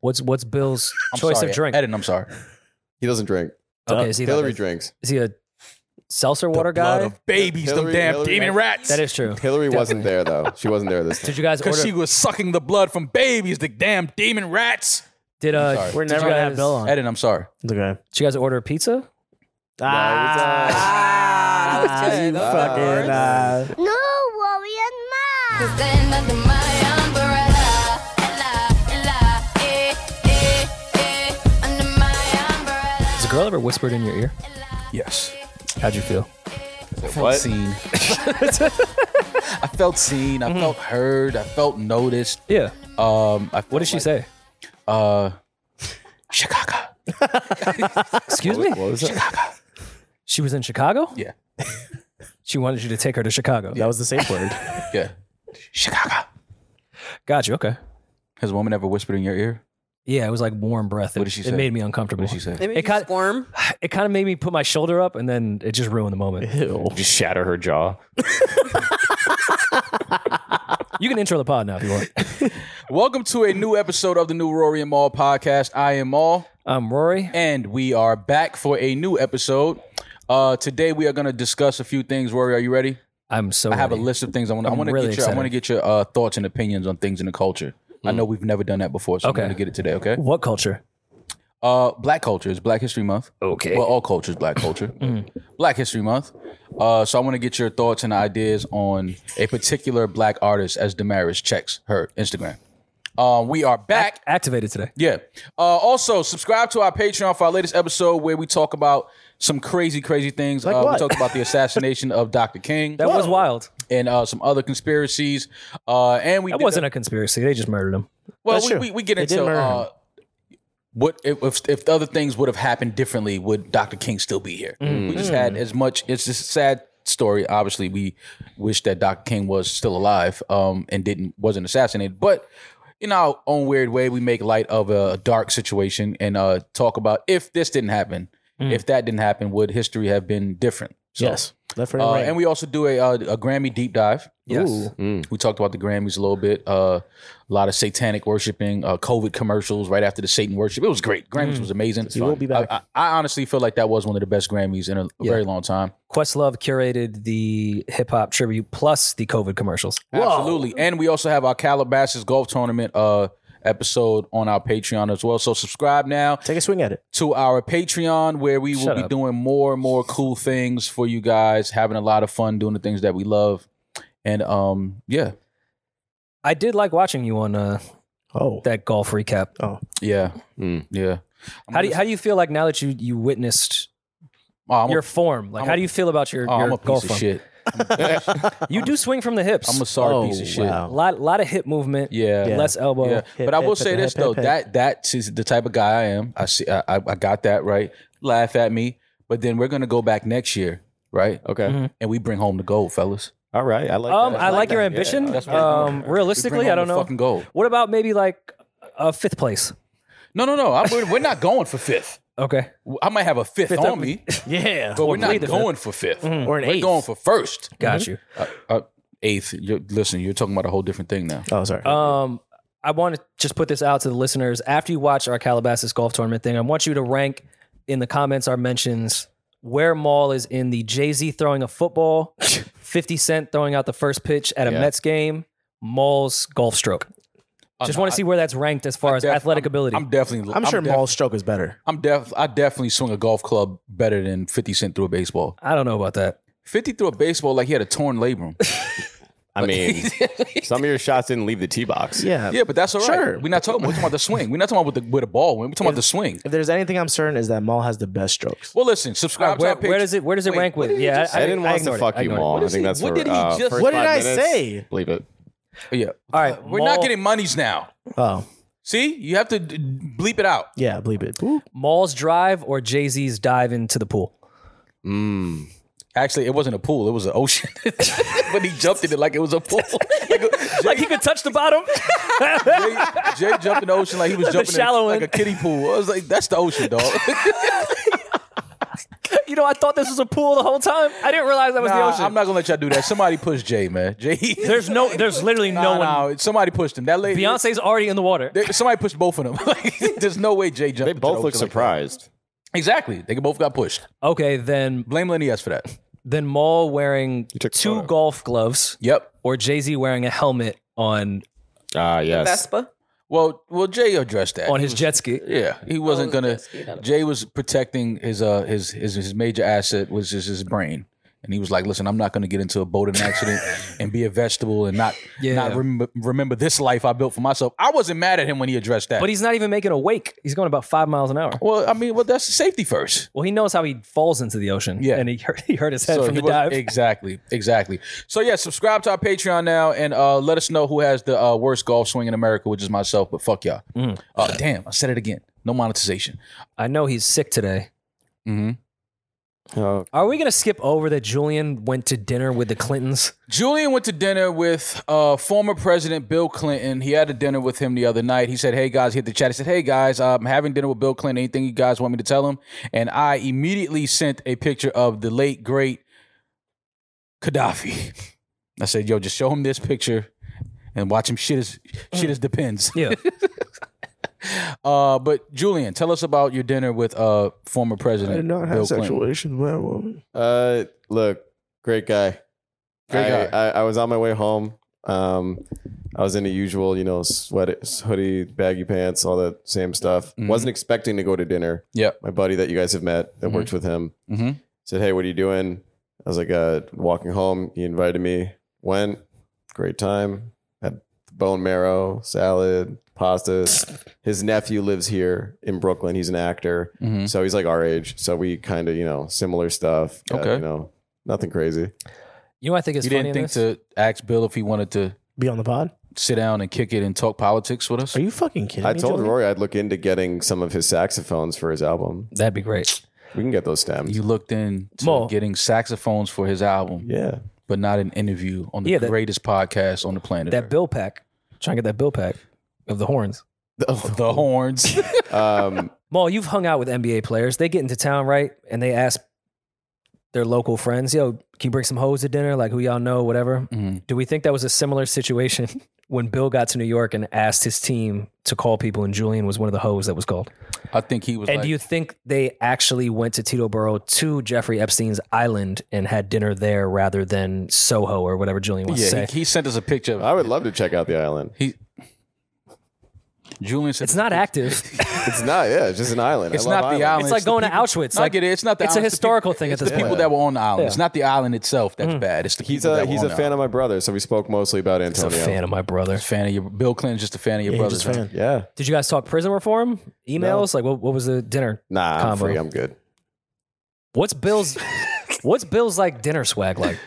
What's what's Bill's I'm choice sorry. of drink? Eden, I'm sorry. He doesn't drink. Okay, is he, Hillary like, drinks. is he a seltzer water Blood guy? of babies, them Hillary- damn Hillary- demon rats. That is true. Hillary wasn't there though. She wasn't there this time. Did you guys because order? she was sucking the blood from babies, the damn demon rats. did uh? We're did you never gonna guys- have Bill on. Eden, I'm sorry. It's okay. Did you guys order pizza? Ah, that was good. you That was fucking. Uh, No worry and mind. Stand under my umbrella. Ella, Ella, eh, eh, eh. Under my umbrella. Has a girl ever whispered in your ear? Yes. How'd you feel? I felt seen. I felt seen. I felt heard. I felt noticed. Yeah. Um, I What did she say? Uh, Chicago. Excuse me. What was that? She was in Chicago. Yeah. She wanted you to take her to Chicago. that was the safe word. Yeah. Chicago. Got you. Okay. Has a woman ever whispered in your ear? Yeah, it was like warm breath. It, What did she it say? made me uncomfortable. What did she say? It made It you kin- squirm. It kind of made me put my shoulder up, and then it just ruined the moment. Ew. Just shatter her jaw. You can intro the pod now if you want. Welcome to a new episode of the New Rory and Maul podcast. I am Maul, I'm Rory. and we are back for a new episode. Uh, today we are going to discuss a few things. Rory, are you ready? I'm so. I have a ready. list of things I want. I I'm want to really get your. I excited. Mm. want to get your uh, thoughts and opinions on things in the culture. I know we've never done that before, so Okay. I'm going to get it today. Okay. What culture? Uh, black culture is Black History Month. Okay. Mm. Well, all cultures, Black culture, Black History Month. Uh, so I want to get your thoughts and ideas on a particular Black artist as Damaris checks her Instagram. Uh, we are back. Activated today. Yeah. Uh, also, subscribe to our Patreon for our latest episode where we talk about some crazy, crazy things. uh, We what? talked about the assassination of Dr. King That was wild. and uh, some other conspiracies. Uh, and we That did wasn't a conspiracy. They just murdered him. well, That's we, true. we, we get They did into murder him. uh, what if, if if the other things would have happened differently, would Dr. King still be here? Mm. We just had as much. It's just a sad story. Obviously, we wish that Dr. King was still alive um, and didn't wasn't assassinated, but. In our own weird way, we make light of a dark situation and uh, talk about if this didn't happen, if that didn't happen, would history have been different? So, Mm. yes. Left right, uh, right. and we also do a, uh, a Grammy deep dive. Yes. Mm. We talked about the Grammys a little bit. Uh, a lot of satanic worshiping, uh, COVID commercials right after the Satan worship. It was great. Mm. Grammys was amazing. You will be back. I, I I honestly feel like that was one of the best Grammys in a very long time. Questlove curated the hip hop tribute plus the COVID commercials. Absolutely. And we also have our Calabasas golf tournament uh, episode on our Patreon as well. So subscribe now Take a swing at it. to our Patreon where we will Shut be up. doing more and more cool things for you guys, having a lot of fun doing the things that we love. And um, yeah, I did like watching you on uh, Oh. that golf recap. yeah, Mm. yeah. I'm How do you, gonna- how do you feel like now that you you witnessed Oh, I'm a- your form? Like I'm how a- do you feel about your, oh, your I'm a golf piece of form? shit. You do swing from the hips. I'm a sorry Oh, piece of shit. wow. lot lot of hip movement. Yeah. Yeah. Less elbow. Yeah. Hip, but I hip, will hip, say hip, this hip, though hip. that that is the type of guy I am. I see. I, I I got that right. Laugh at me, but then we're gonna go back next year, right? Okay. Mm-hmm. And we bring home the gold, fellas. All right. I like Um, that. I like your that. ambition. That's what um, I'm realistically, I don't know. Fucking gold. What about maybe like a fifth place? No, no, no. I'm, we're, we're not going for fifth. Okay. I might have a fifth, on me, Yeah. but we're not plead the going for fifth. Or an We're eighth. going for first. Got you. Uh, uh, eighth. You're, listen, you're talking about a whole different thing now. Oh, sorry. Um, I want to just put this out to the listeners. After you watch our Calabasas golf tournament thing, I want you to rank in the comments our mentions where Maul is in the Jay Z throwing a football, 50 Cent throwing out the first pitch at a Yeah. Mets game, Maul's golf stroke. Just want to see where that's ranked as far as Def- athletic I'm- ability. I'm definitely. I'm sure def- Maul's stroke is better. I'm def. I definitely swing a golf club better than Fifty Cent through a baseball. I don't know about that. Fifty threw a baseball like he had a torn labrum. I mean, some of your shots didn't leave the tee box. Yeah. yeah, but that's all right. Sure. We're not talking. We're talking about the swing. We're not talking about with the with the ball. We're talking about the swing. If there's anything I'm certain is that Maul has the best strokes. Well, listen. Subscribe. where, to our where Patreon- does it where does it Wait, rank what with? did he Yeah, just I, didn't want us to ignored it. fuck I you, ignored it. Maul. What I is think he- that's what for, did he uh, just- first what did five I minutes. say? Leave it. Yeah, All right, we're Maul, not getting monies now. Oh, See, you have to d- bleep it out. yeah. Bleep it. Maul's drive or Jay Z's dive into the pool. Mm. Actually, it wasn't a pool; it was an ocean. but he jumped in it like it was a pool. like, Like he could touch the bottom. Jay, Jay jumped in the ocean like he was jumping in shallow like end. a kiddie pool. I was like, that's the ocean, dog. you know, I thought this was a pool the whole time. I didn't realize that was the Nah, ocean. I'm not gonna let y'all do that. Somebody push Jay, man. Jay, there's no, there's literally Nah, no one. nah, somebody pushed him. That lady, Beyonce's already in the water. they- somebody pushed both of them. like, there's no way Jay jumped. They into the both look ocean like surprised. that. exactly. They both got pushed. Okay, then Blame Lenny S for that. then Maul wearing took the two photo. golf gloves Yep. or Jay Z wearing a helmet on Ah, yes. Vespa. Well, well, Jay addressed that on his jet ski. Yeah, he wasn't Oh, gonna. that's cute, I don't Jay was protecting his uh his his his major asset was just his brain, and he was like, "Listen, I'm not gonna get into a boating accident and be a vegetable and not Yeah. not remember remember this life I built for myself." I wasn't mad at him when he addressed that. But he's not even making a wake. He's going about five miles an hour. well, I mean, well, that's safety first. Well, he knows how he falls into the ocean. Yeah. and he hurt, he hurt his head So from he the was- dive. Exactly, exactly. So yeah, subscribe to our Patreon now and uh, let us know who has the uh, worst golf swing in America, which is myself. But fuck y'all. Mm. Uh, damn, I said it again. No monetization. I know he's sick today. Mm-hmm. Are we gonna skip over that Julian went to dinner with the Clintons? Julian went to dinner with uh, former President Bill Clinton. He had a dinner with him the other night. He said, "Hey guys," he hit the chat. He said, "Hey guys, um, I'm having dinner with Bill Clinton. Anything you guys want me to tell him?" And I immediately sent a picture of the late great Gaddafi. I said, "Yo, just show him this picture and watch him shit his shit his depends." Yeah. Uh, but Julian, tell us about your dinner with uh, former I President did not Bill have sexual Clinton. relations with that woman. Uh, look, great guy. Great guy. I, I, I was on my way home. Um, I was in the usual, you know, sweat hoodie, baggy pants, all that same stuff. Mhm. Wasn't expecting to go to dinner. Yep. My buddy that you guys have met that Mhm. works with him Mhm. said, "Hey, what are you doing?" I was like, uh, "Walking home." He invited me. Went. Great time. Had bone marrow salad, pastas. His nephew lives here in Brooklyn. He's an actor, Mhm. so he's like our age. So we kind of, you know, similar stuff. Got, Okay. you know, nothing crazy. You know, what I think it's You funny. didn't in think this? to ask Bill if he wanted to. Be on the pod? sit down and kick it and talk politics with us? Are you fucking kidding I me? told Julian? Rory I'd look into getting some of his saxophones for his album. That'd be great. We can get those stemmed. You looked in to Mo. getting saxophones for his album, yeah. but not an interview on the Yeah, that- greatest podcast on the planet. That bill pack. Try and get that bill pack of the horns. the horns. um, Maul, you've hung out with NBA players. They get into town, right? And they ask their local friends, yo, can you bring some hoes to dinner? Like who y'all know, whatever. Mhm. Do we think that was a similar situation when Bill got to New York and asked his team to call people and Julian was one of the hoes that was called? I think he was. And like, do you think they actually went to Tito Burrow to Jeffrey Epstein's island and had dinner there rather than Soho or whatever Julian wants to yeah, say? Uh, he, he sent us a picture. Of, I would love to check out the island. he Julian said it's not active. It's not. Yeah, it's just an island. It's I love not the islands. island. it's like going to Auschwitz. No, I like, get it. It's not the it's island. a the historical people- thing at it's this the point. people that were on the island. Yeah. Mm. It's not the island itself that's bad. It's the He's people a that were he's on a the fan island. of my brother, so we spoke mostly about He's a Antonio. fan of my brother. fan of your Bill Clinton's just a fan of your Yeah, brother's he's just fan. Yeah. Did you guys talk prison reform? Emails? Like what, what was the dinner? Nah, I'm Combo. free. I'm good. What's Bill's what's Bill's like dinner swag like?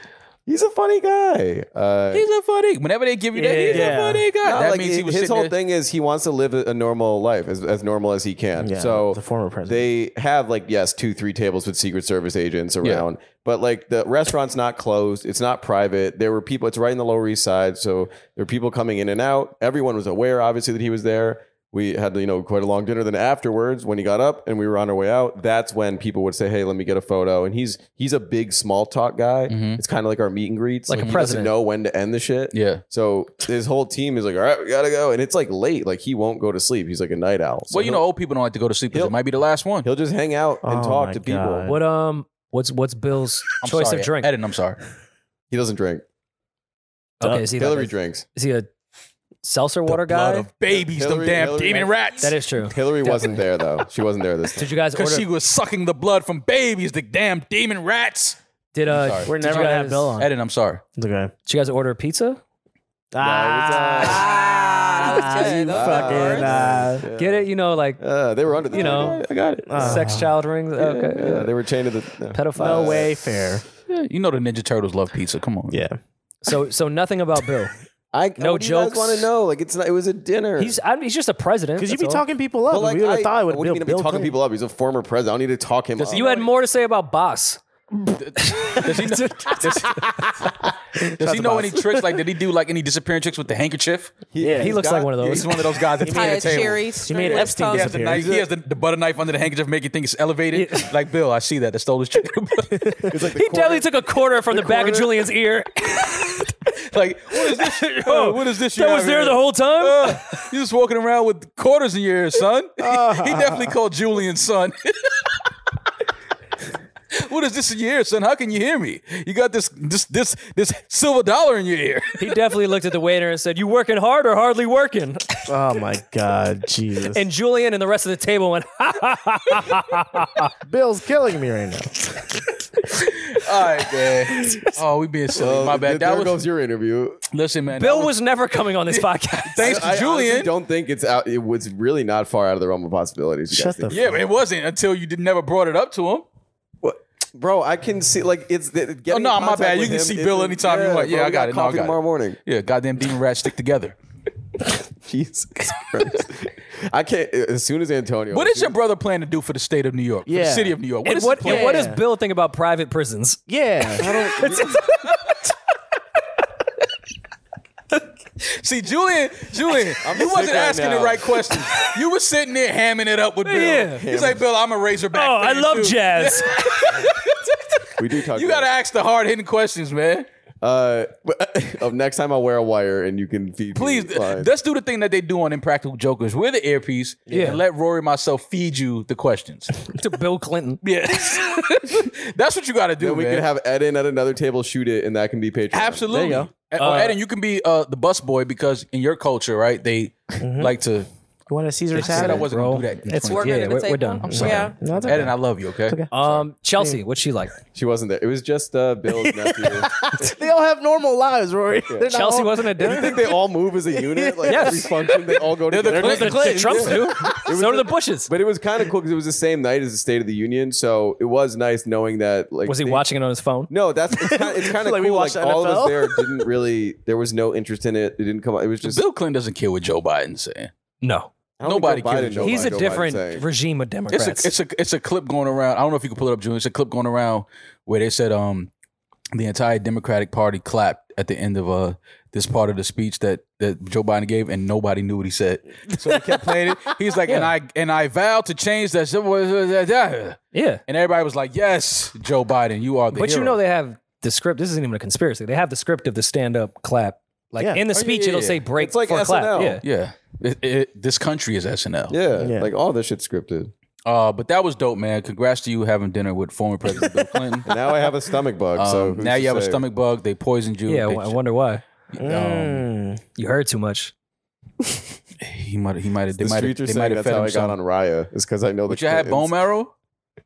He's a funny guy. Uh, He's a funny. Whenever they give you that, he's Yeah. a funny guy. not that like means he was his sitting whole there- thing is he wants to live a a normal life as, as normal as he can. Yeah, so the former president. they have like yes, two three tables with Secret Service agents around, but like the restaurant's not closed. It's not private. There were people. It's right in the Lower East Side, so there were people coming in and out. Everyone was aware, obviously, that he was there. We had you know quite a long dinner. Then afterwards, when he got up and we were on our way out, that's when people would say, "Hey, let me get a photo." And he's he's a big small talk guy. It's kind of like our meet and greets. Mm-hmm. Like a he president. doesn't know when to end the shit. Mm-hmm. Yeah. So his whole team is like, all right, we gotta go, and it's like late. Like he won't go to sleep. He's like a night owl. So well, you know, he'll- old people don't like to go to sleep because it He'll- might be the last one. he'll just hang out and Oh my talk to people. God. What um what's what's Bill's I'm choice sorry, of drink? Eden, I'm sorry. He doesn't drink. uh, Okay, is he, Hillary like, a- drinks. is he a seltzer water Blood guy? of babies, Hillary- them damn Hillary- demon rats. That is true. Hillary wasn't there though. She wasn't there this time. Did you guys because order she was sucking the blood from babies, the damn demon rats. did uh sorry. We're did never you gonna guys, have Bill on. Eden, I'm sorry. It's okay. Did you guys order pizza? uh, Ah, that was good. you Those are fucking. Uh, Get it? You know, like Uh, they were under the. You know. I got it. sex child rings. okay. Yeah, they were chained to the no. Pedophile. no way fair. Yeah, you know the Ninja Turtles love pizza. Come on. Yeah. So so nothing about Bill. I No what do you guys jokes. Want to know? Like it's not. It was a dinner. He's I mean, he's just a president. Because you'd that's be all. talking people up. But, and we would have I- thought it what would do you build mean I'm Bill talking Clinton. people up? He's a former president. I don't need to talk him. up. You had more to say about Boss. Does he know, does he- does he know any tricks? Like, did he do like any disappearing tricks with the handkerchief? Yeah, he looks like one of those. He's one of those guys that's Tie at a the table. cherry. You made straight up Epstein top. He has, the, disappear. knife, he has the, the butter knife under the handkerchief, make you think it's elevated. Like Bill, I see that. That stole his chicken. he definitely took a quarter from the, back of quarter? Julian's ear. like, what is this? Oh, what is this? you That have was there here? the whole time. Uh, you just walking around with quarters in your ear, son. he definitely called Julian son. what is this in your ear, son? How can you hear me? You got this this this this silver dollar in your ear. he definitely looked at the waiter and said, "You working hard or hardly working?" Oh my God, Jesus! And Julian and the rest of the table went, "Ha, Bill's killing me right now. All right, man. Oh, we being silly. My bad. There That was goes your interview. listen, man. "Bill that was never coming on this podcast." thanks to I honestly Julian. don't think it's out. It was really not far out of the realm of possibilities. you guys Shut think. the. Yeah, it wasn't until you did never brought it up to him. bro. I can see like it's. The, getting Oh, no, in my contact bad. with You can him see is- Bill anytime you want. Yeah, bro, I we got it. No, I coffee got it. tomorrow morning. Yeah, goddamn demon rats stick together. Jesus Christ. I can't. As soon as Antonio, What is your brother plan to do for the state of New York? For the Yeah. city of New York. What And is what, his plan? and what does Bill think about private prisons? Yeah, I don't- See, Julian, Julian, you wasn't right asking now. the right questions. You were sitting there hamming it up with Bill. Yeah. He's like, Bill, I'm a Razorback. Oh, I fan, love too." jazz. we do talk. You gotta about- ask the hard hitting questions, man. Uh, of next time I wear a wire and you can feed. me Please, lines. let's do the thing that they do on Impractical Jokers. We're the earpiece, Yeah. and let Rory and myself feed you the questions. to Bill Clinton. Yes, that's what you gotta do. Then we man. can have Eden at another table shoot it, and that can be Patreon. Absolutely. There you And- oh, Eden, you can be uh, the bus boy because in your culture, right? They Mm-hmm. like to. you want a Caesar I said I salad? wasn't gonna do that. It's We're Yeah, good at the we're- we're table. done. I'm sorry. Yeah. No, it's okay. Eden, I love you. Okay. Um, Chelsea, what's she like? She wasn't there. It was just uh, Bill's nephew. They all have normal lives, Rory. They're not Chelsea all- wasn't a I dinner. think they all move as a unit. Like Yes. every function, they all go together. Clintons. The, the Trumps do. So do the Bushes. But it was kind of cool because it was the same night as the State of the Union, so it was nice knowing that. Like, Was he they- watching it on his phone? No, that's it's kind of, it's kind of Like, we cool. Like watched the all of us NFL? there didn't really. There was no interest in it. It didn't come. out. It was just Bill Clinton doesn't care what Joe Biden's saying. No. I don't think nobody Joe cares. Biden knows He's what a Joe Biden's different saying. regime of It's Democrats. a, it's a it's a clip going around. I don't know if you can pull it up, Julian. It's a clip going around where they said um the entire Democratic Party clapped at the end of uh this part of the speech that that Joe Biden gave, and nobody knew what he said. So they kept playing it. He's like, and I and I vow to change that. And yeah. everybody was like, "Yes, Joe Biden, you are the." But you hero." know they have the script. This isn't even a conspiracy. They have the script of the stand-up clap. Like Yeah. in the Oh, yeah, speech, yeah, it'll yeah. say break It's like for clap. SNL. Yeah. yeah, It- it- this country is SNL. Yeah, Yeah. like all this shit's scripted. Uh, but that was dope, man. Congrats to you having dinner with former President Bill Clinton. Now I have a stomach bug. so Um, who's now to you have a say? stomach bug. They poisoned you. Yeah, They- I wonder why. um, Mm. You heard too much. He might. He might have. They The might have. streets are They might saying have that's fed how him I got on some. Raya. Is because I know the. But you had Clintons. bone marrow.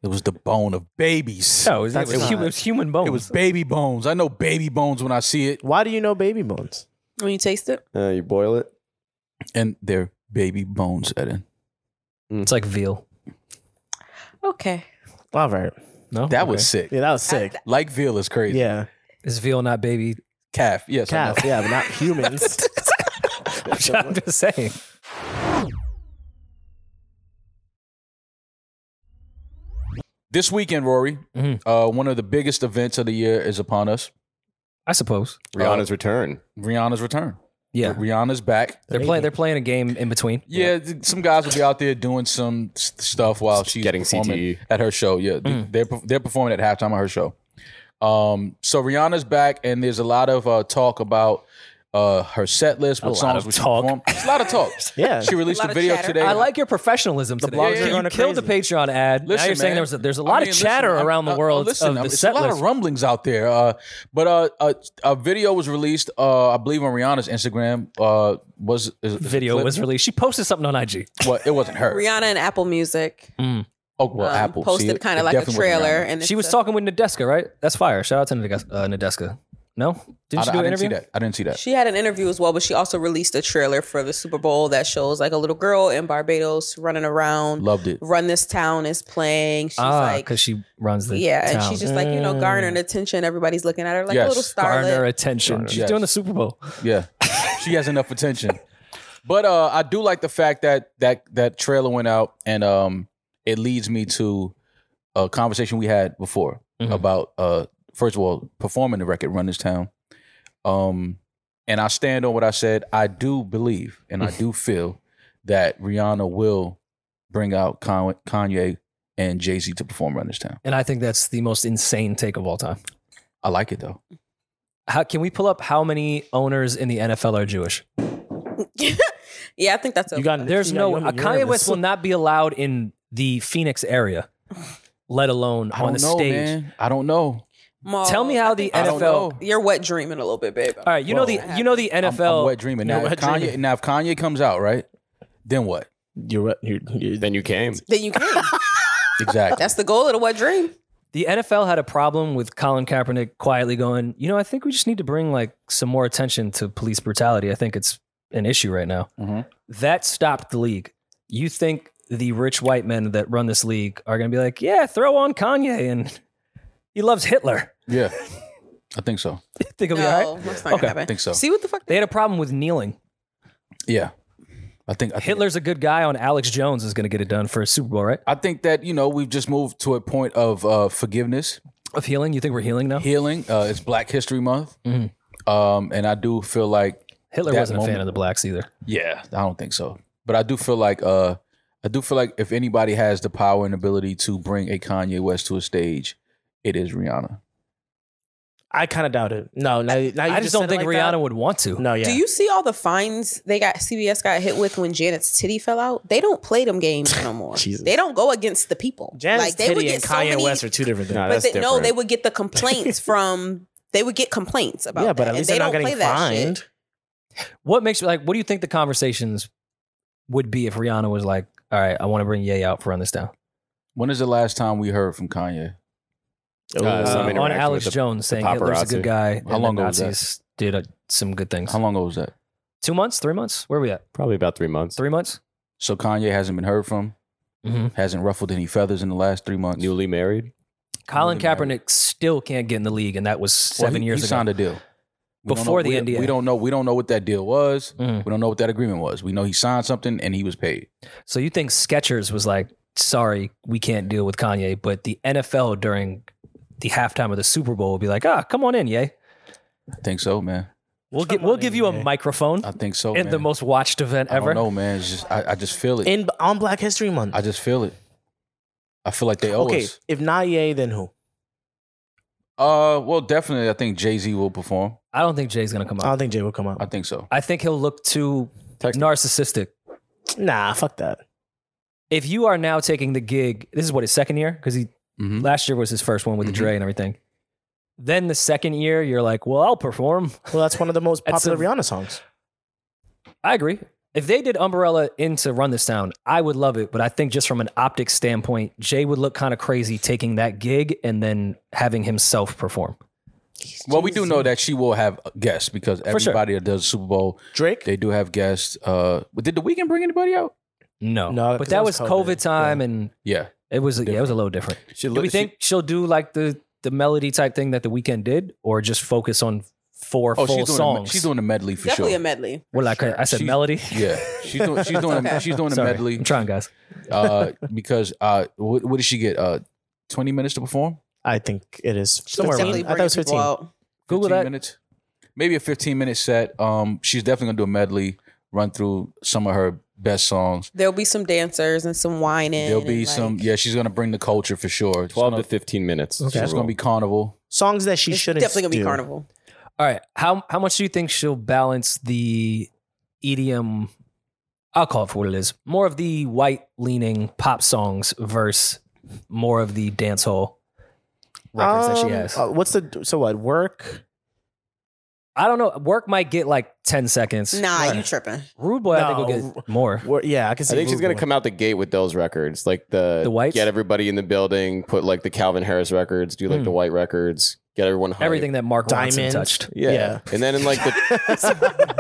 It was the bone of babies. No, it was, it That's was, not- human, it was human bones. It was baby bones. I know baby bones when I see it, Why do you know baby bones? When you taste it, Uh, you boil it. and they're baby bones. Eden. it's like veal. okay. All right. No, That Okay. was sick. Yeah, that was sick. Like veal is crazy. Yeah, is veal not baby? Calf. Yes. I know. calf. Yeah, but not humans. I'm just saying. This weekend, Rory, Mhm. uh, one of the biggest events of the year is upon us. I suppose. Rihanna's Uh, return. Rihanna's return. Yeah, Rihanna's back. they're Maybe. playing. They're playing a game in between. Yeah, th- some guys will be out there doing some s- stuff while she's Getting E. performing CTE. at her show. Yeah, th- Mm. they're per- they're performing at halftime at her show. Um, so Rihanna's back, and there's a lot of uh, talk about uh, her set list, what lot songs of which talk. perform. It's a lot of talk. Yeah. she released a, A lot of video chatter. today. I like your professionalism today. blogs are you going killed the Patreon ad. now Listen, you're saying man. there was a, there's a I lot mean, of listen, chatter I'm- around I- the I- world listen, of I'm- the it's set a lot list. of rumblings out there. Uh, but uh, a, a video was released, uh, I believe, on Rihanna's Instagram. Uh, was is- is it a video clip? was released. She posted something on IG. Well, it wasn't her. Rihanna and Apple Music Mm, oh, well, um, Apple posted kind of like a trailer, and She it's was a- talking with Nadeska, right? That's fire. Shout out to Nadeska. Uh, Nadeska. No, didn't I, she I do an didn't see interview? that. I didn't see that. She had an interview as well, but she also released a trailer for the Super Bowl that shows like a little girl in Barbados running around. Loved it. Run This Town is playing. She's Ah, like, because she runs the yeah, town. Mm. and she's just like, you know, garnering attention. Everybody's looking at her like Yes. a little starlet. garner attention. She's Yes. doing the Super Bowl. Yeah, she has enough attention. But uh, I do like the fact that that that trailer went out, and um, it leads me to a conversation we had before. Mm-hmm. about uh first of all performing the record Run This Town. Um and I stand on what I said. I do believe and I do feel that Rihanna will bring out Con- Kanye and Jay-Z to perform Run This Town. And I think that's the most insane take of all time. I like it though. How can we pull up how many owners in the NFL are Jewish? yeah, I think that's a You got There's you got no Yomi uh, Kanye Uramis. West will not be allowed in the Phoenix area, let alone I on don't the know, stage. man. I don't know. Maul, Tell me how the I don't know. NFL. You're wet dreaming a little bit, babe. All right, you know the Whoa. you know the I'm- I'm, NFL. wet dreaming. Now, You're if wet Kanye, dreaming. now if Kanye comes out, right? Then what? You're, right. you're, you're, Then you came. Then you can. Exactly. that's the goal of the wet dream. the NFL had a problem with Colin Kaepernick quietly going, you know, I think we just need to bring like some more attention to police brutality. I think it's an issue right now. Mhm. That stopped the league. You think the rich white men that run this league are going to be like, yeah, throw on Kanye and he loves Hitler. yeah. I think so. think it'll be all No, right. that's not Okay, gonna happen. think so. See what the fuck? They had a problem with kneeling. Yeah. I think I think- Hitler's a good guy on Alex Jones is going to get it done for a Super Bowl, right? I think that you know we've just moved to a point of uh, forgiveness, Of healing. You think we're healing now? healing. Uh, it's Black History Month, Mm-hmm. Mhm. um, and I do feel like Hitler that wasn't a fan moment- of the blacks either. yeah, I don't think so, but I do feel like uh, I do feel like if anybody has the power and ability to bring a Kanye West to a stage, it is Rihanna. I kind of doubt it. No, now, now you I just, don't said it think like Rihanna that. would want to. No, yeah. Do you see all the fines they got? CBS got hit with when Janet's titty fell out. They don't play them games no more. Jesus. They don't go against the people. Janet's they Titty and Kanye West are two different things. Nah, but that's they, no, different. they would get the complaints from. They would get complaints about. yeah, but at that, least and they're not they don't getting play that shit. fined. What makes like what do you think the conversations would be if Rihanna was like, all right, I want to bring Ye out for run this down When is the last time we heard from Kanye? Uh, Oh, some Uh, interaction on with Alex the- Jones saying Hitler's a paparazzi. good guy. How and long the ago was that? Nazis did uh, some good things? How long ago was that? Two months, three months? Where are we at? Probably about three months. Three months? So Kanye hasn't been heard from, Mhm. hasn't ruffled any feathers in the last three months. Newly married. Colin Really Kaepernick married. still can't get in the league, and that was Well, seven he- years he ago. signed a deal We don't know- Before the we- NDA. We don't know. We don't know what that deal was. Mhm. We don't know what that agreement was. We know he signed something and he was paid. So you think Skechers was like, sorry, we can't deal with Kanye, but the NFL during the halftime of the Super Bowl would be like, ah, come on in, Ye. I think so, man. We'll get Come we'll on give in, you a Ye." microphone I think so. in Oh, man. the most watched event I ever. don't know, man. It's just I, I just feel it. in on Black History Month. I just feel it. I feel like they owe okay, us. if not Ye, then who? Uh, well, definitely. I think Jay Z will perform. I don't think Jay's gonna come I out. don't think Jay will come out. I think so. I think he'll look too Text- narcissistic. nah, fuck that. If you are now taking the gig, this is what his second year because he Mhm. last year was his first one with Mhm. the Dre and everything. Then the second year, you're like, well, I'll perform. Well, that's one of the most That's popular a- Rihanna songs. I agree. If they did Umbrella into Run This Town, I would love it. But I think just from an optics standpoint, Jay would look kind of crazy taking that gig and then having himself perform. Well, we do know that she will have guests because sure. everybody that does Super Bowl, Drake. they do have guests. Uh, but did the weekend bring anybody out? No, No, but 'cause that it was was COVID, COVID, time, yeah. and Yeah, it was yeah, it was a little different. She Do we think she'll do like the the melody type thing that the weekend did, or just focus on four full Oh, she's doing a, me- songs? she's doing a medley for Definitely sure. a medley. Well, like I said, She's- melody. yeah, she's doing she's doing a, she's doing a Sorry. medley I'm trying, guys. uh, because uh, what, what did she get? Uh, twenty minutes to perform? I think it is. Somewhere around 15. Definitely I thought it was bringing 15. people out. Google 15 that. Minutes, maybe a fifteen minute set. Um, she's definitely gonna do a medley, run through some of her best songs. There'll be some dancers and some whining. There'll be and, like, some. Yeah, she's gonna bring the culture for sure. It's 12 gonna- to 15 minutes. Okay. It's gonna be carnival. Songs that she It's shouldn't definitely gonna be do. carnival. All right. How how much do you think she'll balance the EDM? I'll call it for what it is. More of the white leaning pop songs versus more of the dancehall records that she Um, has. uh, what's the so what work? I don't know. Work might get like ten seconds. Nah, you tripping? Rude boy, I think will No. get more. Work- yeah, I can see. I think she's going Google. to come out the gate with those records, like the, The whites? Get everybody in the building, put like the Calvin Harris records, do like Hmm. the white records, get everyone hyped. Everything that Mark Ronson Diamonds. touched. Yeah. Yeah. and then in like the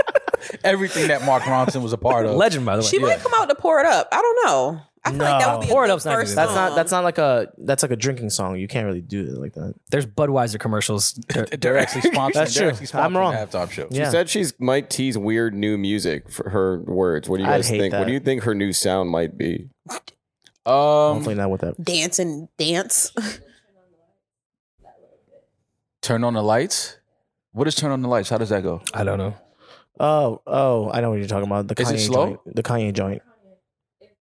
Everything that Mark Ronson was a part of. Legend, by the way. She might come out to pour it up. I don't know. I feel like that No. would be Pour a It good Up's not gonna first do that. That's not. That's not like a. That's like a drinking song. You can't really do it like that. There's Budweiser commercials. uh, They're actually sponsoring. That's they're true. actually I'm sponsoring wrong. the Halftime show. Yeah. she said she's might tease weird new music for her words. What do you I'd guys hate think? What that. do you think her new sound might be? Um, Hopefully not with that. dance and dance. Turn on the lights. What is turn on the lights? How does that go? I don't know. Oh, oh, I know what you're talking about. The Is it Kanye slow? joint. The Kanye joint.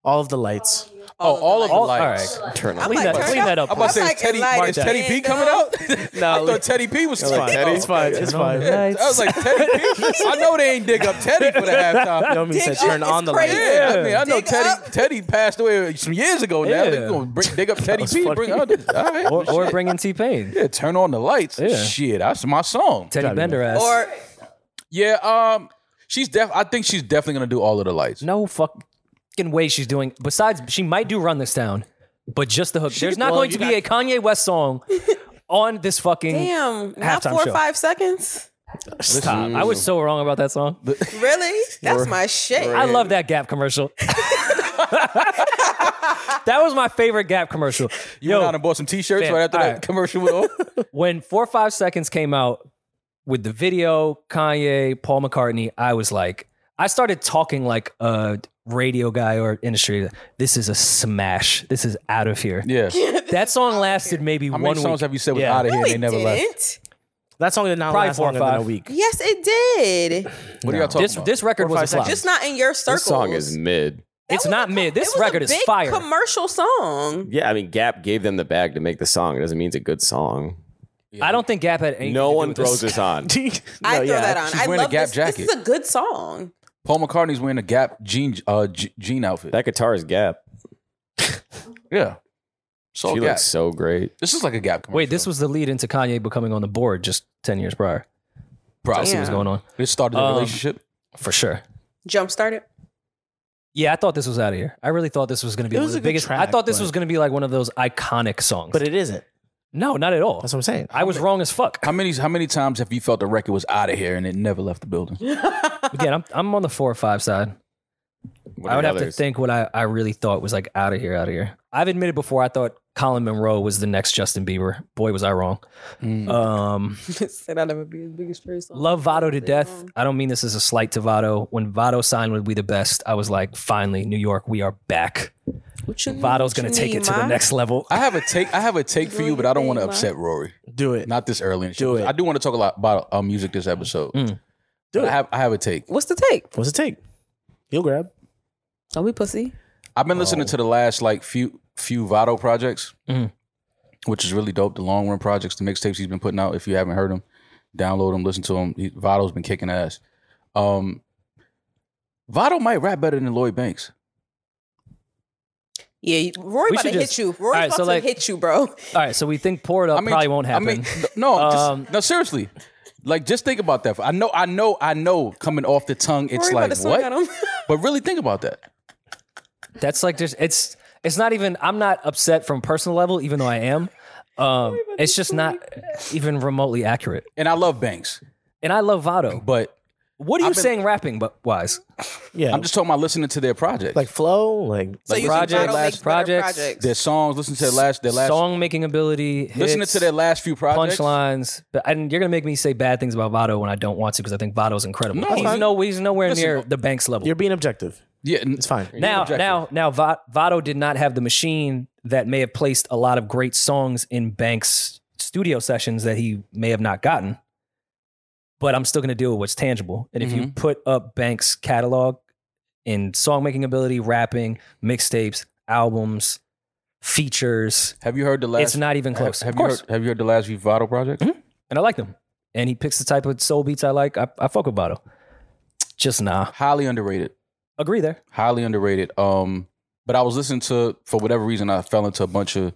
All of the lights. Oh, all of the All- lights. all Turn I'm on. Clean like, that, turn clean it that up. I'm about to please. say, I'm is like, Teddy, it's like- is Teddy P it's coming out? I thought Teddy P was It's fine. like, Teddy? It's fine. It's Oh, Turn on fine. the I Lights. was like, Teddy P? I know they ain't dig up Teddy for the halftime. You know what I mean? Dick Said turn up on is the crazy. lights. Yeah, I mean, I know Dig Teddy. up. Teddy passed away some years ago. Now Yeah. they're gonna bring, dig up Teddy P. Bring out the, all right, Or, or shit. bring in T Pain. Yeah, turn on the lights. Yeah. Shit, that's my song. Teddy Bender ass. Or Yeah, um, she's def. I think she's definitely gonna do all of the lights. no fucking way she's doing. Besides, she might do Run This Town, but just the hook. There's not well, going to you be got- a Kanye West song on this fucking. damn, not Halftime four show. or five seconds. Stop. I was so wrong about that song. Really? That's my shit. I love that Gap commercial. that was my favorite Gap commercial. You Yo, went out and bought some T-shirts fam, right after that alright. commercial was over. when four or five seconds came out with the video, Kanye, Paul McCartney, I was like, I started talking like a radio guy or industry. This is a smash. This is out of here. Yeah. That song lasted maybe How many one songs week. have you said was Yeah. out of here No, and it they never didn't. left? That song did not Probably last four or longer than a five. week. Yes, it did. What are y'all talking This about? this record Four or was a five flop. Just not in your circle. This song is mid. it's not mid. This it was a record is big fire. Commercial song. Yeah, I mean, Gap gave them the bag to make the song. It doesn't mean it's a good song. I don't think Gap had any. No one throws this on. I No, throw yeah. that on. She's I wearing a love Gap this. This jacket. is a good song. Paul McCartney's wearing a Gap jean uh, je- jean outfit. That guitar is Gap. yeah. So she Gap. looks so great. This is like a Gap commercial. Wait, this was the lead into Kanye becoming on the board just ten years prior. I probably see what's Yeah. going on this started the Um, relationship. for sure. Jump started. Yeah, I thought this was out of here. I really thought this was going to be It one was of the a good biggest. I track, thought this but- was going to be like one of those iconic songs. But it isn't. no, not at all. That's what I'm saying. I was wrong as fuck. How many how many times have you felt the record was out of here and it never left the building? Again, I'm I'm on the four or five side. What I are would the have to others? think what I, I really thought was like out of here, out of here. I've admitted before I thought Colin Monroe was the next Justin Bieber. Boy, was I wrong. Mm. Um, Said I'd never be his biggest fan. love Vado to death. I don't mean this as a slight to Vado. When Vado signed with We the Best, I was like, finally, New York, we are back. What you- Vado's what gonna you take it need, to the ma? next level. I have a take I have a take for you, but I don't want to Doing your thing, upset Rory. Do it. Not this early. in the show. Do it. I do want to talk a lot about uh, music this episode. Mm. Do But I it. have I have a take. What's the take? What's it take? You'll grab. Are we pussy? I've been Oh. listening to the last like few few Vado projects, Mhm. which is really dope. The long run projects, the mixtapes he's been putting out. If you haven't heard them, download them, listen to them. He, Vado's been kicking ass. Um, Vado might rap better than Lloyd Banks. Yeah, you- Rory We about to should just- hit you. All Rory right, about so, to like- hit you, bro. All right, so we think pour it up probably won't happen. I mean, no, I'm just- Um, no, seriously. Like, just think about that. I know, I know, I know. Coming off the tongue, it's Rory like about to swing at what? him. But really think about that. That's like just it's it's not even I'm not upset from personal level, even though I am. Um, it's just not even remotely accurate. And I love Banks, And I love Vado. but What are you I've been- saying rapping but wise? Yeah. I'm just talking about listening to their project, like like flow. Like so you project, think Vado last makes better projects, projects. their songs. Listen to their last, their last Song making ability, Listening hits, to their last few projects. punchlines. But and you're gonna make me say bad things about Vado when I don't want to because I think Vado's incredible. No, he's that's no he's nowhere Listen, near the Banks level. you're being objective. Yeah, n- It's fine. now, objective. now, now, Va- Vado did not have the machine that may have placed a lot of great songs in Banks' studio sessions that he may have not gotten. But I'm still going to deal with what's tangible. And if you Mm-hmm. put up Banks' catalog in song making ability, rapping, mixtapes, albums, features, Have you heard the last? it's not even close. Have, of you course, Mm-hmm. heard, have you heard the last Vivado project? and I like them. And he picks the type of soul beats I like. I, I fuck with Vado. Just nah. Highly underrated. Agree there. Highly underrated. Um, but I was listening to for whatever reason I fell into a bunch of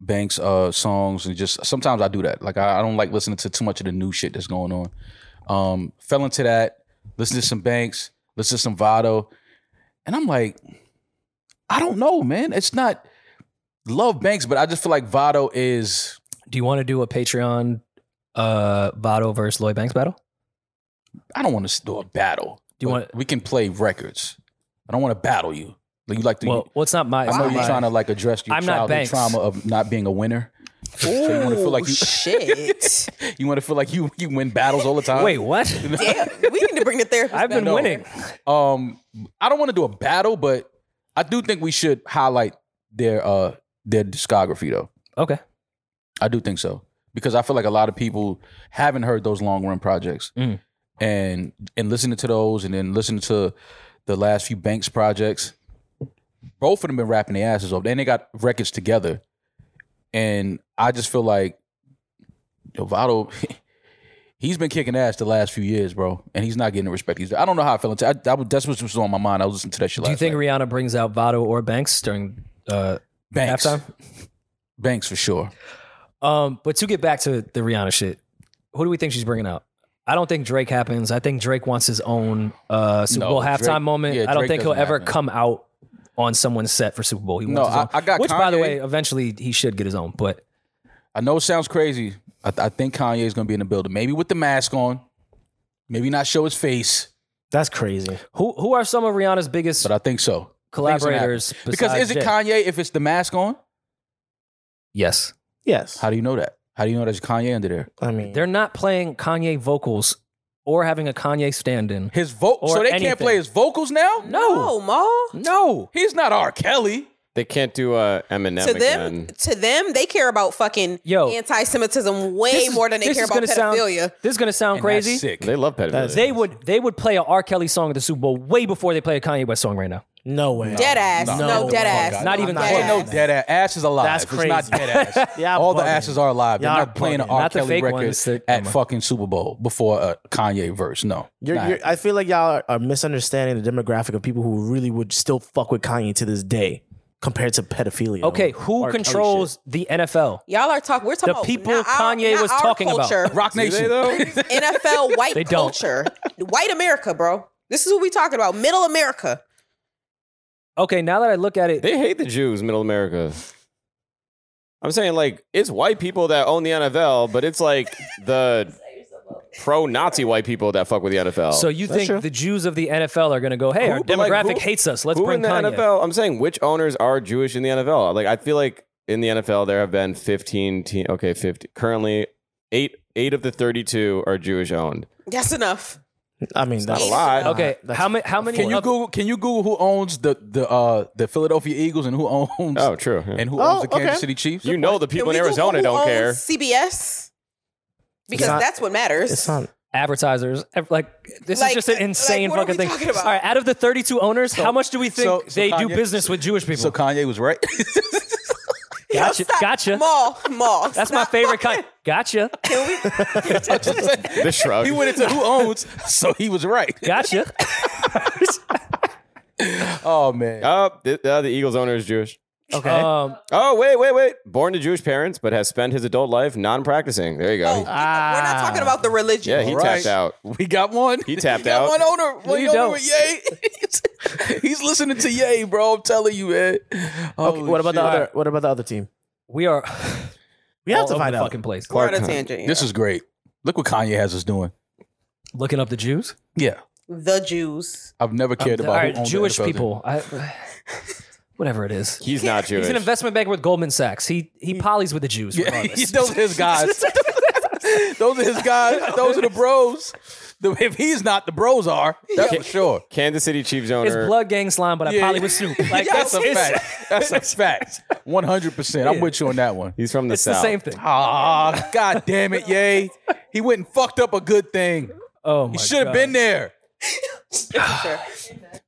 Banks uh songs and just sometimes I do that. Like I, I don't like listening to too much of the new shit that's going on. Um, fell into that. Listen to some Banks. Listen to some Vado, and I'm like, I don't know, man. It's not love Banks, but I just feel like Vado is. Do you want to do a Patreon uh, Vado versus Lloyd Banks battle? I don't want to do a battle. Do you but want- We can play records. I don't want to battle you. Like you like to. Well, well, it's not my. I know it's not you're my- trying to like address your I'm not childhood Banks. trauma of not being a winner. so you want to feel like Ooh, you shit. you want to feel like you you win battles all the time. Wait, what? Damn, we need to bring the therapist. I've been back. winning. Um, I don't want to do a battle, but I do think we should highlight their uh their discography though. Okay. I do think so. because I feel like a lot of people haven't heard those long run projects, Mm. and and listening to those, and then listening to the last few Banks projects, both of them been rapping their asses off, and they got records together, and I just feel like Novato. He's been kicking ass the last few years, bro, and he's not getting the respect. He's. I don't know how I felt. I, I, was- that's what was on my mind. I was listening to that shit. Do you last think night. Rihanna brings out Votto or Banks during uh, Banks? halftime? Banks for sure. Um, but to get back to the Rihanna shit, who do we think she's bringing out? I don't think Drake happens. I think Drake wants his own uh, Super No, Bowl Drake- halftime moment. yeah, I don't Drake think he'll doesn't ever happen. come out on someone's set for Super Bowl. He wants No, his own, I- I got which, by the Kanye. way, eventually he should get his own. But I know it sounds crazy. I, I think Kanye is going to be in the building, maybe with the mask on, maybe not show his face, That's crazy. who who are some of Rihanna's biggest but I think so. I think it's gonna happen. collaborators? Because besides is it Jay? Kanye if it's the mask on? Yes, Yes. How do you know that? How do you know there's Kanye under there? I mean, they're not playing Kanye vocals or having a Kanye stand-in. His vote, Or so they anything. can't play his vocals now. No, Ma. no, he's not R. Kelly. They can't do uh, Eminem To them, again. to them, they care about fucking Yo. anti-Semitism way This is- more than they this care is about gonna sound- pedophilia. this is gonna sound And that's crazy. sick. They love pedophilia. They would they would play a R. Kelly song at the Super Bowl way before they play a Kanye West song right now. no way. Dead ass. No. No, No. dead Fuck ass. out. Not even dead close. ass. No dead ass. Ass is alive. That's It's not crazy. dead ass. Y'all All the bugging. asses are alive. They're Y'all not playing an bugging. R. Not the Kelly fake record ones that- at fucking Super Bowl before a Kanye verse. No, You're, Nah. you're, I feel like y'all are misunderstanding the demographic of people who really would still fuck with Kanye to this day compared to pedophilia. Okay, or who Kelly controls shit. the NFL? Y'all are talking. We're talking The about people not our- Kanye not was our talking about. culture. Rock Do they Nation. though? NFL white They don't. culture, white America, bro. This is what we talking about. Middle America. Okay, now that I look at it, They hate the Jews, Middle America. I'm saying like it's white people that own the NFL, but it's like the pro-Nazi white people that fuck with the NFL. so you Oh, That's think true. the Jews of the NFL are going to go, "Hey, our Who- but, like, demographic who- hates us. Let's who bring in the Kanye." NFL? I'm saying which owners are Jewish in the NFL? Like I feel like in the NFL there have been 15 team. Okay, 50 currently eight eight of the 32 are Jewish owned. That's enough. I mean, Not that's a lot. Okay, That's- how many? How many? Can you of- Google? Can you Google who owns the the uh, the Philadelphia Eagles and who owns Oh, true. and who Oh, owns the Kansas okay. City Chiefs? you know the people in Can we Arizona Google don't who care. owns CBS because not- that's what matters. It's not. advertisers? ev- Like this is Like- just an like, insane what are fucking we thing. talking about? All right, out of the 32 owners, how much do we think so- so they do Kanye- business with Jewish people? So Kanye was right. gotcha, Stop. gotcha. Mall, mall. That's my favorite kind. Gotcha, the shrug. he went into who owns, so he was right. gotcha. Oh man, Oh, the, uh, the Eagles owner is Jewish. Okay. Um, Oh, wait, wait, wait. Born to Jewish parents, but has spent his adult life non practicing. There you go. Oh, He- ah, we're not talking about the religion. yeah, he All right. tapped out. we got one. He tapped We got out. One owner, one you owner don't. with Ye. He's listening to Ye, bro. I'm telling you, man. Okay, Holy what about the shit. other? What about the other team? we are We have all to over find the out. fucking place. We're Clark on a Hunt. tangent. yeah. This is great. Look what Kanye has us doing. Looking up the Jews. Yeah, the Jews. I've never cared All about who right, owns the Jewish NFL team. people. I, whatever it is. He's not Jewish. He's an investment banker with Goldman Sachs. He he polys with the Jews. Yeah, regardless. those are his guys. those are his guys. Those are the bros. The- if he's not, the bros are. That's for sure. Kansas City Chiefs it's owner. blood gang slime, but I Yeah. poly with Snoop. Like That's a it's, it's- fact. That's a fact. One hundred percent. I'm with you on that one. He's from the it's South. the same thing. Ah, god damn it, yay! He went and fucked up a good thing. Oh my He should have God. been there. Sure.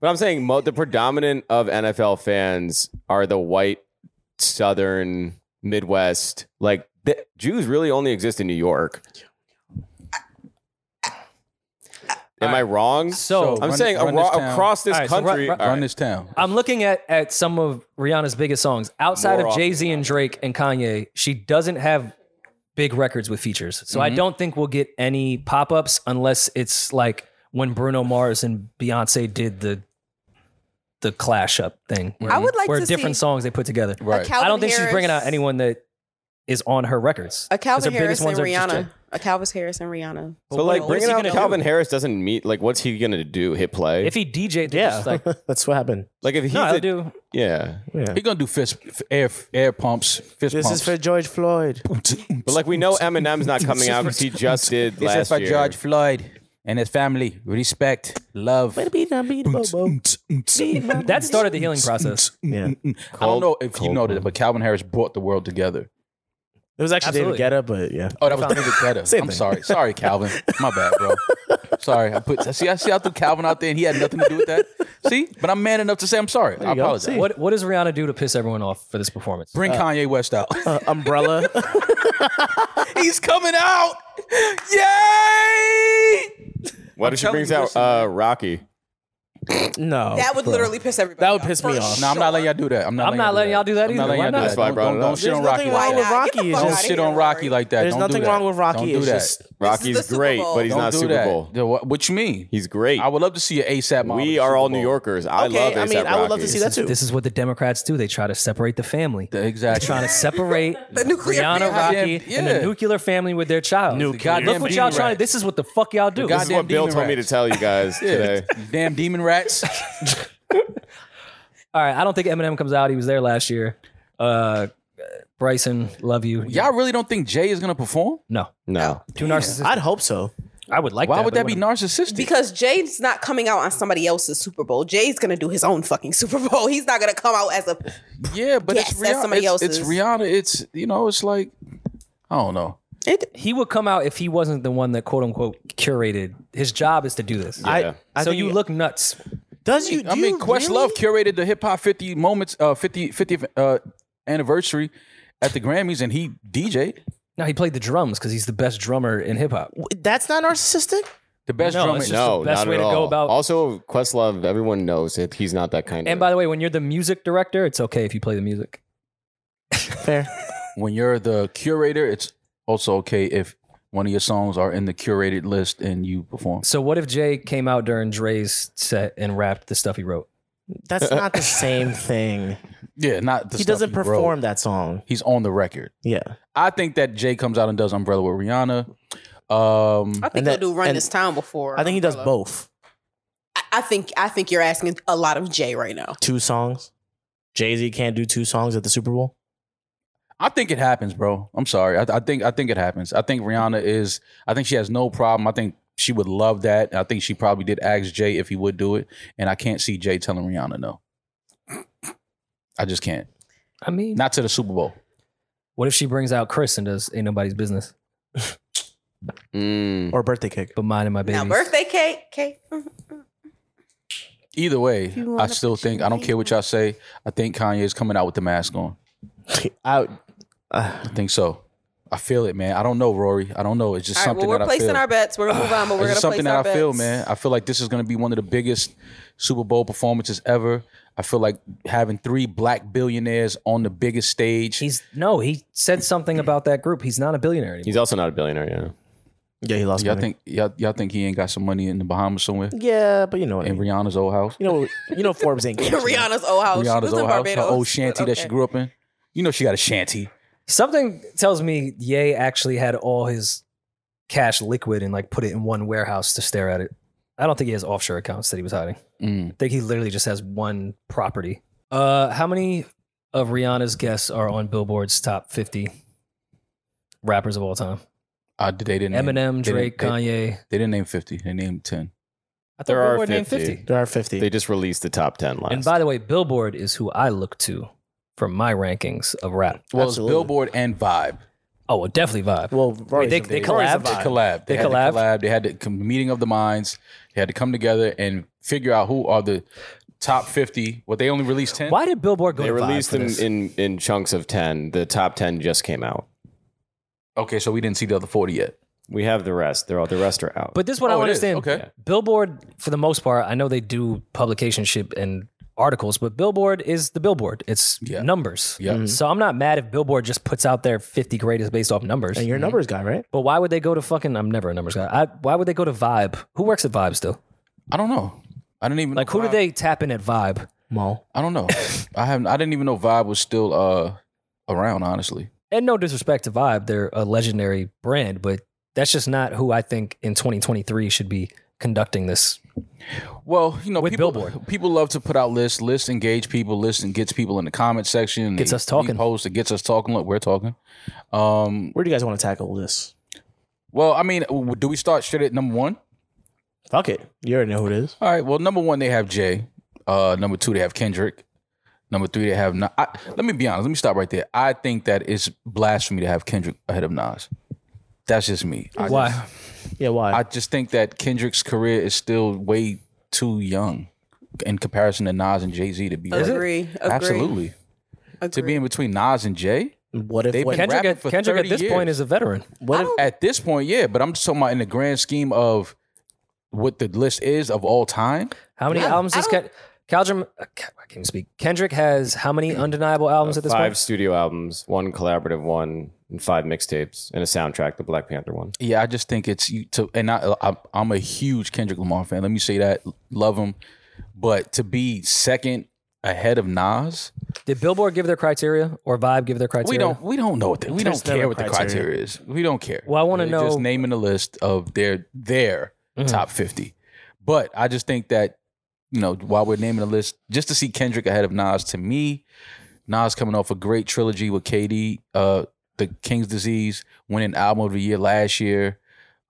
But I'm saying mo- the predominant of NFL fans are the white, Southern, Midwest. Like, the- Jews really only exist in New York. Am I wrong? So, I'm Run- saying run this aro- town. across this All right, so run- country. run- all Run right. this town. I'm looking at at some of Rihanna's biggest songs outside More of often. Jay Z and Drake and Kanye. She doesn't have big records with features, so I don't think we'll get any pop ups unless it's like when Bruno Mars and Beyonce did the the clash up thing. Where, I would like where to different see- songs they put together. Right. Calvin I don't think she's Harris- bringing out anyone that is on her records. A 'Cause her Calvin biggest Harris and ones are just Rihanna. Drake. A Calvin Harris and Rihanna. But So, what- like, what's bringing he out gonna Calvin do? Harris doesn't meet. Like, what's he gonna do? Hit play? If he DJ'd, yeah, Yeah, just like that's what happened. like, if he's no, I'll a- do. yeah. Yeah. He gonna do fist f- air air pumps, fist This pumps. is for George Floyd. But like, we know Eminem's not coming out because he just did This is last for year. George Floyd and his family. Respect, love. That started the healing process. Yeah. I don't know if you know that, but Calvin Harris brought the world together. It was actually Absolutely. David Guetta, but yeah. Oh, that was David Guetta. Same I'm thing. sorry. Sorry, Calvin. My bad, bro. sorry. I put see I see I threw Calvin out there and he had nothing to do with that. See? But I'm man enough to say I'm sorry. I you go. apologize. See. What what does Rihanna do to piss everyone off for this performance? Bring Kanye West out. Uh, umbrella. He's coming out. Yay! Why did she telling brings you, out listen, uh, Rocky? no. That would bro. literally piss everybody. That would off, piss me for off. No, I'm not letting y'all do that. I'm not. I'm not letting y'all do that I'm either. not letting Why y'all do not? That's why I that. brought Don't, it don't, don't up. shit There's on Rocky nothing Why like wrong with that. not? Get the Rocky is fuck Don't outta just shit here, on Rocky Lori. like that. There's Don't nothing do that. wrong with Rocky. Don't It's do that. just Don't Rocky's the Super great, Bowl. but he's Don't not do Super that. Bowl. Yo, What, what you mean? He's great. I would love to see an ASAP model. we at are Super all Bowl. New Yorkers. I Okay, love I ASAP mean, I would love to Rocky. see that too. This is what the Democrats do. They try to separate the family. The- Exactly. trying to separate The nuclear Rihanna, family. Rocky, and the Yeah. nuclear family with their child. Nuclear Look what y'all family. trying. This is what the fuck y'all do. The This is what Goddamn Bill demon told me to rats. tell you guys today. Damn demon rats. All right, I don't think Eminem comes out. He was there last year. Uh, Bryson, love you. Y'all really don't think Jay is gonna perform? no, No. two narcissists. I'd hope so. I would like. Why that, would but that be whatever. narcissistic? Because Jay's not coming out on somebody else's Super Bowl. Jay's gonna do his own fucking Super Bowl. He's not gonna come out as a. yeah, but Yes, it's that's Rihanna. somebody it's, it's else's. Rihanna. It's you know, it's like I don't know. It, He would come out if he wasn't the one that quote unquote curated. His job is to do this. I, Yeah. I so think you it- look nuts. Does you? Do I mean, you Questlove really? curated the hip hop 50 moments, uh, 50 50th uh, anniversary at the Grammys, and he DJ No, he played the drums because he's the best drummer in hip hop. That's not narcissistic. the best No, drummer. it's just- No, the best not way at to go all. about- Also, Questlove, everyone knows it. He's not that kind And of. by the way, when you're the music director, it's okay if you play the music. Fair. when you're the curator, it's also okay if one of your songs are in the curated list and you perform. So what if Jay came out during Dre's set and rapped the stuff he wrote? That's not the same thing. Yeah, not the he stuff doesn't wrote. perform that song. He's on the record. Yeah. I think that Jay comes out and does Umbrella with Rihanna. Um, I think And that- he'll do Run and- This Town before. I think he does Umbrella. both. I, I think I think you're asking a lot of Jay right now. Two songs. Jay Z can't do two songs at the Super Bowl. I think it happens, bro. I'm sorry. I, I think I think it happens. I think Rihanna is. I think she has no problem. I think she would love that. I think she probably did ask Jay if he would do it, and I can't see Jay telling Rihanna no. I just can't. I mean, Not to the Super Bowl. what if she brings out Chris and does ain't nobody's business Mm. Or birthday cake. but mine and my baby? Now birthday cake, cake. Either way, wanna I still think I don't care what y'all say. I think Kanye is coming out with the mask on. I, I think so. I feel it, man. I don't know, Rory. I don't know. It's just All right, well, something we're that I placing feel. our bets. We're gonna move on, but It's we're gonna just something place that our I bets. feel, man. I feel like this is going to be one of the biggest Super Bowl performances ever. I feel like having three black billionaires on the biggest stage. He's no, he said something about that group. He's not a billionaire anymore. He's also not a billionaire, yeah. yeah, he lost y'all money. think y'all, y'all think he ain't got some money in the Bahamas somewhere yeah, but you know what I in mean. Rihanna's old house, You know, you know Forbes ain't catching that. Rihanna's old house. Rihanna's Oh, she lives in old house, her Barbados. old shanty that she Okay. grew up in. You know she got a shanty. Something tells me Ye actually had all his cash liquid and like put it in one warehouse to stare at it. I don't think he has offshore accounts that he was hiding. Mm. I think he literally just has one property. Uh, how many of Rihanna's guests are on Billboard's top 50 rappers of all time? Uh, they didn't name- Eminem, they Drake, didn't- Kanye. They, they didn't name fifty. They named ten. I thought There are Billboard named 50. 50. There are 50. They just released the top 10 last. And by the way, Billboard is who I look to for my rankings of rap. Well, it's Absolutely. Billboard and Vibe. Oh, well, definitely Vibe. well, Rory's they- a they big- collabed? Rory's a They vibe. collabed. They had to collabed? collab. They had the com- meeting of the minds. They had to come together and figure out who are the top fifty. What they only released ten. Why did Billboard go they to released Vibe for them this? in, in chunks of 10. The top 10 just came out. Okay, so we didn't see the other forty yet. We have the rest. They're all, the rest are out. But this is what I Oh, don't it is. understand. Okay. Billboard, for the most part, I know they do publication ship and articles, but Billboard is the Billboard. It's Yeah. numbers. Yeah. Mhm. So I'm not mad if Billboard just puts out their 50 greatest based off numbers. And you're a numbers guy, right? But why would they go to fucking? I'm never a numbers guy. I, why would they go to Vibe? Who works at Vibe still? I don't know. I didn't even Like, know who do Vibe- they tap in at Vibe? Mo. I don't know. I haven't. I didn't even know Vibe was still uh around. Honestly, And no disrespect to Vibe, they're a legendary brand, but that's just not who I think in 2023 should be conducting this. well, you know, With people, Billboard. people love to put out lists. Lists engage people. Lists and gets people in the comment section. Gets They us talking. repost, it gets us talking. Look, we're talking. Um. Where do you guys want to tackle this? Well, I mean, w- do we start straight at number one? Fuck it. You already know who it is. All right. Well, number one, they have Jay. Uh, number two, they have Kendrick. Number three, they have. Nas. I, let me be honest. Let me stop right there. I think that it's blasphemy to have Kendrick ahead of Nas. That's just me. I Why? Just, Yeah, why? I just think that Kendrick's career is still way too young in comparison to Nas and Jay Z to be. right. Agree, agree. Absolutely. To be in between Nas and Jay what if they've when, been- Kendrick, rapping at, for Kendrick at 30 this point years. is a veteran. what if at this point, yeah. But I'm just talking about in the grand scheme of what the list is of all time. How many albums does Ken, Keldrum, I can't even speak. Kendrick has how many undeniable albums at this five point? studio albums, one collaborative one, and five mixtapes, and a soundtrack, the Black Panther one. Yeah, I just think it's you to, and I, I, I'm a huge Kendrick Lamar fan. Let me say that, love him, but to be second ahead of Nas, Did Billboard give their criteria or Vibe give their criteria? we don't, we don't know what the, we don't There's never care what the criteria. criteria is. We don't care. Well, I wanna They're know- Mm-hmm. just naming the list of their their top fifty, but I just think that you know while we're naming the list, just to see Kendrick ahead of Nas to me, Nas coming off a great trilogy with KD, uh, the King's Disease, winning Album of the Year last year.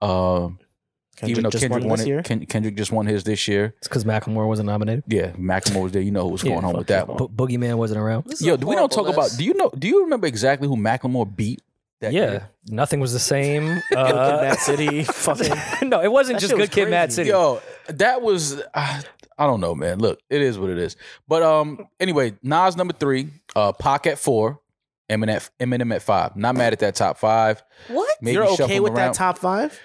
Um, Kendrick even though just Kendrick won won this it, year? Ken- Kendrick just won his this year. It's because Macklemore wasn't nominated. Yeah, Macklemore was there. You know what's going on with that one. Bo- Boogeyman wasn't around. This is Yo, a do we don't talk horrible about? list. Do you know? Do you remember exactly who Macklemore beat? That yeah, year? nothing was the same. Good Kid, Uh, Mad City? Fucking no, it wasn't That just shit Good was Kid, Mad crazy. City. Yo, that was. I I don't know, man. Look, it is what it is. But um, anyway, Nas number three, uh, Pac at four, Eminem at, Eminem at five. Not mad at that top five. what? Maybe you're shuffle okay them with around. that top five?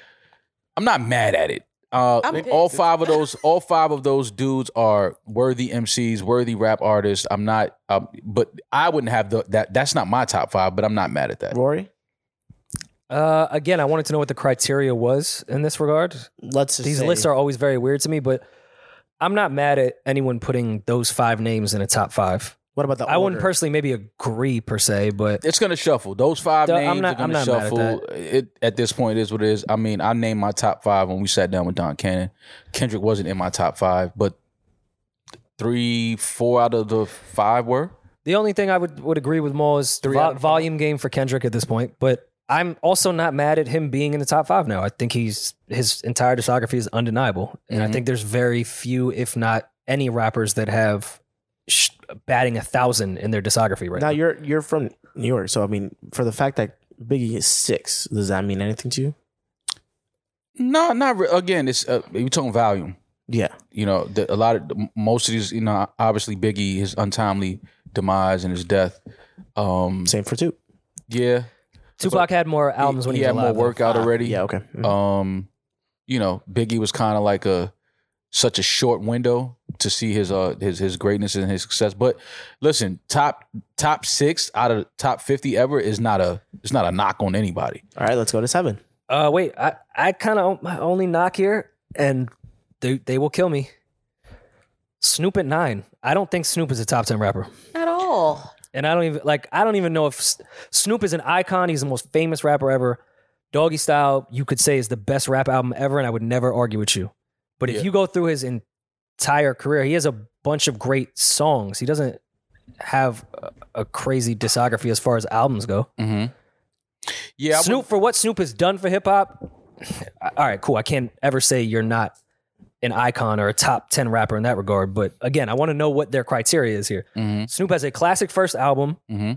I'm not mad at it. Uh, I'm all five of those, all five of those dudes are worthy MCs, worthy rap artists. I'm not, um, but I wouldn't have the that. That's not my top five, but I'm not mad at that. Rory, Uh, again, I wanted to know what the criteria was in this regard. let's just These say- lists are always very weird to me, but I'm not mad at anyone putting those five names in a top five. What about the? I wouldn't order? personally maybe agree per se, but It's gonna shuffle. Those five Duh, I'm names not- are I'm gonna not mad at shuffle. It at this point it is what it is. I mean, I named my top five when we sat down with Don Cannon. Kendrick wasn't in my top five, but three, four out of the five were. the only thing I would, would agree with Maul is vo- volume game for Kendrick at this point. But I'm also not mad at him being in the top five now. I think he's his entire discography is undeniable, and I think there's very few, if not any, rappers that have sh- batting a thousand in their discography right Now now. you're you're from New York, so I mean, for the fact that Biggie is six, does that mean anything to you? No, not re- again. It's uh, you talking volume. Yeah, you know, the, a lot of the- most of these, you know, obviously Biggie, his untimely demise and his death. Um, same for two. yeah, Tupac had more albums when he, he had was alive. though. more Ah, work out already. Yeah, okay. Mhm. Um, you know, Biggie was kind of like a such a short window to see his uh his his greatness and his success. But listen, top top six out of the top fifty ever is not a it's not a knock on anybody. All right, let's go to seven. Uh, wait, I, I kind of my only knock here, and they they will kill me. Snoop at nine. I don't think Snoop is a top ten rapper, at all? and I don't even like. I don't even know if S- Snoop is an icon. He's the most famous rapper ever. Doggy Style, you could say, is the best rap album ever, and I would never argue with you. But if Yeah. you go through his entire career, he has a bunch of great songs. He doesn't have a, a crazy discography as far as albums go. Mm-hmm. Yeah, I Snoop for what Snoop has done for hip hop. All right, cool. I can't ever say you're not an icon or a top 10 rapper in that regard, but again, I want to know what their criteria is here. hmm Snoop has a classic first album, hmm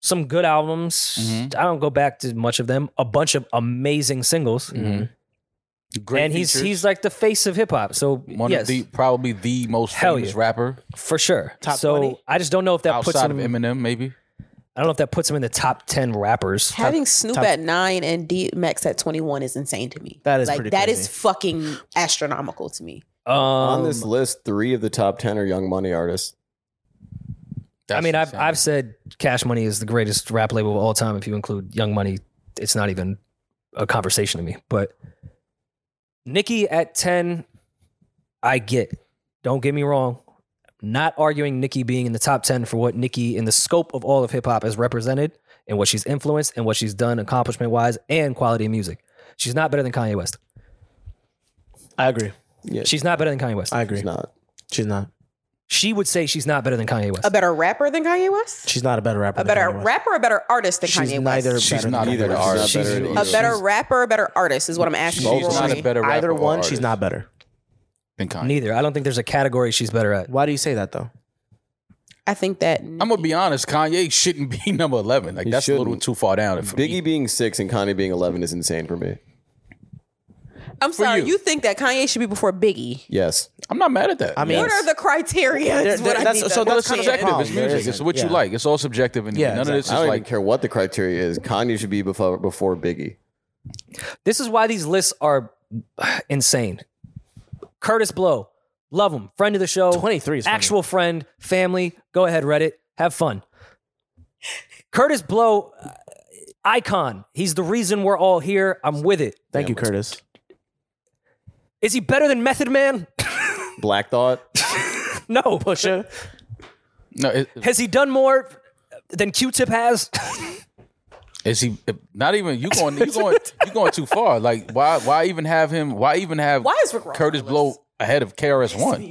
some good albums. Mhm. I don't go back to much of them. A bunch of amazing singles. Mm-hmm. Mm-hmm. Great and he's features. he's like the face of hip hop. So one yes, of the probably the most Hell famous yeah. rapper for sure. Top so 20? I just don't know if that puts outside him of Eminem, maybe. I don't know if that puts him in the top 10 rappers. Having Snoop top- at nine and D Max at twenty one is insane to me. That is like pretty that crazy. is fucking astronomical to me. Um, On this list, three of the top ten are Young Money artists. I That's mean, I've insane. I've said Cash Money is the greatest rap label of all time. If you include Young Money, it's not even a conversation to me. But Nicki at ten, I get. Don't get me wrong. Not arguing Nicki being in the top ten for what Nicki in the scope of all of hip hop is represented and what she's influenced and what she's done accomplishment wise and quality of music. She's not better than Kanye West. I agree. She's not better than Kanye West. I agree. It's not. She's not. she would say she's not better than Kanye West. A better rapper than Kanye West? She's not a better rapper. A than better Kanye West. rapper, a better artist than She's Kanye neither. West? She's better not than either. Kanye West. She's, artist. she's, She's- A she's, better rapper, a better artist is what I'm asking. she's for. not a better rapper. Either or one, artist she's not better. Than Kanye. Neither. I don't think there's a category she's better at. Why do you say that though? I think that I'm gonna be honest. Kanye shouldn't be number eleven. Like that's a little shouldn't. too far down. For me. Biggie being six and Kanye being eleven is insane for me. I'm sorry. you. You. think that Kanye should be before Biggie? Yes, I'm not mad at that. I mean, What are the criteria? is There- what there- I that's- need to so well, it's that's kind of the subjective. understand. It's problem. There music. It's isn't. what you Yeah. like. It's all subjective, and Yeah, none of this is I don't like even care what the criteria is. Kanye should be before before Biggie. This is why these lists are insane. Curtis Blow, love him, friend of the show, 23 is funny. actual friend, family. Go ahead, Reddit, have fun. Curtis Blow, uh, icon. He's the reason we're all here. I'm with it. Thank you, Curtis. Is he better than Method Man? Black Thought. no. Pusha. no. It, Has he done more than Q-Tip has? is he eh, not even you going? You going? You going too far? Like why? Why even have him? Why even have? Why is Rick Ross Curtis on the list? Blow ahead of KRS One?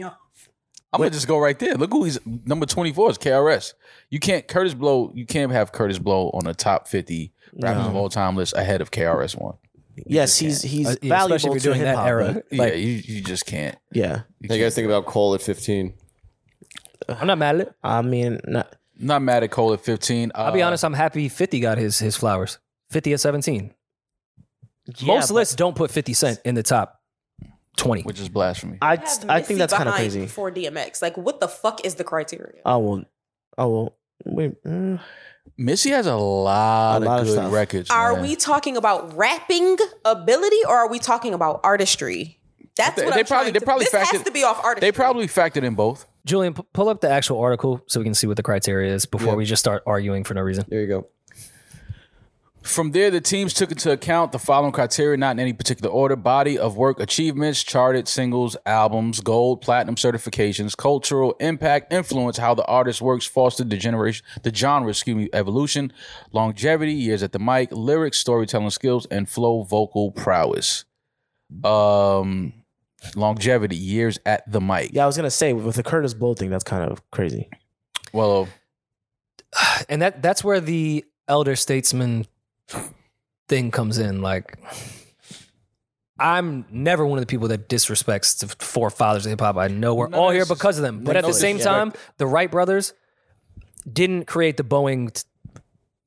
I'm gonna just go right there. Look who he's number 24 is KRS. You can't Curtis Blow. You can't have Curtis Blow on the top 50 rappers of all time list ahead of KRS One. Yes, he's he's Uh, yeah, valuable especially if you're to doing that hip-hop, era. but- Like yeah, you, you just can't. Yeah, Hey, you guys think about Cole at fifteen? I'm not mad at it. I mean, not, Not mad at Cole at uh, 15. I'll be honest, I'm happy 50 got his his flowers. 50 at 17. Most lists don't put 50 Cent in the top 20. which is blasphemy. I Have I Missy think that's kind of behind crazy. Before DMX, like, what the fuck is the criteria? Oh well, oh well. Wait, mm, Missy has a lot, A lot of of good stuff. records. Are man. we talking about rapping ability or are we talking about artistry? That's They- what they probably- I'm trying they to- probably This has factored- to be off artistry. They probably factored in both. Julian, p- pull up the actual article so we can see what the criteria is before Yeah. we just start arguing for no reason. There you go. From there, the teams took into account the following criteria, not in any particular order body of work, achievements, charted singles, albums, gold, platinum certifications, cultural impact, influence, how the artist works, fostered the generation, the genre, excuse me, evolution, longevity, years at the mic, lyrics, storytelling skills, and flow vocal prowess. Um, longevity, years at the mic. yeah, I was gonna say with the Curtis Blow thing, that's kind of crazy. Well, uh, And that that's where the elder statesman thing comes in. Like, I'm never one of the people that disrespects the forefathers of hip hop. I know we're No, all no, here it's just- because of them. But no, at the it's same just- time, the Wright brothers didn't create the Boeing t-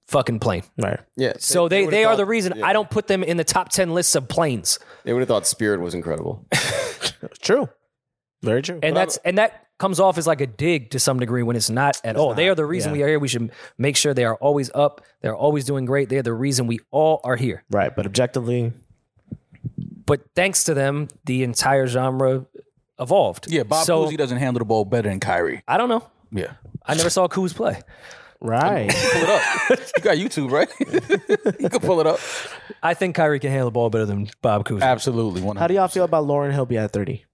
fucking plane. Right. Yeah. So they, would've they are thought- the reason I don't put them in the top 10 lists of planes. They would have thought Spirit was incredible. True. Very true. And that's and that comes off as like a dig to some degree when it's not at all. They are the reason yeah. we are here. We should make sure they are always up. They're always doing great. They're the reason we all are here. right, but objectively, But thanks to them, the entire genre evolved. yeah, Bob so, Cousy doesn't handle the ball better than Kyrie. I don't know. Yeah. I never saw Kuz play. right. pull it up. you got YouTube, right? you can pull it up. I think Kyrie can handle the ball better than Bob Cousy. Absolutely. 100. How do y'all feel about Lauren Hill be at thirty?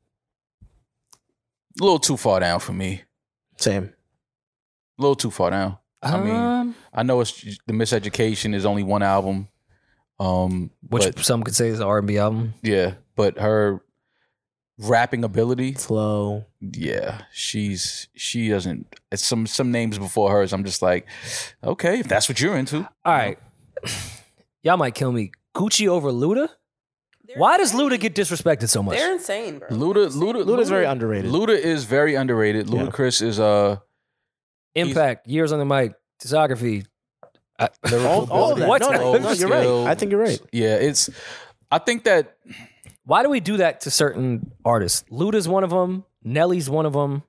A little too far down for me. Same. A little too far down. I mean, Um, I know it's the miseducation is only one album. Um, which but, some could say is an R&B album. yeah, but her rapping ability, Flow. yeah, she's she doesn't. It's some some names before hers. I'm just like, okay, if that's what you're into, All right. Y'all might kill me. Gucci over Luda? They're Why does insane. Luda get disrespected so much? They're insane, bro. Luda, Luda, Luda's very underrated. Luda is very underrated. Yeah. Ludacris is uh Impact, years on the mic, discography. lyrical all of that. What? No, no, no, you're right. I think you're right. Yeah, it's. I think that Why do we do that to certain artists? Luda's one of them. Nelly's one of them.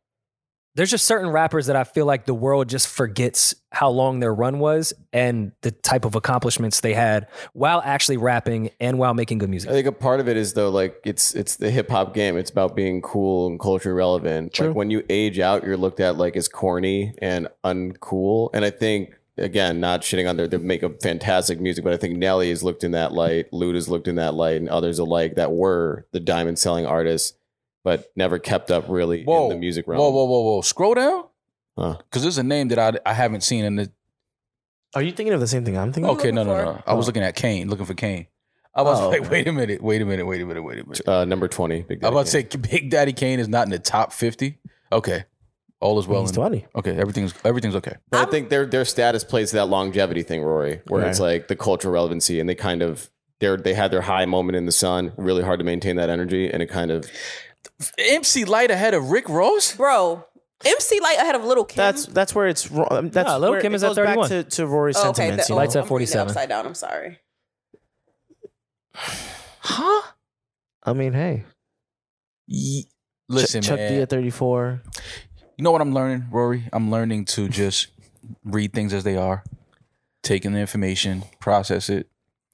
There's just certain rappers that I feel like the world just forgets how long their run was and the type of accomplishments they had while actually rapping and while making good I music. think a part of it is though, like it's it's the hip hop game. It's about being cool and culture relevant. True. Like when you age out, you're looked at like as corny and uncool. And I think again, not shitting on their they make a fantastic music, but I think Nelly is looked in that light, Luda's looked in that light, and others alike that were the diamond selling artists, but never kept up really whoa, in the music realm. Whoa, whoa, whoa, whoa! Scroll down Huh. because there's a name that I I haven't seen in the. Are you thinking of the same thing I'm thinking? of? Okay, no, no, looking no. I was looking at Kane, looking for Kane. I was Oh, like, okay. wait a minute, wait a minute, wait a minute, wait a minute. Uh, number twenty. Big I'm about Daddy to say Big Daddy Kane is not in the top fifty. Okay, all is Oh, well. He's in- twenty. okay, everything's everything's okay. But I think their their status plays that longevity thing, Rory, where it's Right. like the cultural relevancy, and they kind of they are they had their high moment in the sun, really hard to maintain that energy, and it kind of MC Light ahead of Rick Ross. Bro, MC Light ahead of Little Kim. That's that's where it's wrong. I mean, That's Lil' where Kim it is at goes back 31. to, to Rory's Oh, sentiments. that- you know? Light's at I'm reading it 47. Upside down. I'm sorry. I mean, hey, Ye- Ch- Listen, Chuck man. D at 34. You know what I'm learning, Rory? I'm learning to just read things as they are, take in the information, process it,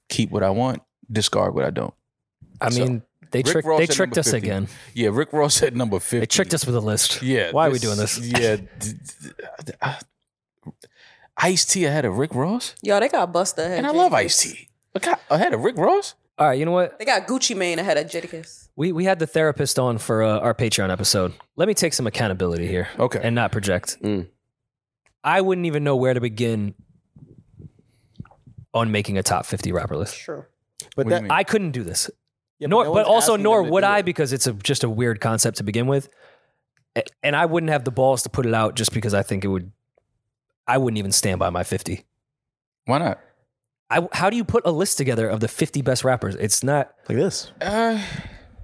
keep what I want, discard what I don't. I mean, they Rick tricked Ross they at tricked number us 50. again. Yeah, Rick Ross said number 50. They tricked us with a list. Yeah. Why are we doing this? Yeah. uh, Ice T ahead of Rick Ross? Yo, they got Busta ahead. And I of love Jadakiss. Ice T. Ahead of Rick Ross? All right, you know what? They got Gucci Mane ahead of Jadakiss. We we had the therapist on for uh, our Patreon episode. Let me take some accountability here. Okay. And not project. Mm. I wouldn't even know where to begin on making a top 50 rapper list. True. But What do you that mean? I couldn't do this. yeah, nor, no but one's also asking nor them to would do I it. because it's a, just a weird concept to begin with, A- and I wouldn't have the balls to put it out just because I think it would. I wouldn't even stand by my fifty. Why not? I, how do you put a list together of the fifty best rappers? It's not. Like this. Uh,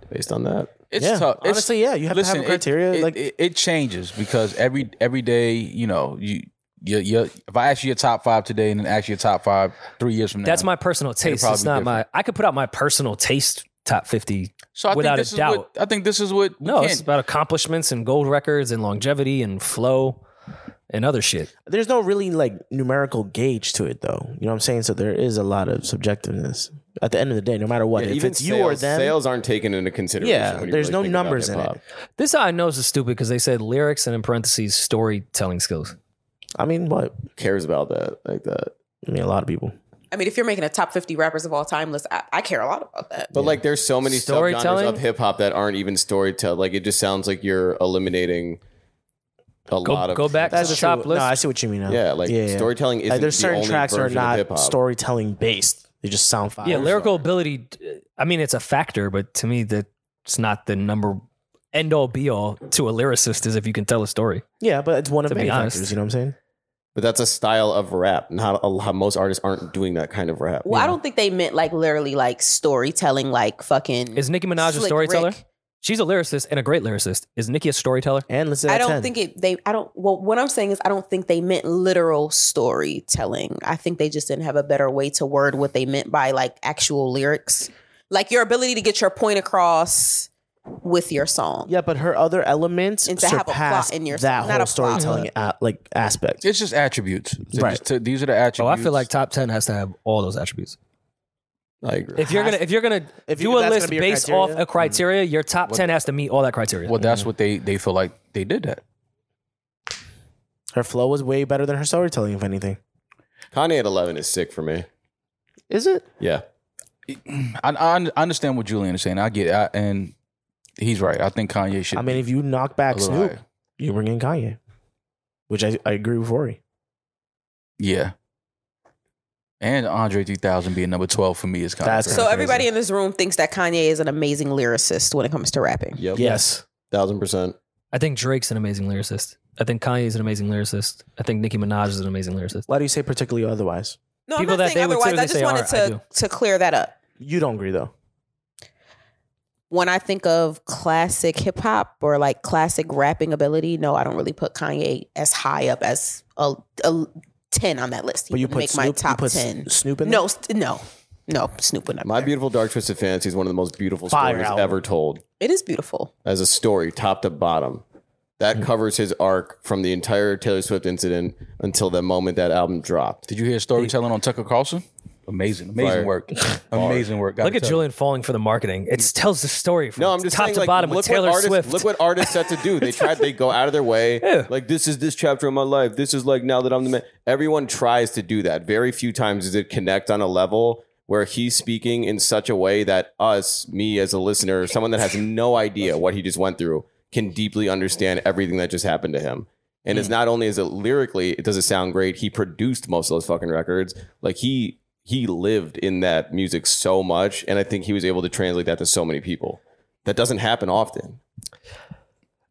based on that. it's Yeah. tough. It's- Honestly, yeah, you have to have a criteria, It, like- it, it changes because every every day, you know, you, you, you if I ask you your top five today and then ask you your top five three years from now, That's my personal taste. probably It's not different. my. I could put out my personal taste top fifty. So I without think this a is doubt. what I think this is what we No, can't- it's about accomplishments and gold records and longevity and flow and other shit. There's no really like numerical gauge to it, though. You know what I'm saying? So there is a lot of subjectiveness. At the end of the day, no matter what, Yeah, if even it's sales, you or them, sales aren't taken into consideration. Yeah, when you there's really no think about numbers in it. hip-hop. This I know is stupid because they said lyrics and in parentheses storytelling skills. I mean, what? Who Cares about that like that. I mean, a lot of people. I mean, if you're making a top 50 rappers of all time list, I, I care a lot about that. But like, there's so many subgenres Storytelling? of hip hop that aren't even storytelling. Like, it just sounds like you're eliminating a Go, lot of. go back to the top true. list. No, I see what you mean. Now. Yeah, like storytelling isn't Like, there's the certain only tracks that are version of not hip-hop. storytelling based. They just sound Ah, fire. Yeah, lyrical ability. d- I mean, it's a factor, but to me, that it's not the number end all be all to a lyricist is if you can tell a story. yeah, but it's one of To be many honest. factors. You know what I'm saying? But that's a style of rap. Not a lot. Most artists aren't doing that kind of rap. Well, I don't think they meant like literally like storytelling, like fucking. Is Nicki Minaj a Slick storyteller? Rick. She's a lyricist and a great lyricist. Is Nicki a storyteller? And listen, I don't think it. They. I don't. Well, what I'm saying is, I don't think they meant literal storytelling. I think they just didn't have a better way to word what they meant by like actual lyrics, like your ability to get your point across with your song. Yeah, but her other elements And to have a plot surpass in your- that not whole a plot. storytelling a, like aspect. it's just attributes. They Right. just took- these are the attributes. Oh, I feel like top ten has to have all those attributes. I agree. If you're gonna if you're gonna If you- do a that's list gonna be your based criteria? off a criteria, your top ten has to meet all that criteria. well, that's what they they feel like they did that. Her flow was way better than her storytelling, if anything. Kanye at 11 is sick for me. Is it? Yeah. I, I un- I understand what Julian is saying. I get, I, and he's right. I think Kanye should. I mean, be if you knock a back little Snoop, higher. you bring in Kanye, which I, I agree with Rory. yeah. And Andre 3000 being number 12 for me is kind That's of So uh, crazy. everybody in this room thinks that Kanye is an amazing lyricist when it comes to rapping. Yep. Yes. Thousand percent. I think Drake's an amazing lyricist. I think Kanye's an amazing lyricist. I think Nicki Minaj is an amazing lyricist. Why do you say particularly otherwise? No, People I'm not that they saying would otherwise. I typically just say wanted are, I to to clear that up. You don't agree though. When I think of classic hip hop or like classic rapping ability, no, I don't really put Kanye as high up as a, a ten on that list. He But you would put make Snoop, my you top put S- ten. Snoop in no, st- no, no, Snoop would not. My My Beautiful Dark Twisted Fantasy is one of the most beautiful Fire stories album. ever told it is beautiful. as a story, top to bottom. Hmm. That covers his arc from the entire Taylor Swift incident until the moment that album dropped. Did you hear storytelling on Tucker Carlson? Amazing, amazing Fire. work, amazing work. Gotta Look at tell you. Julian falling for the marketing. It tells the story from No, I'm just top saying, to like, bottom look with Taylor what artists, Swift. Look what artists had to do. They tried. They go out of their way. Like this is this chapter of my life. This is like now that I'm the man. Everyone tries to do that. Very few times does it connect on a level where he's speaking in such a way that us, me as a listener, someone that has no idea what he just went through, can deeply understand everything that just happened to him. And Hmm. it's not only is it lyrically, it does it sound great. He produced most of those fucking records. Like he he lived in that music so much, and I think he was able to translate that to so many people. That doesn't happen often.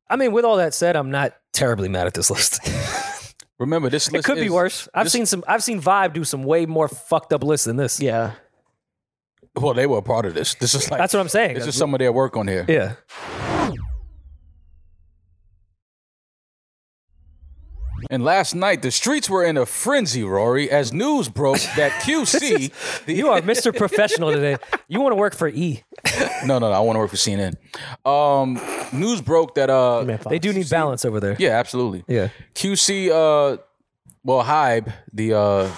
I mean, with all that said, I'm not terribly mad at this list. Remember this. it list could be is- worse. I've this- seen some. I've seen Vibe do some way more fucked up lists than this. Yeah. Well, they were a part of this. This is like that's what I'm saying. This is some of their work on here. yeah. And last night, the streets were in a frenzy, Rory, as news broke that QC. the, You are Mr. Professional today. You want to work for E. no, no, no. I want to work for CNN. Um, news broke that uh, They do need balance over there. Yeah, absolutely. Yeah. QC, uh, well, Hybe, the uh,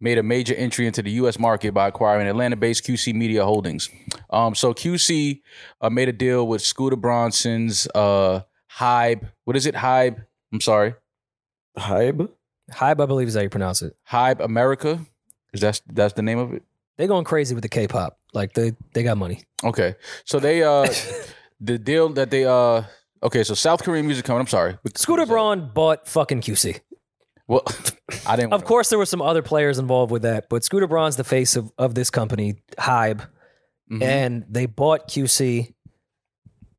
made a major entry into the U.S. market by acquiring Atlanta-based QC Media Holdings. Um, so QC uh, made a deal with Scooter Bronson's uh, Hybe. What is it? Hybe. I'm sorry. Hybe? Hybe, I believe is how you pronounce it. Hybe America. Is that that's the name of it? They're going crazy with the K-pop. Like they they got money. Okay. So they uh, the deal that they uh. Okay, so South Korean music coming. I'm sorry. Scooter Braun bought fucking QC. Well, I didn't. Of wanna- course, there were some other players involved with that, but Scooter Braun's the face of, of this company, Hybe, Mhm. and they bought QC.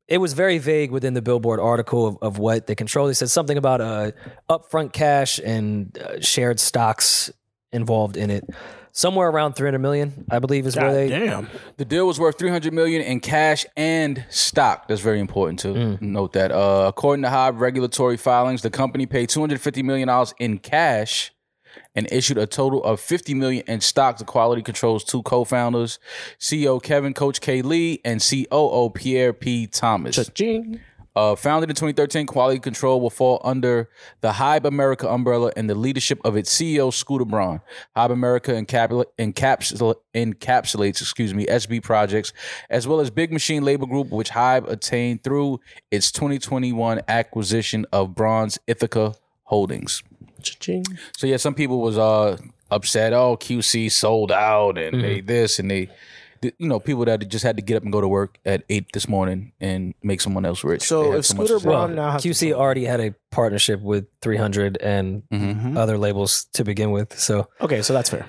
It was very vague within the Billboard article of, of what they control. They said something about uh, upfront cash and uh, shared stocks involved in it. Somewhere around 300 million, I believe, is where they. damn. The deal was worth 300 million in cash and stock. That's very important to note that. Uh, according to Hob regulatory filings, the company paid 250 million dollars in cash and issued a total of 50 million in stock to Quality Control's two co-founders, CEO Kevin Coach K Lee and COO Pierre P Thomas. Uh, founded in 2013, Quality Control will fall under the Hybe America umbrella and the leadership of its CEO Scooter Braun. Hybe America encapsula- encapsula- encapsulates, excuse me, SB projects as well as Big Machine Label Group, which Hybe attained through its 2021 acquisition of Braun's Ithaca Holdings. So yeah, some people was uh upset. Oh, QC sold out, and they this and they. th- You know, people that just had to get up and go to work at eight this morning and make someone else rich. So They had if much Scooter to say. Well, Braun now has to- QC already had a partnership with 300 and Hmm. Mhm. other labels to begin with. So Okay, so that's fair.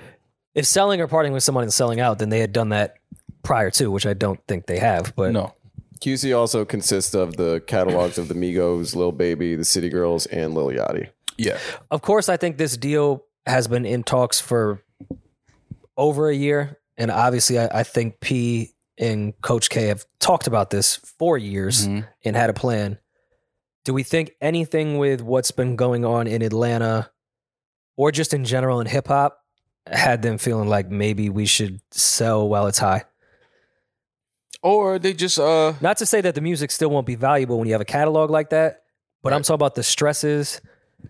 if selling or parting with someone and selling out, then they had done that prior to, which I don't think they have. But No. QC also consists of the catalogs of the Migos, Lil Baby, the City Girls, and Lil Yachty. Yeah. of course, I think this deal has been in talks for over a year. And obviously, I, I think P and Coach K have talked about this for years Mhm. and had a plan. Do we think anything with what's been going on in Atlanta or just in general in hip hop had them feeling like maybe we should sell while it's high? Or they just uh Not to say that the music still won't be valuable when you have a catalog like that, but I'm talking about the stresses.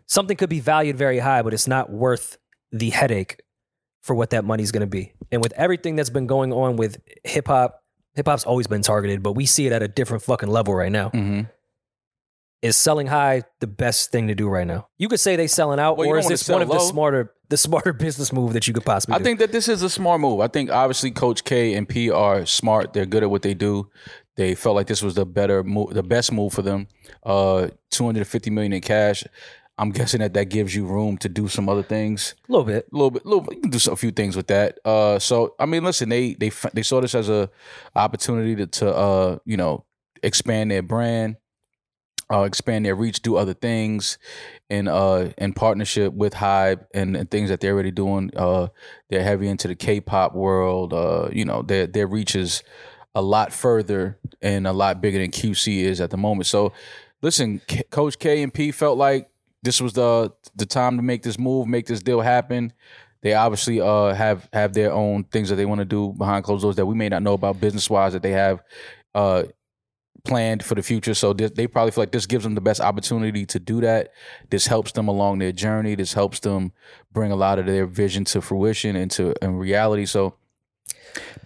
Something could be valued very high, but it's not worth the headache for what that money's going to be. And with everything that's been going on with hip hop, hip hop's always been targeted, but we see it at a different fucking level right now. mhm. Is selling high the best thing to do right now? You could say they selling out, Well, you or don't is wanna this sell one of the low. smarter, the smarter business move that you could possibly? I do? think that this is a smart move. I think obviously Coach K and P are smart. They're good at what they do. They felt like this was the better move, the best move for them. Uh 250 million in cash. I'm guessing that that gives you room to do some other things. a little bit. a little bit, little bit, you can do a few things with that. Uh, so I mean, listen, they they f- they saw this as a opportunity to, to uh, you know, expand their brand, uh, expand their reach, do other things, and uh, in partnership with Hype and, and things that they're already doing. Uh, they're heavy into the K-pop world. Uh, you know, their their reach is a lot further and a lot bigger than QC is at the moment. So, listen, K- Coach K and P felt like this was the the time to make this move, make this deal happen. They obviously uh, have have their own things that they want to do behind closed doors that we may not know about business wise that they have uh, planned for the future. So this, they probably feel like this gives them the best opportunity to do that. This helps them along their journey. This helps them bring a lot of their vision to fruition and to and reality. So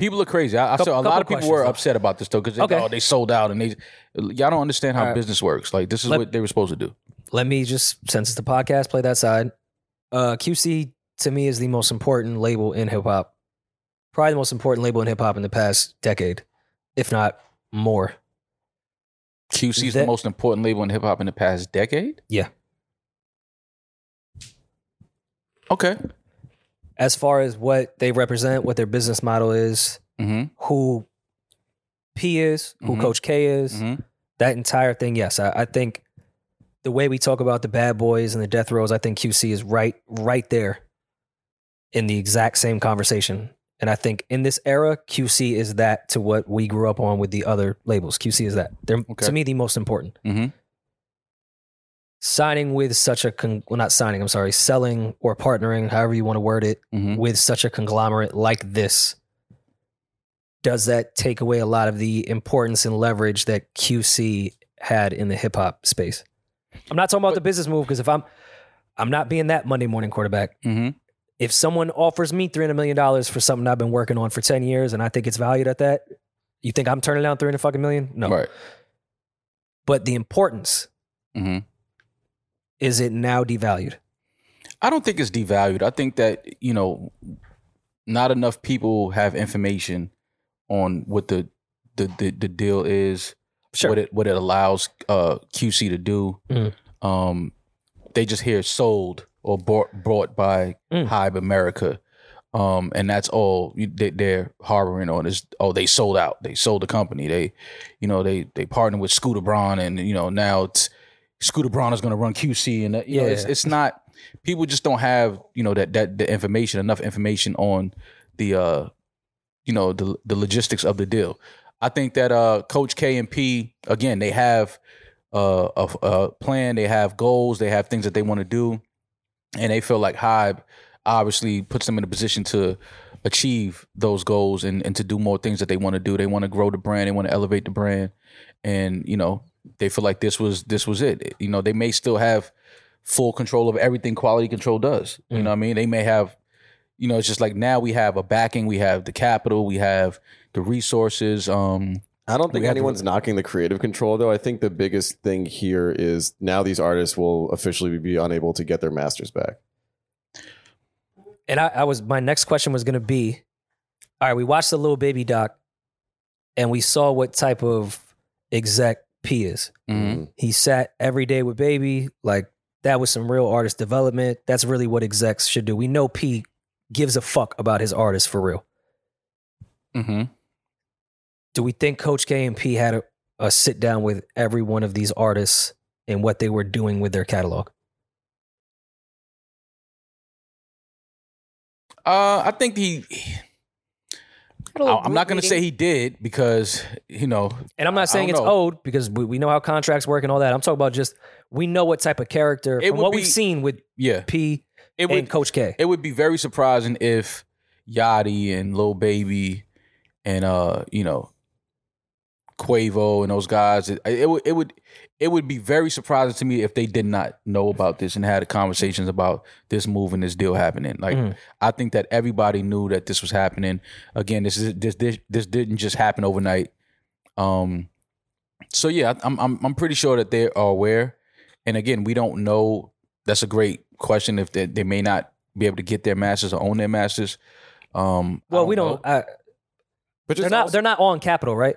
people are crazy. I, I Couple- saw a couple lot of people questions, were though. upset about this though because they, Okay. oh, they sold out and they y'all don't understand how All right. business works. Like this is Let- what they were supposed to do. let me just since it's the podcast, play that side. Uh, QC to me is the most important label in hip hop, probably the most important label in hip hop in the past decade, if not more. QC is That- the most important label in hip hop in the past decade. Yeah. Okay. As far as what they represent, what their business model is, hmm who P is, who Mhm. Coach K is, hmm that entire thing. Yes, I, I think the way we talk about the bad boys and the death rows, I think QC is right, right there in the exact same conversation. And I think in this era, QC is that to what we grew up on with the other labels. QC is that. They're Okay. Mm-hmm. to me the most important. Mhm. signing with such a con- well, not signing. I'm sorry, selling or partnering, however you want to word it, Mhm. with such a conglomerate like this. Does that take away a lot of the importance and leverage that QC had in the hip hop space? I'm not talking about the business move because if I'm, I'm not being that Monday morning quarterback Mhm. if someone offers me $300 million for something I've been working on for 10 years and I think it's valued at that, you think I'm turning down 300 fucking million? No. Right. But the importance, Mhm. Mm-hmm. is it now devalued? I don't think it's devalued. I think that you know, not enough people have information on what the the the, the deal is, Sure. what it what it allows uh, QC to do. Mm. Um, they just hear sold or bought brought by Mm. Hybe America, um, and that's all you- they, they're harboring on is oh they sold out, they sold the company, they you know they they partnered with Scooter Braun, and you know now it's Scooter Braun is going to run QC, and uh, you know it's Yeah. it's not people just don't have you know that that the information enough information on the uh you know the the logistics of the deal. I think that uh Coach K and P again they have uh, a, a plan, they have goals, they have things that they want to do, and they feel like Hybe obviously puts them in a position to achieve those goals and, and to do more things that they want to do. They want to grow the brand, they want to elevate the brand, and you know they feel like this was this was it. You know they may still have full control of everything quality control does. You know what I mean? They may have you know, it's just like now we have a backing, we have the capital, we have the resources. Um, I don't think We have to- anyone's knocking the creative control, though. I think the biggest thing here is now these artists will officially be unable to get their masters back. And I, I was, my next question was going to be all right, we watched the little baby doc and we saw what type of exec P is. Mm-hmm. He sat every day with baby. Like that was some real artist development. That's really what execs should do. We know P gives a fuck about his artists for real. mm-hmm. do we think Coach K and P had a, a sit down with every one of these artists and what they were doing with their catalog? Uh, I think he. I- I'm not going to say he did because you know And I'm not I saying don't it's know. owed because we, we know how contracts work and all that. I'm talking about just we know what type of character It from would what be- we've seen with yeah P it and would Coach K. it would be very surprising if Yachty and Lil Baby and uh you know Quavo and those guys it, it would it would it would be very surprising to me if they did not know about this and had conversations about this move and this deal happening like Mhm. I think that everybody knew that this was happening again this is this this, this didn't just happen overnight um so yeah I'm I'm I'm pretty sure that they are aware and again we don't know that's a great question if they, they may not be able to get their masters or own their masters um I well, we don't. know. I, Oh. But they're not. they're not on Capital, right?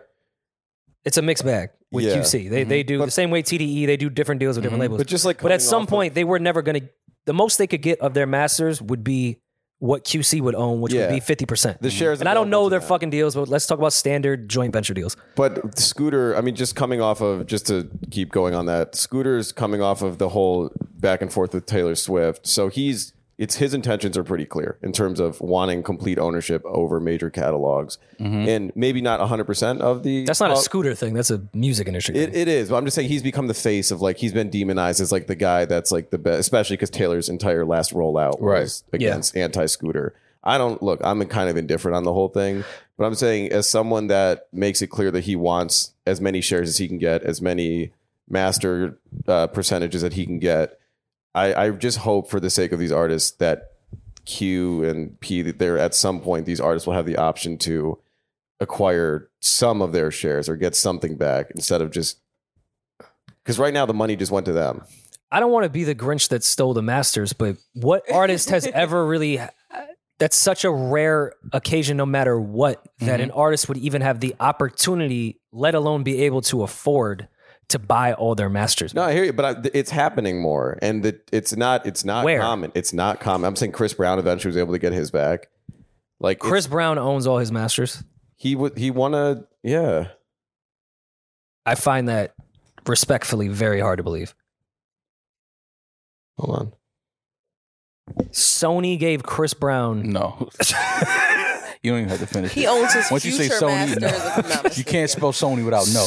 It's a mixed bag with Yeah. Mm-hmm. QC. They they do But- Mm-hmm. the same way TDE. They do different deals with different labels. but just like, But coming at some off of- point, they were never going to. The most they could get of their masters would be what QC would own, which Yeah. would be fifty percent. the shares, And I don't available know to their them. fucking deals, but let's talk about standard joint venture deals. But Scooter, I mean, just coming off of, just to keep going on that, Scooter's coming off of the whole back and forth with Taylor Swift. So he's, it's his intentions are pretty clear in terms of wanting complete ownership over major catalogs and maybe not 100% of the. Mm-hmm. That's not a well, scooter thing. That's a music industry. It, thing. it is. But I'm just saying he's become the face of like, he's been demonized as like the guy that's like the best, especially because Taylor's entire last rollout was against anti Scooter. I don't look, I'm kind of indifferent on the whole thing, but I'm saying as someone that makes it clear that he wants as many shares as he can get, as many master uh, percentages that he can get, I, I just hope for the sake of these artists that Q and P, that they're at some point, these artists will have the option to acquire some of their shares or get something back instead of just because right now the money just went to them. I don't want to be the Grinch that stole the Masters, but what artist has ever really? uh, That's such a rare occasion, no matter what, that an artist would even have the opportunity, let alone be able to afford to buy all their masters. No, I hear you, but I, th- it's happening more, and the, it's not it's not Where? common. It's not common. I'm saying Chris Brown eventually was able to get his back. Like it's- Chris Brown owns all his masters. he would he won a yeah. I find that respectfully very hard to believe. Hold on, Mm, Sony gave Chris Brown no You don't even have to finish. He it. owns his Once you say future Sony, you, masters, know. if I'm not you mistaken. can't spell Sony without oh, no.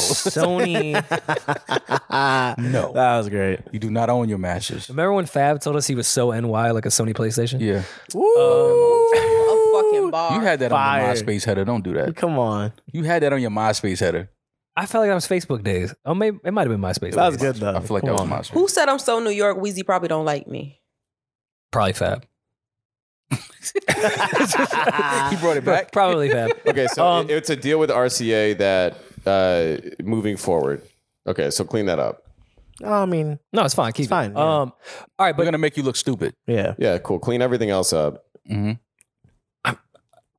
Sony. No, That was great. you do not own your masters. Remember when Fab told us he was so NY like a Sony PlayStation? Yeah, a fucking bar. you had that Fire. on your MySpace header. Don't do that. Come on. You had that on your MySpace header. I felt like that was Facebook days. Oh, maybe it might have been MySpace. That was days. good though. I feel like Come that was on. MySpace. Who said I'm so New York? Wheezy probably don't like me. Probably Fab. he brought it back. Probably Fab. Okay, so Um, it- it's a deal with RCA that uh, moving forward. Okay, so clean that up. No, I mean, No, it's fine. Keep It's fine, It. yeah. Um. All right, We're but gonna make you look stupid. yeah. Yeah, cool. Clean everything else up. hmm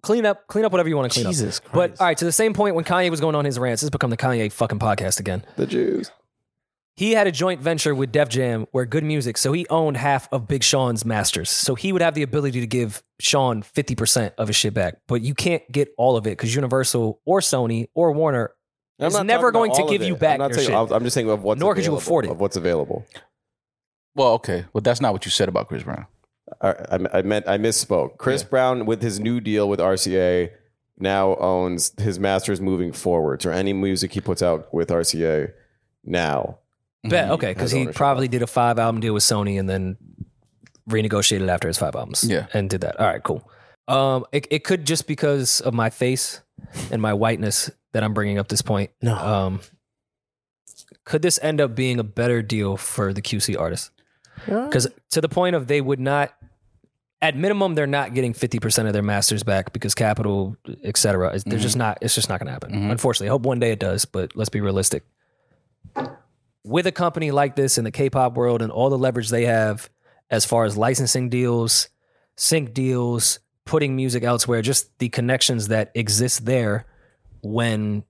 clean up, clean up whatever you want to clean Jesus up. Christ. But all right, to the same point when Kanye was going on his rants, this has become the Kanye fucking podcast again. The Jews. He had a joint venture with Def Jam where good music, so he owned half of Big Sean's masters. So he would have the ability to give Sean 50% of his shit back, but you can't get all of it because Universal or Sony or Warner, I'm It's not never talking going about to all of give it. you back I'm, not your saying- shit. I'm- I'm just saying of what's Nor could you available, afford it. Of what's available. Well, okay. Well, that's not what you said about Chris Brown. I, I, I meant I misspoke. Chris Brown with his new deal with RCA now owns his masters moving forwards or any music he puts out with RCA now. bet, okay, because Mm-hmm. Has he ownership. probably did a five album deal with Sony and then renegotiated after his five albums. Yeah. And did that. All right, cool. Um, it, it could just because of my face and my whiteness that I'm bringing up this point. No. Um, could this end up being a better deal for the QC artists? Because to the point of they would not, at minimum, they're not getting fifty percent of their masters back because capital, et cetera. is- They're just not. It's just not going to happen. Unfortunately, I hope one day it does, but let's be realistic. With a company like this in the K-pop world and all the leverage they have, as far as licensing deals, sync deals, putting music elsewhere, just the connections that exist there, when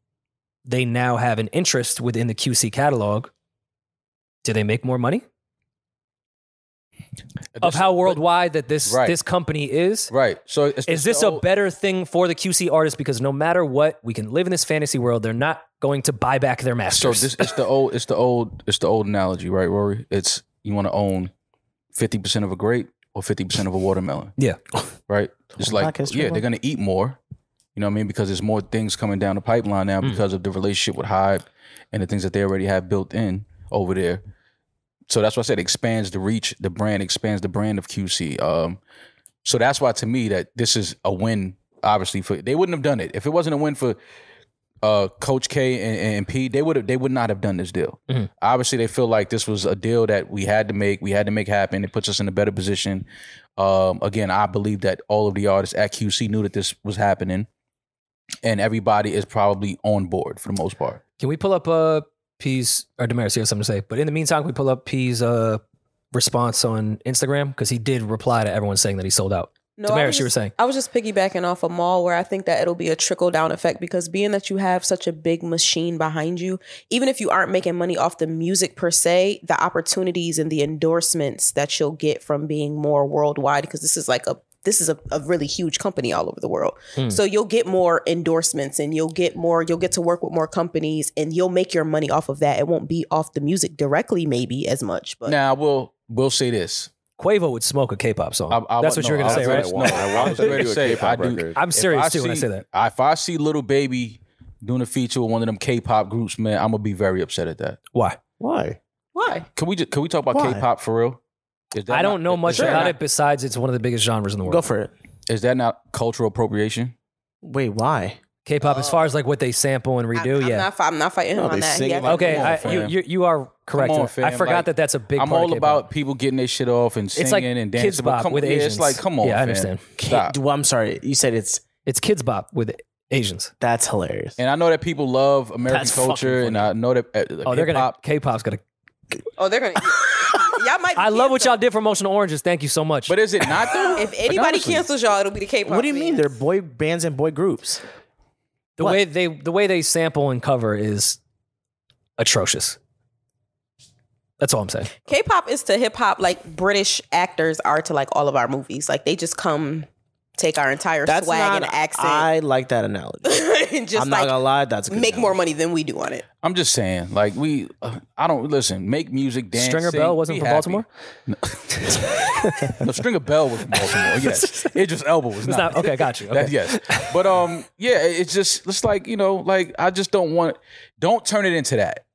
they now have an interest within the QC catalog, do they make more money? of how worldwide that this Right. this company is. Right. So it's, Is this a better thing for the QC artist? Because no matter what, we can live in this fantasy world. They're not going to buy back their So masters. this it's the old it's the old it's the old analogy, right, Rory? It's you want to own fifty percent of a grape or fifty percent of a watermelon, yeah, right? It's Black like History yeah, Month. they're gonna eat more. You know what I mean? Because there's more things coming down the pipeline Hmm. now because of the relationship with Hype and the things that they already have built in over there. So that's why I said expands the reach, the brand expands the brand of QC. Um, so that's why to me that this is a win. Obviously, for they wouldn't have done it if it wasn't a win for uh, Coach K and, and P. They would have. They would not have done this deal. Hmm. Obviously, they feel like this was a deal that we had to make. We had to make happen. It puts us in a better position. Um, again, I believe that all of the artists at QC knew that this was happening, and everybody is probably on board for the most part. can we pull up uh P's or Damaris? You have something to say? But in the meantime, can we pull up P's uh response on Instagram because he did reply to everyone saying that he sold out. No, I Damaris, was you were just- saying. I was just piggybacking off a mall where I think that it'll be a trickle down effect because being that you have such a big machine behind you, even if you aren't making money off the music per se, the opportunities and the endorsements that you'll get from being more worldwide because this is like a this is a, a really huge company all over the world. Hmm. So you'll get more endorsements and you'll get more, you'll get to work with more companies and you'll make your money off of that. It won't be off the music directly, maybe as much, but Now, I will will say this. Quavo would smoke a K-pop song. I- I- That's what no, you were gonna I- say, right? I want, I No, I want was them ready to do to a say, I K-pop do- record. I'm serious If too when I see- say that. If I see Little Baby doing a feature with one of them K-pop groups, man, I'm gonna be very upset at that. Why? Why? why? Can we just can we talk about Why? K-pop for real? Is I don't not- know is much that about not- it besides it's one of the biggest genres in the world. Go for it. Is that not cultural appropriation? Wait, why? K-pop, as far as like what they sample and I, redo, am yeah. not, fi- I'm not fighting him No, on they that. sing Yeah, like- okay, Come on, I, fam. you, you you are correct. Come on, I fam. forgot Like, that that's a big. I'm part all of K-pop. about people getting their shit off and singing It's like and dancing. kids but bop come- with yeah, Asians. It's like, come on, Yeah, I fam. understand. Can't Stop. do- I'm sorry. You said it's It's kids bop with Asians. that's hilarious. And I know that people love American That's fucking culture, and funny. I know that uh, Oh, they're gonna hip-hop- K-pop's gonna. Oh, they're gonna. y'all might. Be I love what y'all canceled. did for Emotional Oranges. Thank you so much. But is it not though? If anybody Honestly. cancels y'all, it'll be the K-pop. What do you mean? league. They're boy bands and boy groups. the way they the way they sample and cover is atrocious. That's all I'm saying. K-pop is to hip hop like British actors are to like all of our movies. Like they just come take our entire That's swag not, and accent I like that analogy. and just I'm not like gonna lie, that's a good make more analogy. money than we do on it. I'm just saying, like we, uh, I don't listen. Make music, dance. Stringer sing, Bell wasn't be from happy. Baltimore? No, Stringer Bell was from Baltimore. Yes, Idris Elba was It's not. not, okay, got you. That- Okay. yes, but um, yeah, it- it's just it's like you know, like I just don't want. Don't turn it into that.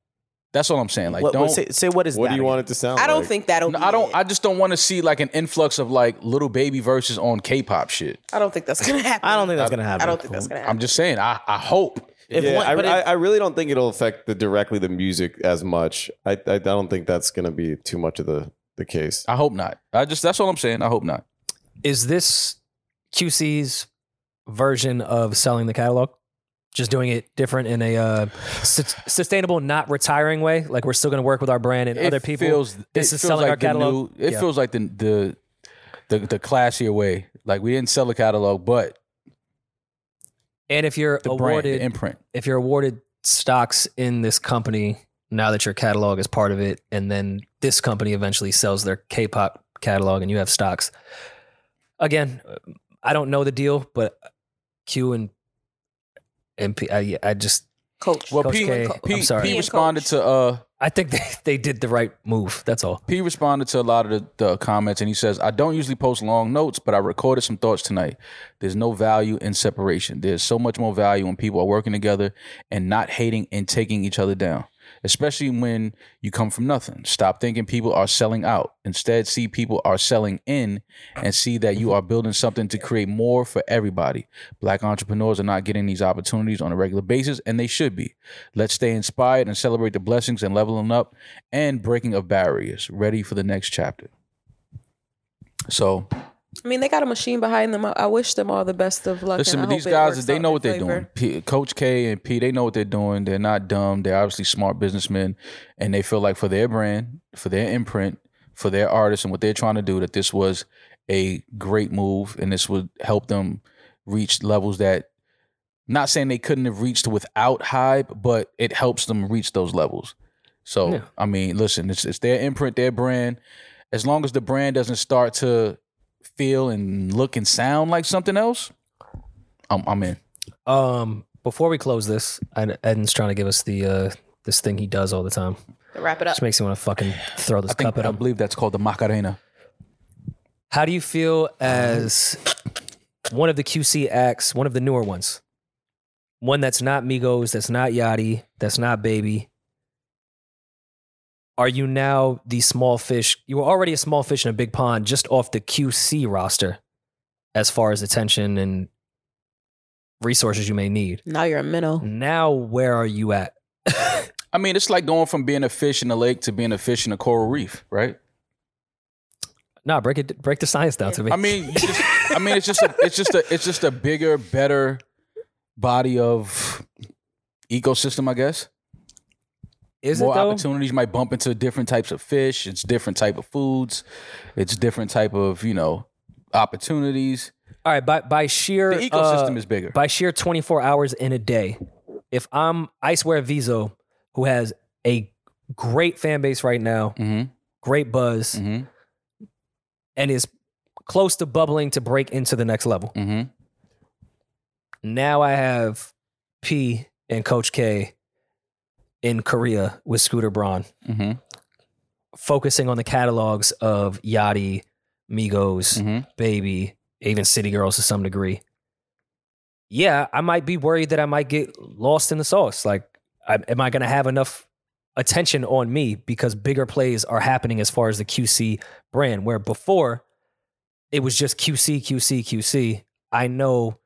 That's all I'm saying. Like What- what- don't. say, say what is What that do you again? want it to sound I like? don't think that'll. No, be I don't. it. I just don't want to see like an influx of like little baby verses on K-pop shit. I don't think that's gonna happen. I don't think that's gonna happen. I don't think that's gonna happen. I'm just saying. I I hope. If yeah, one- I, but if- I, I really don't think it'll affect the directly the music as much. I, I, I don't think that's going to be too much of the, the case. I hope not. I just that's all I'm saying. I hope not. Is this QC's version of selling the catalog? Just doing it different in a uh, sus- sustainable, not retiring way. Like we're still going to work with our brand and It other people. Feels, this it is feels selling like our the catalog. new- it Yeah. feels like the, the the the classier way. Like we didn't sell the catalog, but and if you're the brand, awarded the imprint. if you're awarded stocks in this company now that your catalog is part of it and then this company eventually sells their k-pop catalog and you have stocks again i don't know the deal but q and mp i, I just Coach. Well, Coach P, K, P, I'm sorry. P P and responded Coach. to uh i think they, they did the right move that's all P responded to a lot of the, the comments and he says, I don't usually post long notes, but I recorded some thoughts tonight. There's no value in separation. There's so much more value when people are working together and not hating and taking each other down, especially when you come from nothing. Stop thinking people are selling out. Instead, see people are selling in and see that you are building something to create more for everybody. Black entrepreneurs are not getting these opportunities on a regular basis, and they should be. Let's stay inspired and celebrate the blessings and leveling up and breaking of barriers, ready for the next chapter. So I mean, they got a machine behind them. I, I wish them all the best of luck. listen, and I but these hope it guys, works they out know in what they're favor. doing. P, Coach K and P, they know what they're doing. They're not dumb. They're obviously smart businessmen, and they feel like for their brand, for their imprint, for their artists, and what they're trying to do, that this was a great move, and this would help them reach levels that. Not saying they couldn't have reached without hype, but it helps them reach those levels. So Yeah. I mean, listen, it's it's their imprint, their brand. As long as the brand doesn't start to feel and look and sound like something else, I'm, I'm in. um before we close this I- eden's trying to give us the uh this thing he does all the time Wrap it up. which makes me want to fucking throw this I think cup at I him believe that's called the Macarena. How do you feel as one of the QC acts, one of the newer ones? One that's not Migos, that's not Yachty, that's not Baby. Are you now the small fish? You were already a small fish in a big pond just off the QC roster as far as attention and resources you may need. Now you're a Mm. minnow. Now, where are you at? I mean, it's like going from being a fish in a lake to being a fish in a coral reef, right? Nah, break it, break the science down to me. I mean, you just, I mean, it's just a, it's just a, it's just a bigger, better body of ecosystem, I guess. is it More though? opportunities you might bump into different types of fish. It's different type of foods. It's different type of you know opportunities. All right, by by sheer The ecosystem uh, is bigger. by sheer 24 hours in a day, if I'm Icewear Viso, who has a great fan base right now, hmm great buzz, hmm and is close to bubbling to break into the next level. hmm Now I have P and Coach K in Korea with Scooter Braun, hmm focusing on the catalogs of Yachty, Migos, hmm baby, even City Girls to some degree. Yeah, I might be worried that I might get lost in the sauce. Like, I, am I going to have enough attention on me because bigger plays are happening as far as the QC brand, where before it was just QC, QC, QC. I know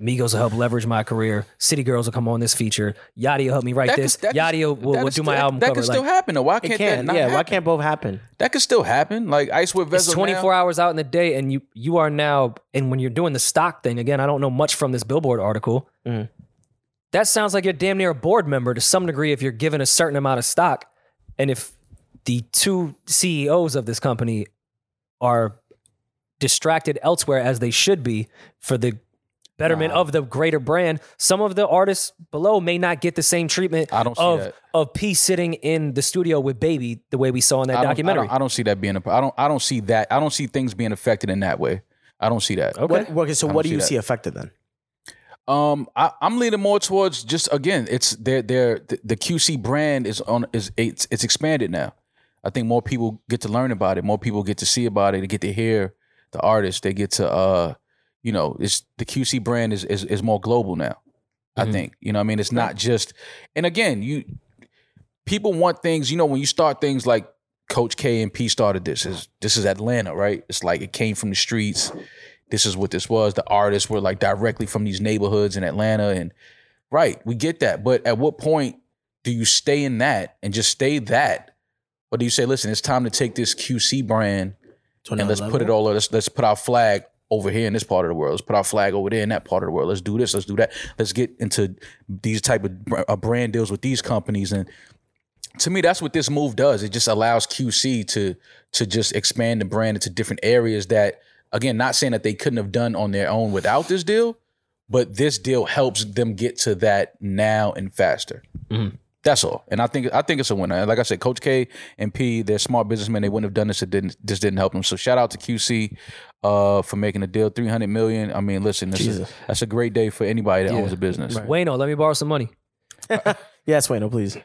Migos will help leverage my career. City Girls will come on this feature. Yachty will help me write That could- this. that could- Yachty will, will, that will could do my still- album That cover. could still Like, happen. Though why It can't that can, not yeah. happen? Why can't both happen? That could still happen. Like Ice with Vezo. it's 24 hours out in the day and you you are now and when you're doing the stock thing again i don't know much from this billboard article Mm. Mhm. that sounds like you're damn near a board member to some degree if you're given a certain amount of stock and if the two ceos of this company are distracted elsewhere as they should be for the betterment of the greater brand some of the artists below may not get the same treatment I don't see of that. of p sitting in the studio with baby the way we saw in that I don't- I documentary don't, I don't see that being a. pro- I don't. I don't see that. I don't see things being affected in that way. I don't see that. Okay. What, okay, so I don't what do see you that. see affected then? Um, I, I'm leaning more towards just again, it's their their the, the QC brand is on is it's it's expanded now. I think more people get to learn about it, more people get to see about it, they get to hear the artist, they get to uh, you know, it's the QC brand is is, is more global now. I Mhm. think you know, what I mean, it's not just, and again, you people want things. You know, when you start things like Coach K and P started this is this is Atlanta, right? It's like it came from the streets. This is what this was. The artists were like directly from these neighborhoods in Atlanta, and right, we get that. But at what point do you stay in that and just stay that, or do you say, listen, it's time to take this QC brand To and another let's put it level? all let's let's put our flag over here in this part of the world let's put our flag over there in that part of the world let's do this let's do that let's get into these type of br- uh, brand deals with these companies and to me that's what this move does it just allows qc to to just expand the brand into different areas that again not saying that they couldn't have done on their own without this deal but this deal helps them get to that now and faster that's all. And I think I think it's a winner. And Like I said, Coach K and P, they're smart businessmen. They wouldn't have done this. It didn't. This didn't help them. So shout out to QC uh, for making the deal. Three hundred million. I mean, listen, this is, Jesus. that's a great day for anybody that Yeah. owns a business. Wayno, let me borrow some money. Yes, wait, no, please.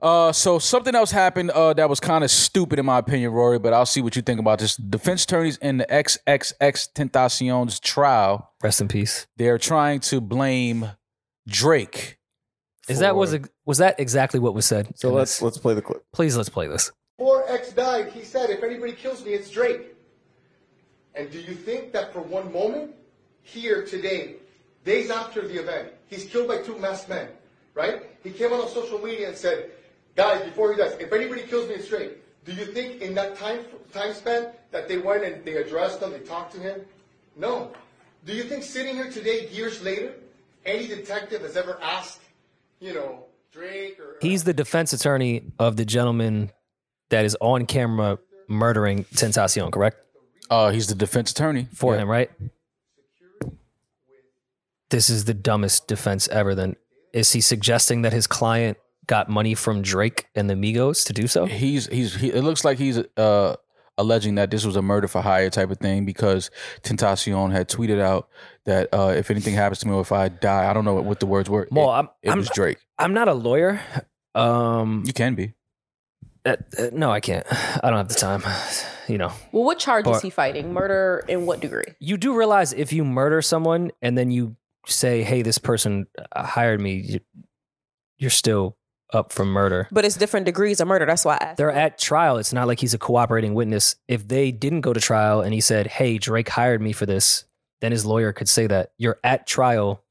Uh, so something else happened uh, that was kind of stupid in my opinion, Rory. But I'll see what you think about this. Defense attorneys in the XXX Tentacion's trial, Rest in peace. they're trying to blame Drake. Is that was for- was that exactly what was said? So let's let's play the clip. please let's play this. Before X died, he said, if anybody kills me, it's Drake. And do you think that for one moment, here today, days after the event, he's killed by two masked men, right? He came out on social media and said, guys, before he dies, if anybody kills me, it's Drake. Do you think in that time time span that they went and they addressed him, they talked to him? No. Do you think sitting here today, years later, any detective has ever asked, you know, Drake or He's the defense attorney of the gentleman that is on camera murdering Tentacion, correct? Uh, he's the defense attorney For him, right? This is the dumbest defense ever. Then is he suggesting that his client got money from Drake and the Migos to do so? he's he's he, it looks like he's uh alleging that this was a murder for hire type of thing because Tentacion had tweeted out that uh if anything happens to me or if I die, I don't know what, what the words were. Well, it, I'm it I'm, was Drake. I'm not a lawyer. Um, You can be. that- uh, no, I can't. I don't have the time. You know, Well, what charge But- is he fighting? Murder in what degree? you do realize if you murder someone and then you say, "Hey, this person uh, hired me," you, you're still up for murder. But it's different degrees of murder. That's why I asked. They're at trial. It's not like he's a cooperating witness. If they didn't go to trial and he said, "Hey, Drake hired me for this," then his lawyer could say that you're at trial.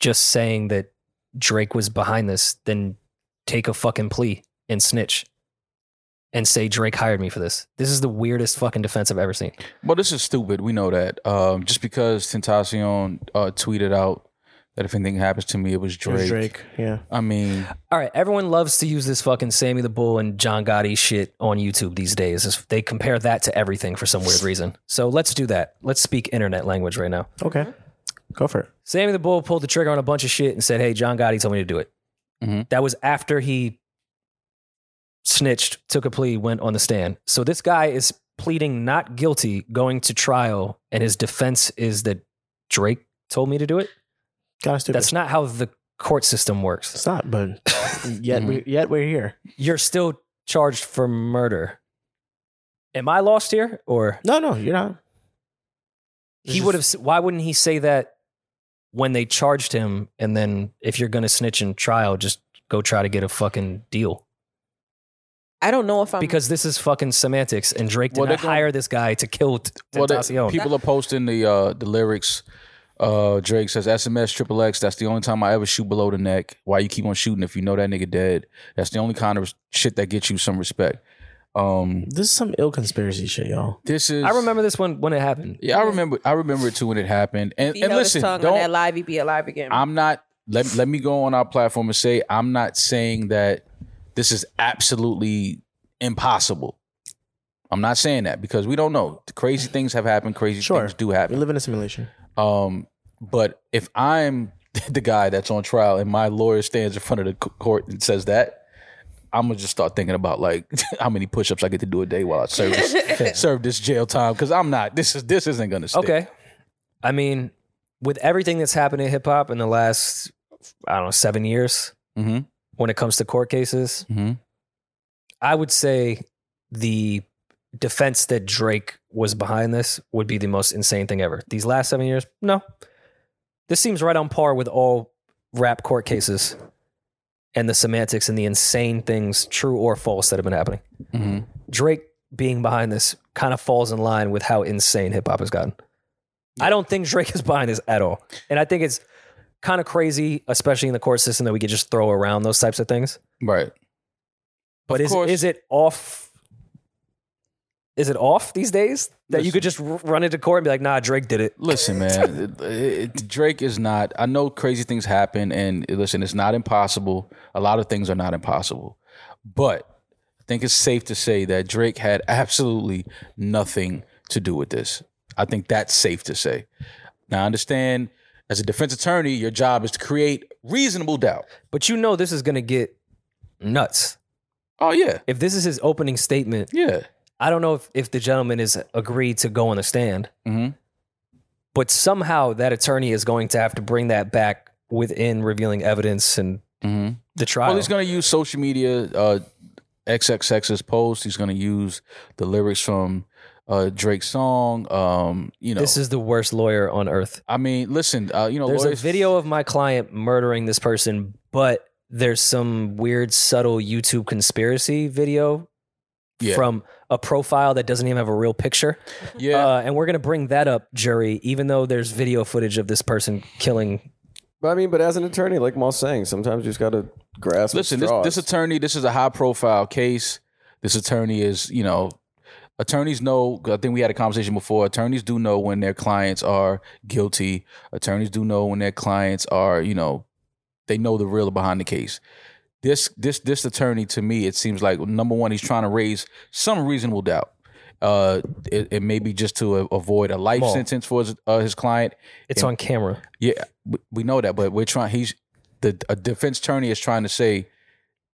Just saying that Drake was behind this, then take a fucking plea and snitch, and say Drake hired me for this. This is the weirdest fucking defense I've ever seen. Well, this is stupid. We know that. Um just because Tentacion uh tweeted out that if anything happens to me, it was It Drake. was Drake. Yeah. I mean, All right, everyone loves to use this fucking Sammy the Bull and John Gotti shit on YouTube these days. It's- They compare that to everything for some weird reason. So let's do that. Let's speak internet language right now. Okay. Go for it. Sammy the Bull pulled the trigger on a bunch of shit and said, "Hey, John Gotti told me to do it." Mhm. That was after he snitched, took a plea, went on the stand. So this guy is pleading not guilty, going to trial, and his defense is that Drake told me to do it. Kind of stupid. That's not how the court system works. it's not, but yet we yet we're here. You're still charged for murder. Am I lost here, or No, no, you're not. he would have? Why wouldn't he say that when they charged him? And then, if you're going to snitch in trial, just go try to get a fucking deal. I don't know if I'm because this is fucking semantics, and Drake did Um, Well, not they're gonna- hire this guy to kill T- well, they- Tentacion. people are posting the uh the lyrics. Uh, Drake says SMS triple X. That's the only time I ever shoot below the neck. Why you keep on shooting if you know that nigga dead? That's the only kind of shit that gets you some respect. Um, This is some ill conspiracy shit, y'all. this is. I remember this one when it happened. Yeah, I remember. I remember it too when it happened. And, If he and held listen, his tongue on that don't. live, he'd be alive again. I'm not. Let let me go on our platform and say I'm not saying that this is absolutely impossible. I'm not saying that because we don't know. Crazy things have happened. Crazy Sure. things do happen. We live in a simulation. Um, but if I'm the guy that's on trial and my lawyer stands in front of the co- court and says that, I'm gonna just start thinking about like how many push-ups I get to do a day while I serve this, serve this jail time because I'm not. This is this isn't gonna stick. Okay. I mean, with everything that's happened in hip hop in the last, I don't know, seven years, Mhm. when it comes to court cases, Mhm. I would say the defense that Drake was behind this would be the most insane thing ever. These last seven years, no. This seems right on par with all rap court cases and the semantics and the insane things, true or false, that have been happening. Mhm. Drake being behind this kind of falls in line with how insane hip hop has gotten. I don't think Drake is behind this at all. And I think it's kind of crazy, especially in the court system, that we could just throw around those types of things. Right. But is, course. is it off? Is it off these days that you could just r- run into court and be like, nah, Drake did it? Listen, man, it- it- Drake is not. I know crazy things happen, and listen, it's not impossible. A lot of things are not impossible, but I think it's safe to say that Drake had absolutely nothing to do with this. I think that's safe to say. Now, I understand as a defense attorney, your job is to create reasonable doubt. But you know, this is going to get nuts. Oh yeah, If this is his opening statement, yeah, I don't know if, if the gentleman is agreed to go on the stand, Mhm. but somehow that attorney is going to have to bring that back within revealing evidence and mm-hmm. the trial. Well, he's going to use social media, uh, XXX's post. He's going to use the lyrics from uh, Drake's song. Um, you know, This is the worst lawyer on earth. I mean, listen, uh, you know, There's a lawyers- video of my client murdering this person, but there's some weird, subtle YouTube conspiracy video Yeah. from a profile that doesn't even have a real picture. Yeah, Uh, and we're going to bring that up, jury, even though there's video footage of this person killing. But I mean, but as an attorney, like Maul's saying, sometimes you just got to grasp. at listen, this, straws. this attorney, this is a high profile case. This attorney is, you know, attorneys know. I think we had a conversation before. Attorneys do know when their clients are guilty. Attorneys do know when their clients are, you know, they know the real behind the case. This this this attorney to me, it seems like number one, he's trying to raise some reasonable doubt. Uh, it, it may be just to a- avoid a life Maul. sentence for his, uh, his client. It's on camera. Yeah, we- we know that, but we're trying. He's the a defense attorney is trying to say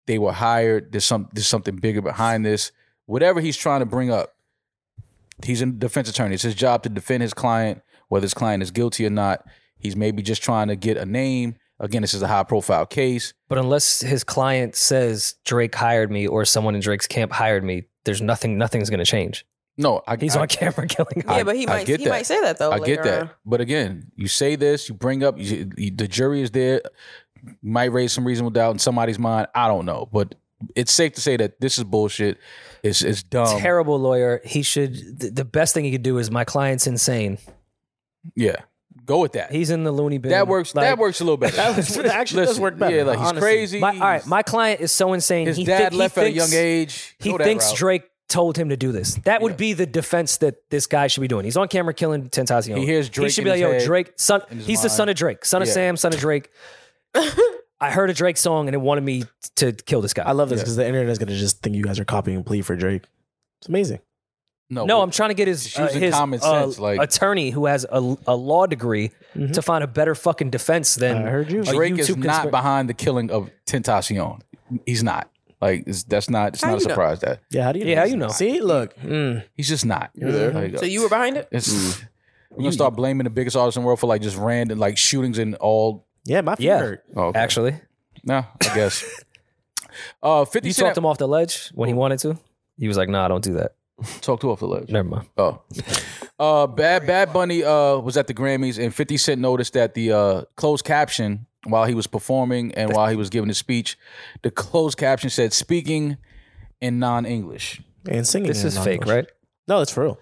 they were hired. There's some there's something bigger behind this. Whatever he's trying to bring up, he's a defense attorney. It's his job to defend his client, whether his client is guilty or not. He's maybe just trying to get a name. Again, this is a high profile case. But unless his client says Drake hired me or someone in Drake's camp hired me, there's nothing, nothing's going to change. No, I, He's I, on camera killing. Yeah, I- but he I might get he that. might say that though. I later get that. on. But again, you say this, you bring up you, you- the jury is there, might raise some reasonable doubt in somebody's mind. I don't know, but it's safe to say that this is bullshit. It's it's dumb. Terrible lawyer. He should. th- the best thing he could do is my client's insane. Yeah, go with that. He's in the loony bin. that works. that Like, works a little better. That was- that actually does work better, Yeah, like he's honestly. crazy. My, all right, my client is so insane. his he dad thi- he left at a thinks- young age. He Go that thinks route. Drake told him to do this. That would Yeah. be the defense that this guy should be doing. He's on camera killing Tentacion. He hears Drake He should in be like, his yo, head, Drake, son. in his He's the mind. son of Drake, son of Yeah. Sam, son of Drake. I heard a Drake song and it wanted me to kill this guy. I love this because the internet is gonna just think you guys are copying and plea for Drake. It's amazing. No, no, but- I'm trying to get his Just uh, using his common uh, sense, like- attorney who has a, a law degree to find a better fucking defense than Mm-hmm. I heard you. a Drake is YouTube not conspira- behind the killing of Tentacion. He's not. Like it's, that's not. It's How not a you know? surprise that Yeah, how do you? Yeah, know? how you know? See, look, mm, he's just not. You there? There you go. So you were behind it? It's we're gonna start blaming the biggest artist in the world for like just random like shootings and all. yeah, my feet Yeah. hurt. Actually, No, Oh, I guess. uh, Fifty you Cent talked him off the ledge when he wanted to. He was like, "Nah, don't do that. talked to off the ledge. Never mind." Oh, uh, Bad Bad Bunny uh was at the Grammys and Fifty Cent noticed that the uh closed caption while he was performing and while he was giving his speech, the closed caption said "speaking in non-English." And singing. This in is non-English. fake, right? No, that's for real.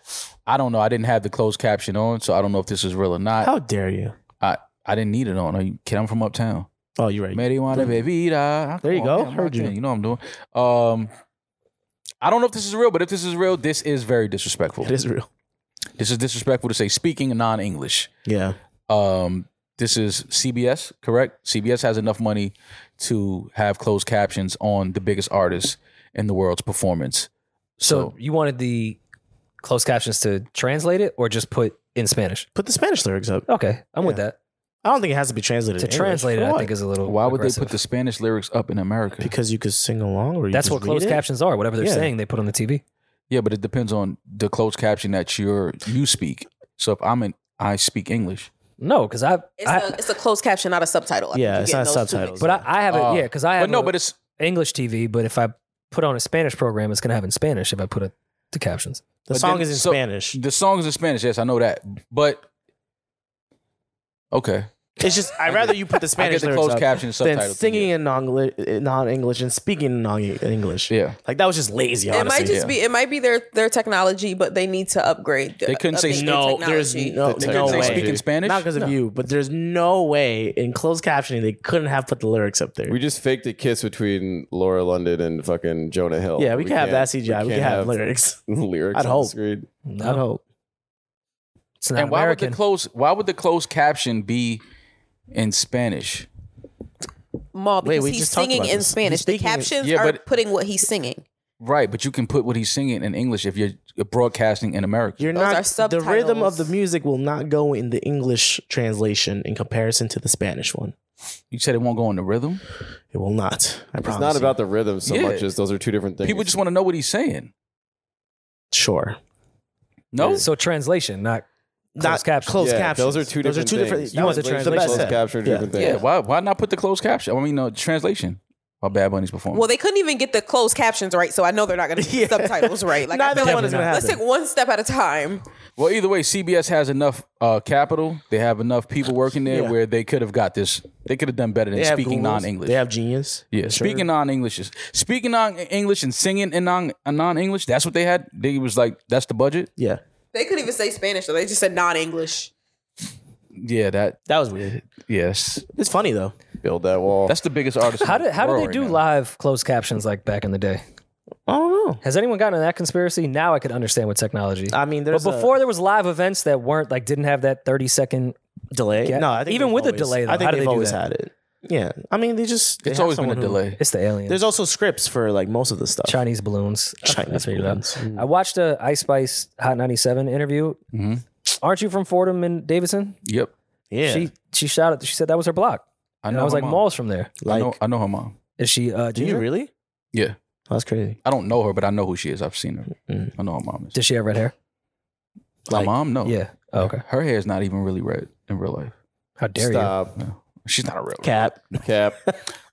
I don't know. I didn't have the closed caption on, so I don't know if this is real or not. How dare you? I I didn't need it on. Are you kidding? I'm from uptown. Oh, you're right. Marijuana bebida. Ah, There you come go. man, I'm Heard locked you. in. You know what I'm doing. Um, I don't know if this is real, but if this is real, this is very disrespectful. It is real. This is disrespectful to say speaking non-English. Yeah. Um, this is CBS, correct? CBS has enough money to have closed captions on the biggest artist in the world's performance. So, So- you wanted the closed captions to translate it or just put in Spanish? Put the Spanish lyrics up. Okay, I'm with that. I don't think it has to be translated. To in English. translate it, For I what? think is a little. Why would aggressive. they put the Spanish lyrics up in America? because you could sing along, or you That's could what read closed it. captions are. Whatever they're Yeah. saying, they put on the TV. yeah, but it depends on the closed caption that you're you speak. So if I'm in, I speak English. No, because I, It's, I a, it's a closed caption, not a subtitle. I think Yeah, you're it's getting not those two subtitles. mixed but up. I, I have it. Uh, yeah, because I have But no, a but it's English TV. But if I put on a Spanish program, it's gonna have in Spanish. If I put it the captions, The But song then- is in so- Spanish. the song is in Spanish. Yes, I know that. But okay, It's just I'd rather you put the I Spanish get the lyrics closed up caption and than subtitles. singing in non English and speaking in non English. Yeah, Like that was just lazy. it Honestly. might just yeah. be it might be their their technology, but they need to upgrade. uh, They couldn't say update their no, there's technology. no, The no they technology. way. speak in Spanish. Not because of you, but there's no way in closed captioning they couldn't have put the lyrics up there. We just faked a kiss between Laura London and fucking Jonah Hill. yeah, we, can have that can't- CGI. We, can have, lyrics. lyrics I'd on hope. the screen. I hope. it's not and why American. would the close? Why would the closed caption be in Spanish? Ma, Wait, because we he's just talked singing about in this. He's Spanish. The speaking- captions Yeah, are but- putting what he's singing. Right, but you can put what he's singing in English if you're broadcasting in America. You're Those are not the rhythm of subtitles. the music will not go in the English translation in comparison to the Spanish one. You said it won't go in the rhythm. It will not. I promise. It's not you. about the rhythm so Yeah. much as those are two different things. People just want to know what he's saying. sure. No, so translation, not Not Closed caption. closed yeah, captions. Those are two different. things. different. You want the Translation. translation? Closed caption, are Yeah. different yeah. things. Why? Why not put the closed caption? I mean, no translation. While Bad Bunny's performing. Well, they couldn't even get the closed captions right, so I know they're not going to Yeah. get subtitles right. Like, I Neither feel one is like- gonna Let's happen. take one step at a time. Well, either way, CBS has enough uh, capital. They have enough people working there Yeah. where they could have got this. They could have done better than They have speaking Googles. non-English. They have genius. yeah, Sure. speaking non-English is speaking non-English and singing in non uh, non-English. That's what they had. They was like, that's the budget. Yeah, They couldn't even say Spanish, so they just said non-English. Yeah, that that was weird. yes, It's funny though. Build that wall. that's the biggest artist. how in did the how did world they right do now. live closed captions like back in the day? I don't know. Has anyone gotten in that conspiracy? Now I could understand with technology. I mean, but there's a before there was live events that weren't like didn't have that thirty second. delay. Yeah. No, I think Even they've with a always- delay, though, I think how do they've they do always that? had it. Yeah, I mean, they just they It's have always been a someone who- delay. It's the alien. There's also scripts for like most of the stuff. Chinese balloons. Chinese I figured it out. balloons. I watched a Ice Spice Hot 97 interview. Mhm. Aren't you from Fordham and Davidson? Yep, Yeah, She she shouted. She said that was her block. I And know. I was her like, mom. Maul's from there. I like, know. I know her mom. Is she? Uh, do you junior? really? Yeah, That's crazy. I don't know her, but I know who she is. I've seen her. Mm. I know her mom. Is. Does she have red hair? My like- mom, no. Yeah. Oh, okay. her hair is not even really red in real life. How dare Stop, She's not a real. Cap. Cap.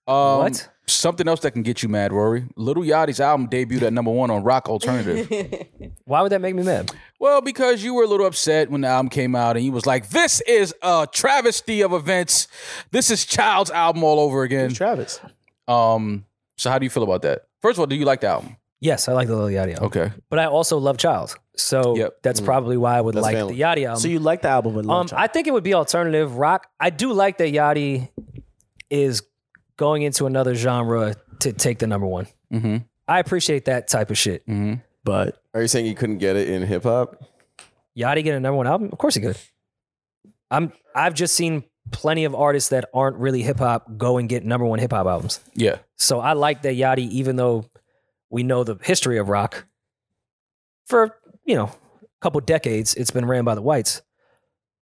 Um, What? Something else that can get you mad, Rory. Little Yachty's album debuted at number one on Rock Alternative. you? Why would that make me mad? well, because you were a little upset when the album came out, and you was like, "This is a travesty of events. This is Child's album all over again." Travis. Um, so how do you feel about that? First of all, do you like the album? Yes, I like the Lil Yachty Oh. album, Okay, but I also love Child, so Yep. that's Mm. probably why I would That's like valid. the Yachty album. So you like the album, but Um, love Child. I think it would be alternative rock. I do like that Yachty is going into another genre to take the number one. mm-hmm. I appreciate that type of shit. but Are you saying you couldn't get it in hip hop? Yachty get a number one album? Of course he could. I'm. I've just seen plenty of artists that aren't really hip hop go and get number one hip hop albums. yeah. So I like that Yachty, even though we know the history of rock for you know a couple decades, it's been ran by the whites.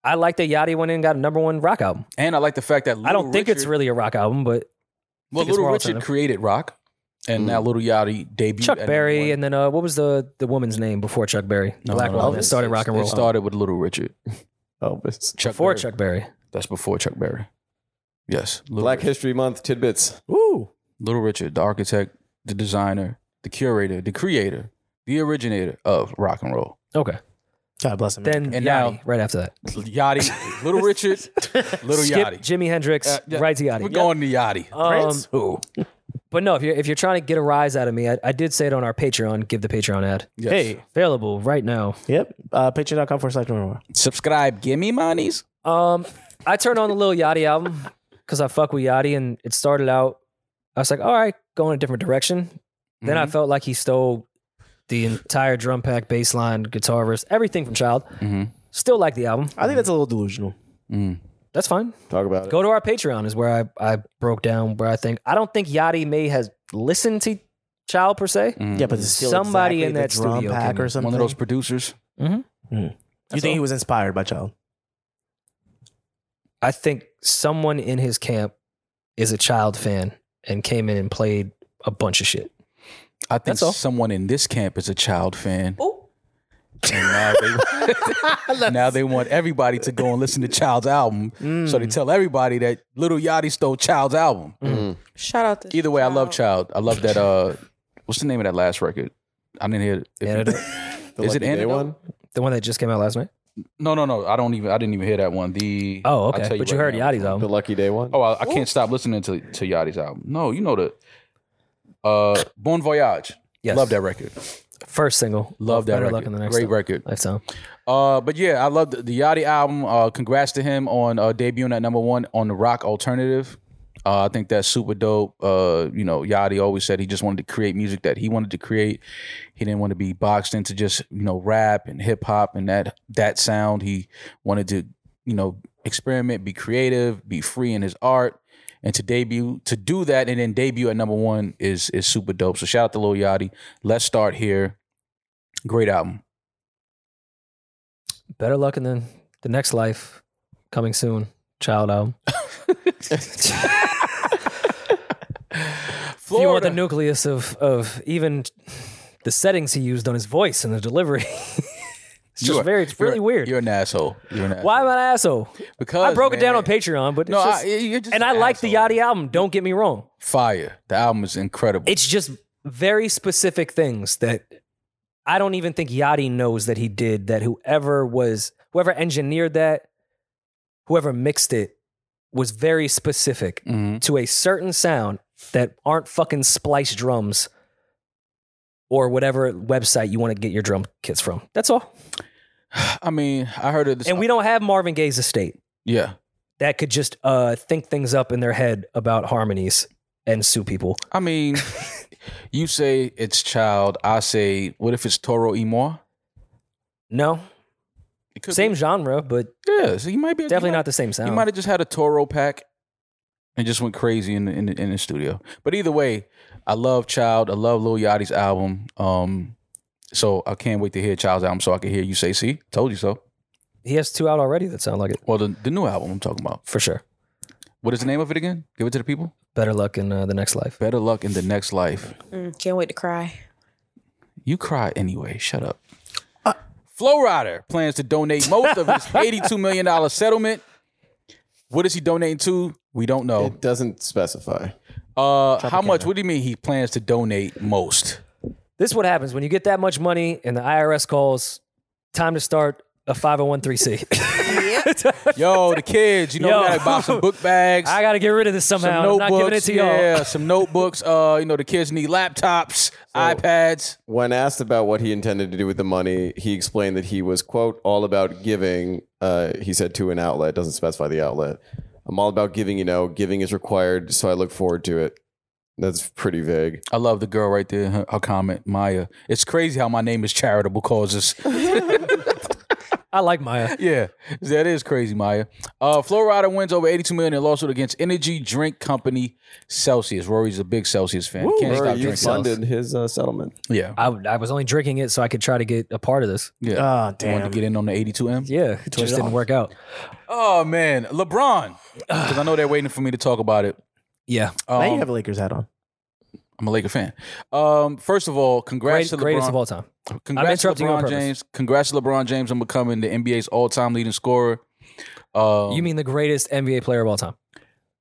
I like that Yachty went in and got a number one rock album. And I like the fact that Little I don't think it's Richard- really a rock album, but Well, think it's Little more Richard alternative. created rock, and now Little Yachty debuted. Chuck at number Berry, one. and then uh, what was the the woman's name before Chuck Berry? The No, black no, no, woman no. that started rock and It roll. started with Little Richard. Elvis. Chuck before Berry. Chuck Berry. That's before Chuck Berry. Yes. Little Black Richard. History Month tidbits. ooh, Little Richard, the architect, the designer, the curator, the creator, the originator of rock and roll. Okay, God bless him. then Yachty And now- right after that. Yachty, Little Richard, Little Skip Yachty. Jimi Hendrix, Uh, yeah. right to We're Yachty. going to Yachty. Um, Prince? Who? But no, if you're if you're trying to get a rise out of me, I, I did say it on our Patreon. Give the Patreon ad Yes. hey, available right now. yep. Uh, Patreon.com for slash number subscribe. Give me monies. Um, I turned on the Lil Yachty album because I fuck with Yachty, and it started out. I was like, all right, going a different direction. Then Mm-hmm. I felt like he stole the entire drum pack, bass line, guitar verse, everything from Child. Mhm. Still like the album. I think that's a little delusional. Mm. Mm-hmm. That's fine. Talk about it. Go to our Patreon is where I, I broke down where I think I don't think Yachty may has listened to Child per se. Yeah, but it's still Somebody exactly in the that drum studio pack came or in. something. Mm-hmm. One of those producers. you think he was inspired by Child? I think someone in his camp is a child fan and came in and played a bunch of shit. I think That's all. someone in this camp is a child fan. Oh. And now they, now they want everybody to go and listen to Child's album. So they Mm. tell everybody that Little Yachty stole Child's album. Shout out to Either way, I love Child. I love that. Uh, what's the name of that last record? I didn't hear it. If you- Antidote. The Is it Lucky Day Antidote? one? The one that just came out last night. No, no, no. I don't even. I didn't even hear that one. The Oh, I'll okay. tell but you right heard now. Yachty's The album. Lucky Day one? Oh, I, I can't stop listening to to Yachty's album. No, you know the uh, Bon Voyage. Yes. Love that record. First single. Love that Better record. luck in the next Great time. record. lifetime. Uh, but yeah, I love the, the Yachty album. Uh, congrats to him on uh, debuting at number one on the rock alternative. Uh, I think that's super dope. Uh, you know, Yachty always said he just wanted to create music that he wanted to create. He didn't want to be boxed into just you know rap and hip hop and that that sound. He wanted to you know experiment, be creative, be free in his art, and to debut to do that and then debut at number one is is super dope. So shout out to Lil Yachty. Let's start here. Great album. Better luck in the the next life coming soon. Child album. If you are the nucleus of of even the settings he used on his voice and the delivery. it's just You are- very it's really you're- weird. You're an asshole. You're an asshole. Why am I an asshole? Because I broke it down man, on Patreon, but it's No, just, I, you're just and I an like the asshole. Yachty album. Don't get me wrong. Fire. The album is incredible. It's just very specific things that I don't even think Yachty knows that he did. That whoever was whoever engineered that, whoever mixed it, was very specific Mhm. to a certain sound that aren't fucking splice drums or whatever website you want to get your drum kits from. That's all. I mean, I heard of this. And we don't have Marvin Gaye's estate yeah, that could just uh, think things up in their head about harmonies and sue people. I mean, you say it's child. I say, what if it's Toro Imor? No, It could same Be. genre, but Yeah, so you might be definitely you might, not the same sound. You might have just had a Toro pack and just went crazy in the, in the, in the studio. But either way, I love Child. I love Lil Yachty's album. Um, so I can't wait to hear Child's album so I can hear you say, "See, told you so." he has two out already that sound like it Well, the, the new album I'm talking about. for sure. What is the name of it again? Give it to the people. Better luck in uh, the next life. Better luck in the next life. Mm, can't wait to cry. You cry anyway. Shut up. Uh, Flow Rider plans to donate most of his $82 million settlement. What is he donating to? We don't know. It doesn't specify. Uh, how much? What do you mean he plans to donate most? This is what happens when you get that much money and the IRS calls. Time to start a five hundred one three c. Yo, the kids, you know, Yo. we gotta buy some book bags. I got to get rid of this some somehow. I'm notebooks, not giving it to y'all. yeah, some notebooks. Uh, you know, the kids need laptops, iPads. When asked about what he intended to do with the money, he explained that he was, quote, all about giving, uh, he said to an outlet, doesn't specify the outlet. I'm all about giving, you know, giving is required, so I look forward to it. That's pretty vague. I love the girl right there. Her, her comment, Maya. It's crazy how my name is charitable causes. I like Maya. yeah, that is crazy, Maya. Uh, Florida wins over 82 million in lawsuit against energy drink company Celsius. Rory's a big Celsius fan. Can't Rory, stop you drinking. funded his uh, settlement. Yeah, I, I was only drinking it so I could try to get a part of this. yeah. Ah, Wanted to damn. get in on the 82M. Yeah, it just didn't work out. Oh man, LeBron. Because I know they're waiting for me to talk about it. Yeah, Um, now you have a Lakers hat on. I'm a Laker fan. Um, first of all, Great, congrats to LeBron. greatest of all time. Congrats to interrupting you on LeBron purpose. James. Congrats to LeBron James on becoming the NBA's all-time leading scorer. Um, you mean the greatest NBA player of all time?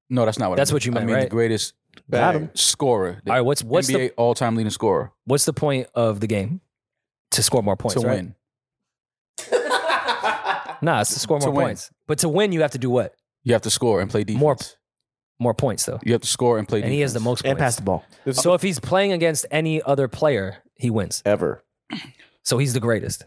no? That's not what. That's I mean. what you meant, I mean the right? greatest Bang. scorer. The All right, what's what's NBA the all-time leading scorer what's the point of the game? To score more points, to right? win. Nah, it's to score To more win. points. But to win, you have to do what? You have to score and play defense. More- More points, though. You have to score and play. And he has the defense. most And points. pass the ball. Uh, So if he's playing against any other player, he wins. Ever. So he's the greatest.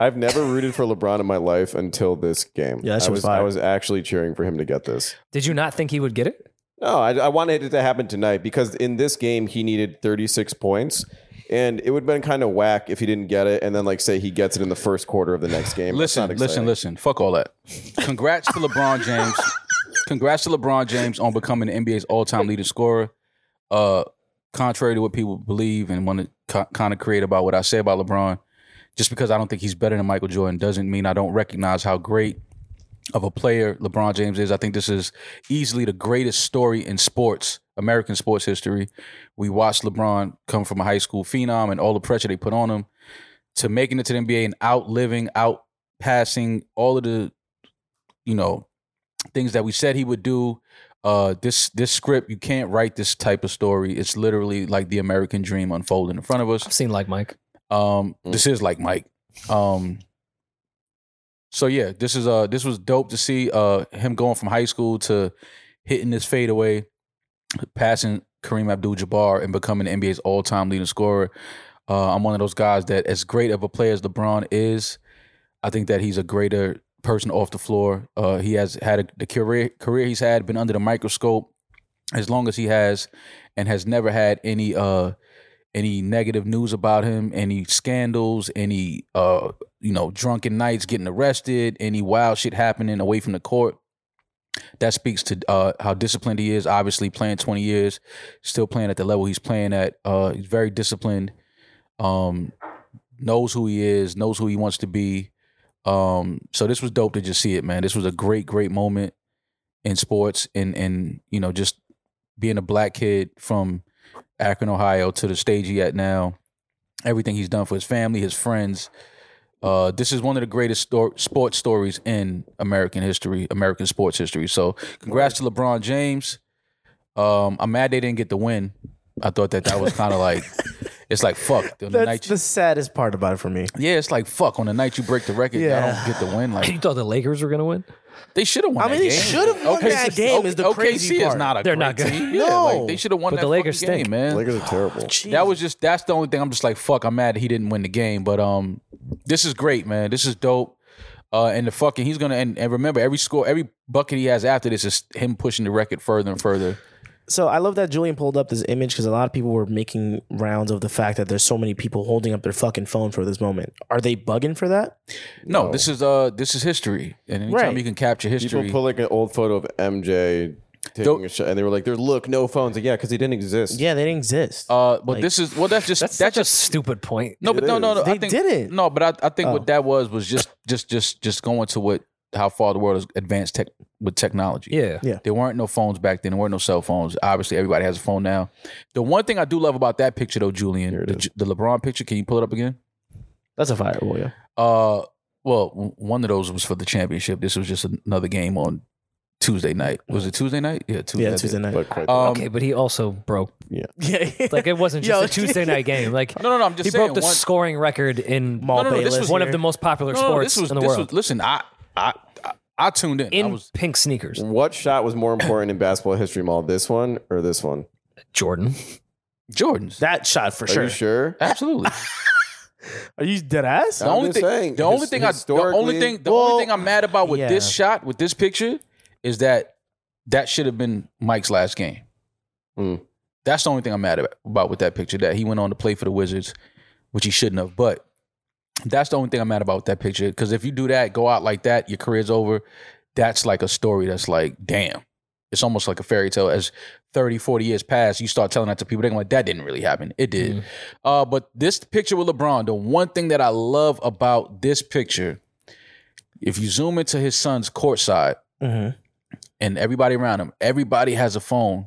I've never rooted for LeBron in my life until this game. Yeah, that shit I was was, fire. I was actually cheering for him to get this. Did you not think he would get it? No, I, I wanted it to happen tonight because in this game he needed 36 points, and it would have been kind of whack if he didn't get it, and then like say he gets it in the first quarter of the next game. That's Listen, not listen, exciting. listen. Fuck all that. Congrats to LeBron James. Congrats to LeBron James on becoming the NBA's all-time leading scorer. Uh, contrary to what people believe and want to co- kind of create about what I say about LeBron, just because I don't think he's better than Michael Jordan doesn't mean I don't recognize how great of a player LeBron James is. I think this is easily the greatest story in sports, American sports history. We watched LeBron come from a high school phenom and all the pressure they put on him to making it to the NBA and outliving, outpassing all of the, you know, things that we said he would do. Uh, this this script you can't write this type of story. It's literally like the American dream unfolding in front of us. I've seen like Mike. Um, this is like Mike. Um, so yeah, this is uh this was dope to see uh him going from high school to hitting this fadeaway, passing Kareem Abdul-Jabbar and becoming the NBA's all-time leading scorer. Uh, I'm one of those guys that, as great of a player as LeBron is, I think that he's a greater person off the floor. Uh, he has had a, the career career he's had been under the microscope as long as he has, and has never had any uh any negative news about him, any scandals, any uh you know drunken nights, getting arrested, any wild shit happening away from the court. That speaks to uh, how disciplined he is. Obviously, playing 20 years, still playing at the level he's playing at. Uh, he's very disciplined um, knows who he is, knows who he wants to be. Um, so this was dope to just see it, man. This was a great, great moment in sports, and and you know just being a black kid from Akron, Ohio, to the stage he at now, everything he's done for his family, his friends. Uh, this is one of the greatest stor- sports stories in American history, American sports history. So, congrats to LeBron James. Um, I'm mad they didn't get the win. I thought that that was kind of like, it's like fuck. The That's night you- the saddest part about it for me. yeah, it's like fuck. On the night you break the record, y'all Yeah. don't get the win. You Like thought the Lakers were gonna win? they should have won. I mean, that they game. should've won that game is the OKC crazy is part. not a. They're great not good. Team. Yeah, like, No. they should have won. But that the Lakers fucking game, stink. man. Lakers are terrible. That was just that's the only thing I'm just like fuck. I'm mad he didn't win the game, but um, this is great, man. This is dope. Uh, and the fucking he's gonna and, and remember every score, every bucket he has after this is him pushing the record further and further. So I love that Julian pulled up this image because a lot of people were making rounds of the fact that there's so many people holding up their fucking phone for this moment. Are they bugging for that? No, this is uh this is history, and anytime Right. you can capture People history, put like an old photo of MJ taking Don't- a shot, and they were like, "There's look, no phones." Like, yeah, because he didn't exist. Yeah, they didn't exist. uh, but like- this is well that's just That's, that's such a just stupid point. No, but It no, no, is. no. I They think, didn't. No, but I, I think Oh. what that was was just, just, just, just going to what how far the world has advanced tech with technology. Yeah. Yeah. There weren't no phones back then. There weren't no cell phones. Obviously, everybody has a phone now. The one thing I do love about that picture, though, Julian, it the, Ju- the LeBron picture. Can you pull it up again? That's a fireball, yeah. Uh, well, w- one of those was for the championship. This was just another game on Tuesday night. Was it Tuesday night? Yeah, Tuesday. Yeah, Tuesday night. But quite Um, okay, but he also broke. yeah, Like it wasn't just Yo. a Tuesday night game. Like No, no, no. I'm just he saying. broke the one- scoring record in Mal No, no, no, this Bayless was one here. of the most popular no, no, no, sports this was, in the this world Was, listen, I, I, I, I tuned in. I in was pink sneakers. What shot was more important in basketball history, Mall? This one or this one? Jordan. Jordan's. that shot for Are sure. you sure? Absolutely. Are you dead ass? The I'm only just thing, saying, the only his- thing, I, the only historically- thing, the Well, only thing I'm mad about with this yeah. shot, with this picture, is that that should have been Mike's last game. Mm. That's the only thing I'm mad ab- about with that picture. That he went on to play for the Wizards, which he shouldn't have. But that's the only thing I'm mad about with that picture. Because if you do that, go out like that, your career's over. That's like a story. That's like, damn. It's almost like a fairy tale. As 30, 40 years pass, you start telling that to people. They're like, that didn't really happen. It did. Uh, but this picture with LeBron, the one thing that I love about this picture, if you zoom into his son's courtside Mhm. and everybody around him, everybody has a phone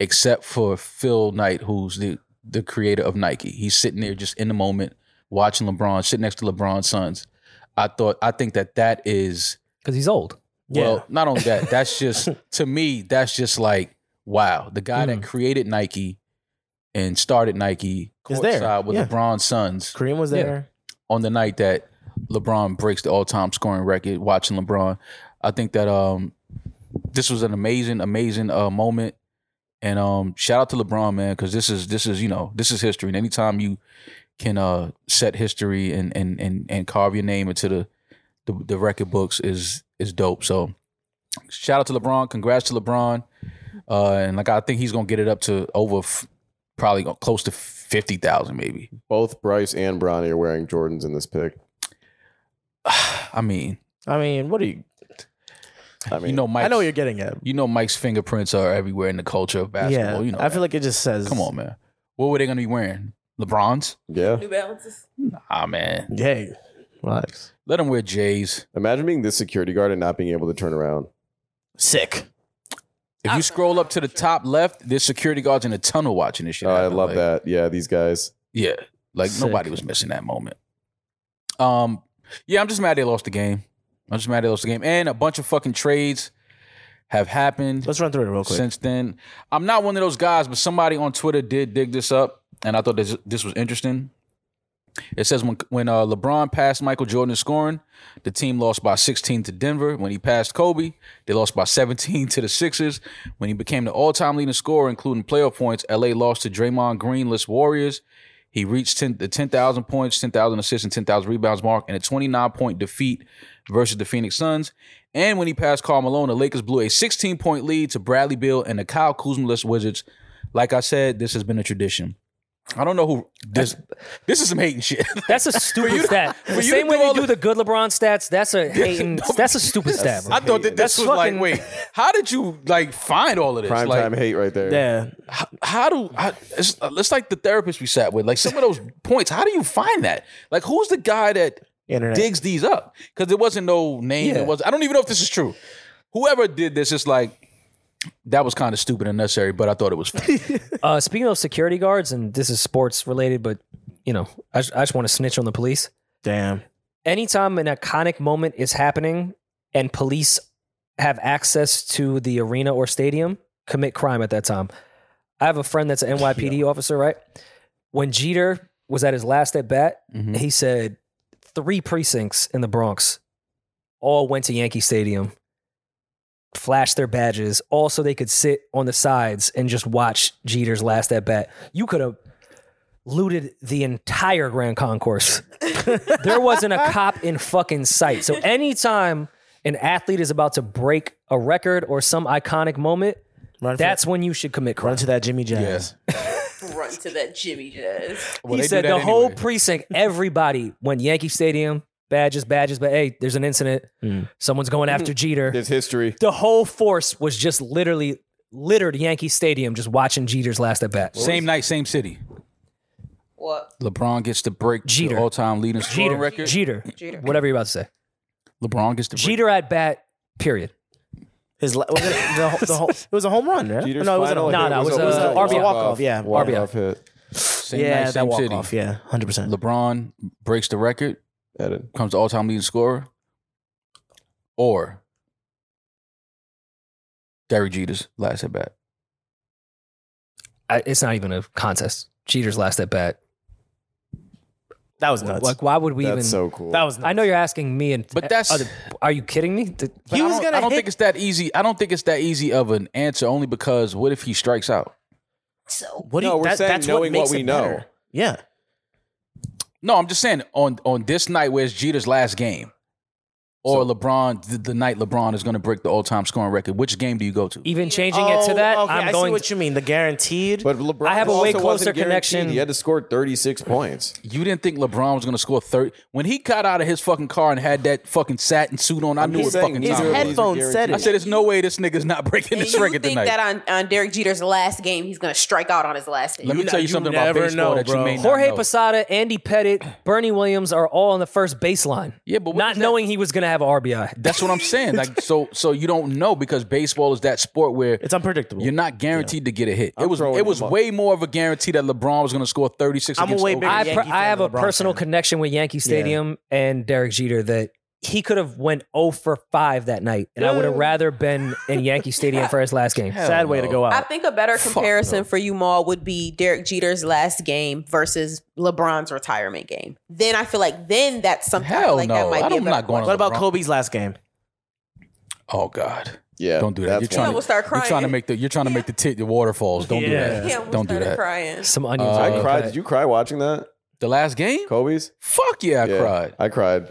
except for Phil Knight, who's the, the creator of Nike. He's sitting there just in the moment watching LeBron, sitting next to LeBron's sons. I thought, I think that that is, Because he's old. well, not only that, that's just, to me, that's just like, wow, the guy Mm. that created Nike and started Nike Is there, courtside with yeah. LeBron's sons Kareem was Yeah. there. on the night that LeBron breaks the all-time scoring record. Watching LeBron, I think that um, this was an amazing, amazing uh, moment. And um, shout out to LeBron, man, because this is this is you know this is history. And anytime you can uh, set history and and and and carve your name into the the, the record books is is dope. So shout out to LeBron. Congrats to LeBron. Uh, and like I think he's gonna get it up to over f- probably close to fifty thousand, maybe. Both Bryce and Bronny are wearing Jordans in this pick. I mean, I mean, what are you? I mean, you know, Mike's, I know what you're getting at. you know Mike's fingerprints are everywhere in the culture of basketball. yeah, you know, I feel like it just says. come on, man. What were they gonna be wearing? Lebrons? yeah. New Balances. Ah, man. Hey, Relax. Let him wear J's. Imagine being this security guard and not being able to turn around. Sick. If you scroll up to the top left, there's security guards in a tunnel watching this shit. Oh, I happen. love Like, that. Yeah, these guys. Yeah, like Sick. nobody was missing that moment. Um, yeah, I'm just mad they lost the game. I'm just mad they lost the game, and a bunch of fucking trades have happened Let's run through it real quick. since then. I'm not one of those guys, but somebody on Twitter did dig this up, and I thought this this was interesting. It says when when uh, LeBron passed Michael Jordan in scoring, the team lost by 16 to Denver. When he passed Kobe, they lost by 17 to the Sixers. When he became the all-time leading scorer, including playoff points, LA lost to Draymond Greenless Warriors. He reached 10, the 10,000 points, 10,000 assists, and 10,000 rebounds mark in a 29-point defeat versus the Phoenix Suns. And when he passed Carl Malone, the Lakers blew a 16-point lead to Bradley Beal and the Kyle Kuzma-less Wizards. Like I said, this has been a tradition. I don't know who this. This is some hating shit. That's a stupid you to- stat. for the you same to way do they all do the- the good LeBron stats, that's a hating, that's a stupid stat. Bro. I thought that this That's was fucking- like, wait, how did you like find all of this? Prime like, time hate right there. Yeah. h- how do I, it's, uh, it's like the therapist we sat with? Like some of those points, how do you find that? Like who's the guy that Internet. digs these up? Because there wasn't no name. Yeah. It was I don't even know if this is true. Whoever did this, it's like that was kind of stupid and necessary, but I thought it was funny. Uh, speaking of security guards, and this is sports related, but you know, I, just- I just want to snitch on the police. Damn. Anytime an iconic moment is happening and police have access to the arena or stadium, commit crime at that time. I have a friend that's an NYPD officer, right? When Jeter was at his last at bat, he said three precincts in the Bronx all went to Yankee Stadium, flashed their badges, all so they could sit on the sides and just watch Jeter's last at bat. You could have looted the entire Grand Concourse. there wasn't a cop in fucking sight. So anytime an athlete is about to break a record or some iconic moment, Run for- that's when you should commit crime. run to that Jimmy Jazz. Run to that Jimmy Jazz. Well, they he do said the that whole anyway. precinct, everybody went Yankee Stadium, badges, badges, but hey, there's an incident. Mm. Someone's going after Jeter. It's history. The whole force was just literally littered Yankee Stadium just watching Jeter's last at bat. same night, same city. What? LeBron gets to break Jeter. the all-time leading scoring Jeter, record. Jeter, Jeter. whatever you're about to say. LeBron gets to break. Jeter at bat, period. His la- was it, the, ho- the ho- it was a home run, right? Jeter's no, it wasn't a final home no, hit run. no, it was a- it was a walk-off. walk-off, yeah. Walk-off hit. Same yeah, night, that same walk city. off. Yeah, hundred percent. LeBron breaks the record. Edit. comes to all time leading scorer or Derek Jeter's last at bat. I, it's not even a contest. Jeter's last at bat. That was nuts. Like, why would we even? That's so cool. that was. Nuts. I know you're asking me, and uh, But that's- other- are you kidding me? Th- But I don't, I don't think it's that easy. I don't think it's that easy of an answer only because what if he strikes out? So What do No, you, we're that, saying that's what, knowing what makes we it know. better. Yeah, No, I'm just saying on on this night where it's Jeter's last game or LeBron the, the night LeBron is going to break the all time scoring record. Which game do you go E to? even changing it to that. Okay, I'm I see going. what you mean. The guaranteed. But LeBron I have a also way wasn't closer guaranteed. connection. He had to score 36 points. You didn't think LeBron was going to score 30 when he got out of his fucking car and had that fucking satin suit on. I knew it saying fucking these his are- time. these are headphones said guaranteed. it. I said, "There's no way this nigga's not breaking and this you record think tonight." that on, on Derek Jeter's last game, he's going to strike out on his last day? Let me You tell know- you you something about never baseball know, that you bro. may not Jorge know. Posada, Andy Pettit, Bernie Williams are all on the first baseline. Yeah, but what not is that- knowing he was going to have an RBI. That's what I'm saying. Like so, so you don't know because baseball is that sport where It's unpredictable. you're not guaranteed to get a hit. it was throwing it was him up. way more of a guarantee that LeBron was going to score 36. I'm a against way Oakland. bigger I, Yankee per- fan I have a than LeBron personal fan. connection with Yankee Stadium and Derek Jeter that he could have went 0 for 5 that night, and I would have rather been in Yankee Stadium for his last game. Sad way to go I out. think a better comparison for you, Maul, would be Derek Jeter's last game versus LeBron's retirement game. Then I feel like then that's something I feel Hell like no! that might be. a I'm better not going. one. to What about LeBron. Kobe's last game? Oh God! Yeah. Don't do that. You're that's trying Yeah, to we'll start You're trying to crying. make the. You're trying to make the tit the waterfalls. Don't Yeah. do that. Yeah, we'll Don't do start that. Crying. Some onions. Uh, on I top of cried. that. Did you cry watching that? The last game? Kobe's? Fuck yeah! I Yeah, cried. I cried.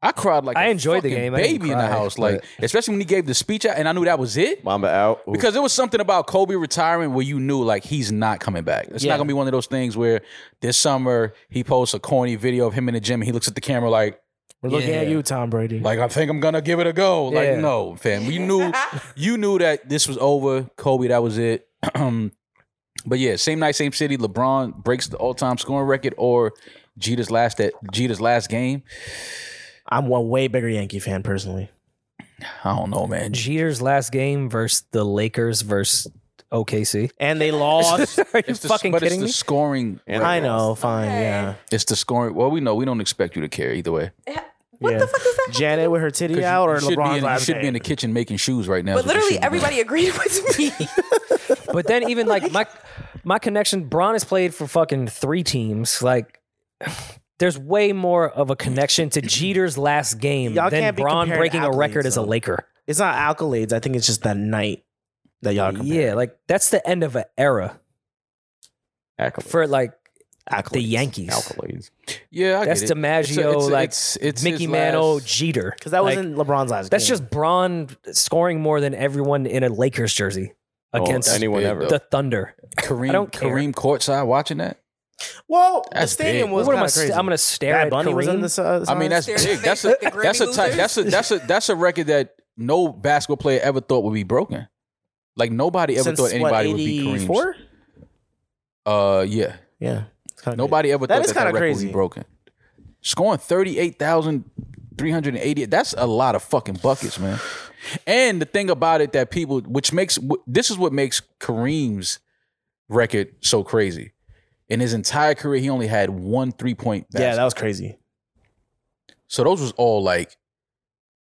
I cried like I a enjoyed the fucking game. I didn't Baby in the cry, house, like especially when he gave the speech, out, and I knew that was it. Mamba out. Ooh. Because there was something about Kobe retiring where you knew like he's not coming back. It's Yeah. not gonna be one of those things where this summer he posts a corny video of him in the gym and he looks at the camera like, We're looking at Yeah. you, Tom Brady. like I think I'm gonna give it a go. Yeah. Like no, fam. You knew you knew that this was over. Kobe, that was it. but yeah, same night, same city. LeBron breaks the all time scoring record or Jeter's last at Jeter's last game. I'm a way bigger Yankee fan personally. I don't know, man. Jeter's last game versus the Lakers versus OKC. And they lost. Are you It's the- fucking but kidding it's me? the scoring. I know, fine, yeah. It's the scoring. Well, we know we don't expect you to care either way. What the fuck is that? Janet with her titty 'Cause out you, or you should, be LeBron's in, you last should be in name? the kitchen making shoes right now. is But what you should be literally doing. everybody agreed with me. But then even like my my connection, Braun has played for fucking three teams. Like there's way more of a connection to Jeter's last game Y'all than can't be Braun comparing breaking a record accolades, as a though. Laker. It's not accolades. I think it's just that night that y'all compare. Yeah, like that's the end of an era Accolades. for like Accolades. the Yankees. Accolades. Yeah, I That's get it. DiMaggio, It's a- it's a- like it's, it's Mickey his Mantle, last- Jeter. Because that Like, wasn't LeBron's last. that's game. just Braun scoring more than everyone in a Lakers jersey Oh, against anyone big, ever. though. the Thunder. Kareem, I don't care. Kareem courtside watching that. well, the That's stadium big. was What am I? kinda crazy. I'm gonna stare Bad at Bunny was Kareem? in this. Uh, I mean, that's Stairs big. face That's a like the Grammy that's a type, losers. that's a that's a that's a record that no basketball player ever thought would be broken. Like nobody ever since thought anybody would what, beat Kareem. 84? Uh, yeah. Yeah, it's kinda Nobody ever That thought is that, that kinda record would crazy. be broken. Scoring thirty eight thousand three hundred and eighty. That's a lot of fucking buckets, man. And the thing about it that people, which makes wh- this is what makes Kareem's record so crazy. In his entire career, he only had one three point. crazy. Yeah, that was crazy. So those was all like,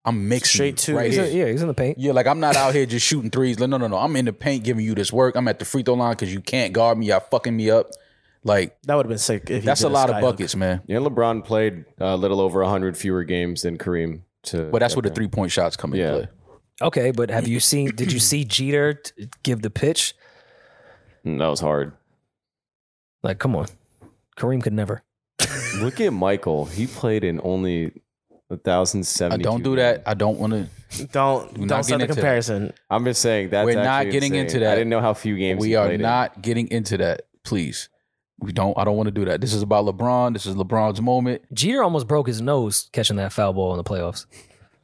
I'm mixing Straight you twos. right He's here. in- yeah, he's in the paint. Yeah, like I'm not out here just shooting threes. Like, no, no, no. I'm in the paint giving you this work. I'm at the free throw line because you can't guard me. Y'all fucking me up. Like That would have been sick. If he that's did a lot of skyhook. buckets, man. Yeah, LeBron played a little over 100 fewer games than Kareem. To But that's where the three point shots come into Yeah. play. Okay, but have you seen? Did you see Jeter t- give the pitch? Mm, that was hard. Like, come on, Kareem could never. Look at Michael. He played in only 1,070. I don't do that. I don't want to. Don't We're not don't set the getting into that. comparison. I'm just saying that's We're not actually getting insane. into that. I didn't know how few games We he are played in. not getting into that. Please, we don't. I don't want to do that. This is about LeBron. This is LeBron's moment. Jeter almost broke his nose catching that foul ball in the playoffs.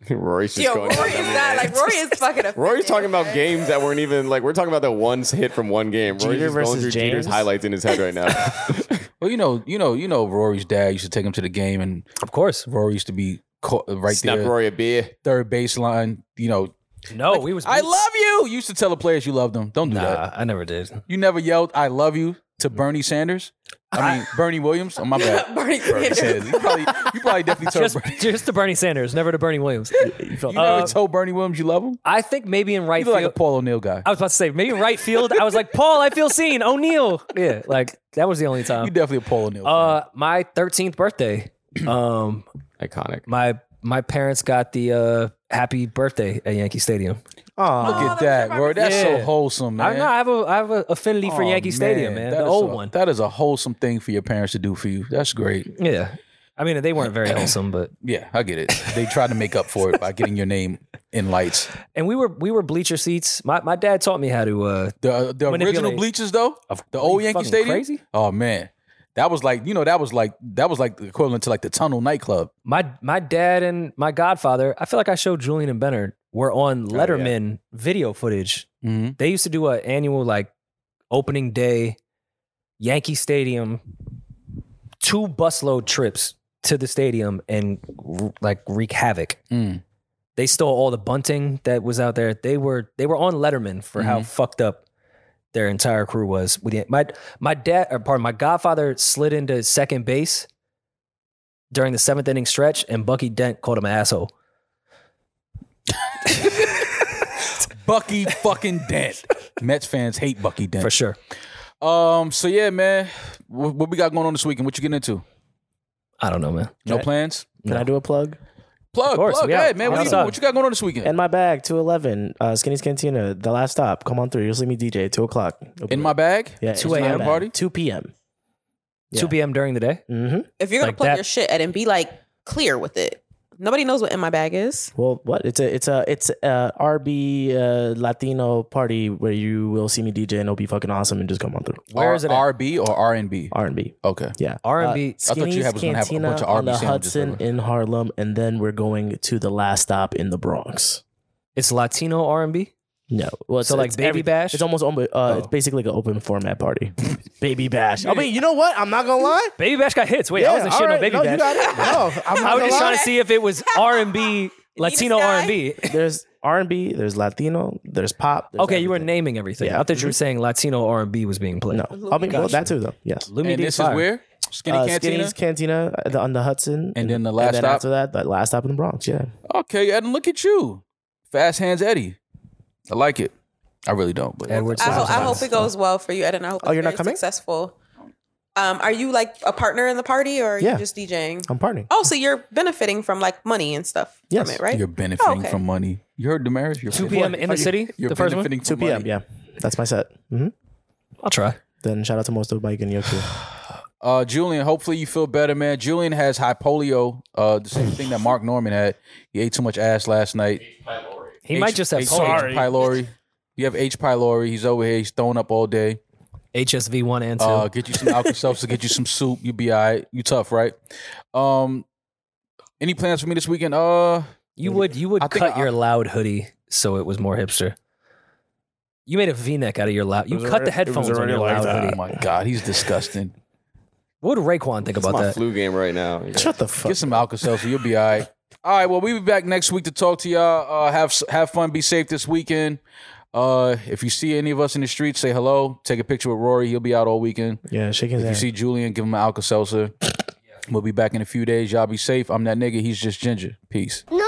Roy's just Yo, going. Rory is not like Rory is fucking a Rory's talking about games that weren't even like we're talking about that one hit from one game. Rory's Jeter just going versus through Jeter's James? highlights in his head right now. Well, you know, you know, you know. Rory's dad used to take him to the game, and Of course, Rory used to be caught right Snap there, Rory a beer. third baseline. You know, no, we was. I love you. You used to tell the players you loved them. Don't do that. Nah, I never did. You never yelled "I love you" to Bernie Sanders. I mean Bernie Williams. Oh my bad. Bernie Sanders. Sanders. You probably, you probably definitely told Just, Bernie. just to Bernie Sanders, never to Bernie Williams. You never Uh, told Bernie Williams you love him. I think maybe in right You look like a field. Paul O'Neill guy. I was about to say maybe in right field. I was like, Paul, I feel seen. O'Neal, yeah, like that was the only You time. definitely a Paul O'Neill. fan. Uh, my thirteenth birthday. Um, Iconic. my my parents got the uh happy birthday at Yankee Stadium. Oh, Look at that, bro. That's so Yeah. wholesome, man. I know I have a I have an affinity for Oh, Yankee Stadium, man. That the is old a- one. That is a wholesome thing for your parents to do for you. That's great. Yeah. I mean, they weren't very wholesome, but Yeah, I get it. They tried to make up for it by getting your name in lights. and we were we were bleacher seats. My my dad taught me how to uh The the original Manipulate. bleachers though, the old you Yankee fucking Stadium. crazy? Oh man, that was like you know that was like that was like the equivalent to like the Tunnel nightclub. my my dad and my godfather, I feel like I showed Julian and Bennard were on Letterman video footage. Mm-hmm. They used to do an annual like opening day Yankee Stadium two busload trips to the stadium and r- like wreak havoc. Mm. they stole all the bunting that was out there. They were they were on Letterman for Mm-hmm. how fucked up their entire crew was. With the- my my dad, or pardon, my godfather slid into second base during the seventh inning stretch, and Bucky Dent called him an asshole. Bucky fucking Dent. Mets fans hate Bucky Dent. For sure. Um. So yeah, man. What, what we got going on this weekend? What you getting into? I don't know, man. No plans. Can I do a plug? Plug. course, plug. we Go out. ahead, man. We What, you, outside. what you got going on this weekend? In my bag, two eleven. Uh, Skinny's Cantina, the last stop. Come on through. You'll see me DJ two o'clock. in my bag. yeah, 2 in my a.m. bag. party? two p.m. Yeah. Two p.m. during the day. hmm If you're gonna Like plug that- your shit at and be like clear with it. Nobody knows what in my bag is. Well, what? It's a it's a it's a RB uh, Latino party where you will see me DJ and it'll be fucking awesome and just come on through. Where is it? At? RB or RNB? R and B. Okay. Yeah, R&B. I Uh, thought you Skinny's had- was gonna have a Cantina bunch of on R&B the sandwiches Hudson over. in Harlem, and then we're going to the last stop in the Bronx. It's Latino R and B. No, well, it's, So, like, it's Baby Bash? Oh. It's almost almo- uh, it's basically like an open format party. Baby Bash. I mean, you know what? I'm not gonna lie. Baby Bash got hits. Wait, I wasn't all shitting on right. Baby no, Bash. You got it. No, I'm I was not gonna just trying lie. to see if it was R and B, Latino R Sky? and B. There's R and B. There's Latino. There's pop. There's Okay, you were everything. Mm-hmm. naming everything. I thought you were saying Latino R and B was being played. No, I mean well, that too though. Yes. Lumi And D this fire. is where Skinny Uh, Cantina. Skinny's Cantina uh, the, on the Hudson, And then the last stop? after that, the last stop in the Bronx. Yeah, okay, Ed, and look at you, Fast Hands Eddie. I like it. I really don't. But Edward I, ho- Sounds I nice. hope it goes well for you, Ed, and I hope it's Oh, you're not very coming? successful. Um, are you like a partner in the party or are Yeah. you just DJing? I'm partying. Oh, so you're benefiting from like money and stuff Yes. from it, right? You're benefiting Oh, okay. from money. You heard the marriage. You're 2 p.m. in the Are you- city, You're the first one? benefiting Two from p.m. Oh, money. Yeah, that's my set. hmm I'll try. Then shout out to Mosto Bike and Yoku. Uh, Julian, hopefully you feel better, man. Julian has high polio, uh, the same thing that Mark Norman had. He ate too much ass last night. He H- might just have H- polio. H. pylori. You have H. pylori. He's over here. He's throwing up all day. HSV one and two. Uh, get you some alka seltzer. Get you some soup. You'll be all right. You tough, right? Um, any plans for me this weekend? Uh, you would you would I think cut I- your loud hoodie so it was more hipster. You made a V-neck out of your loud. You was cut already- the it was headphones on already your like loud that. oh hoodie. my god, he's disgusting. What would Raekwon think It's about my that? flu game right now. You guys. Shut the fuck. Get some alka seltzer. You'll be all right. All right. Well, we'll be back next week to talk to y'all. Uh, have have fun. Be safe this weekend. Uh, if you see any of us in the street, say hello. Take a picture with Rory. He'll be out all weekend. Yeah, shake his If you hand. see Julian, give him an Alka Seltzer. We'll be back in a few days. Y'all be safe. I'm that nigga. He's just Ginger. Peace. No,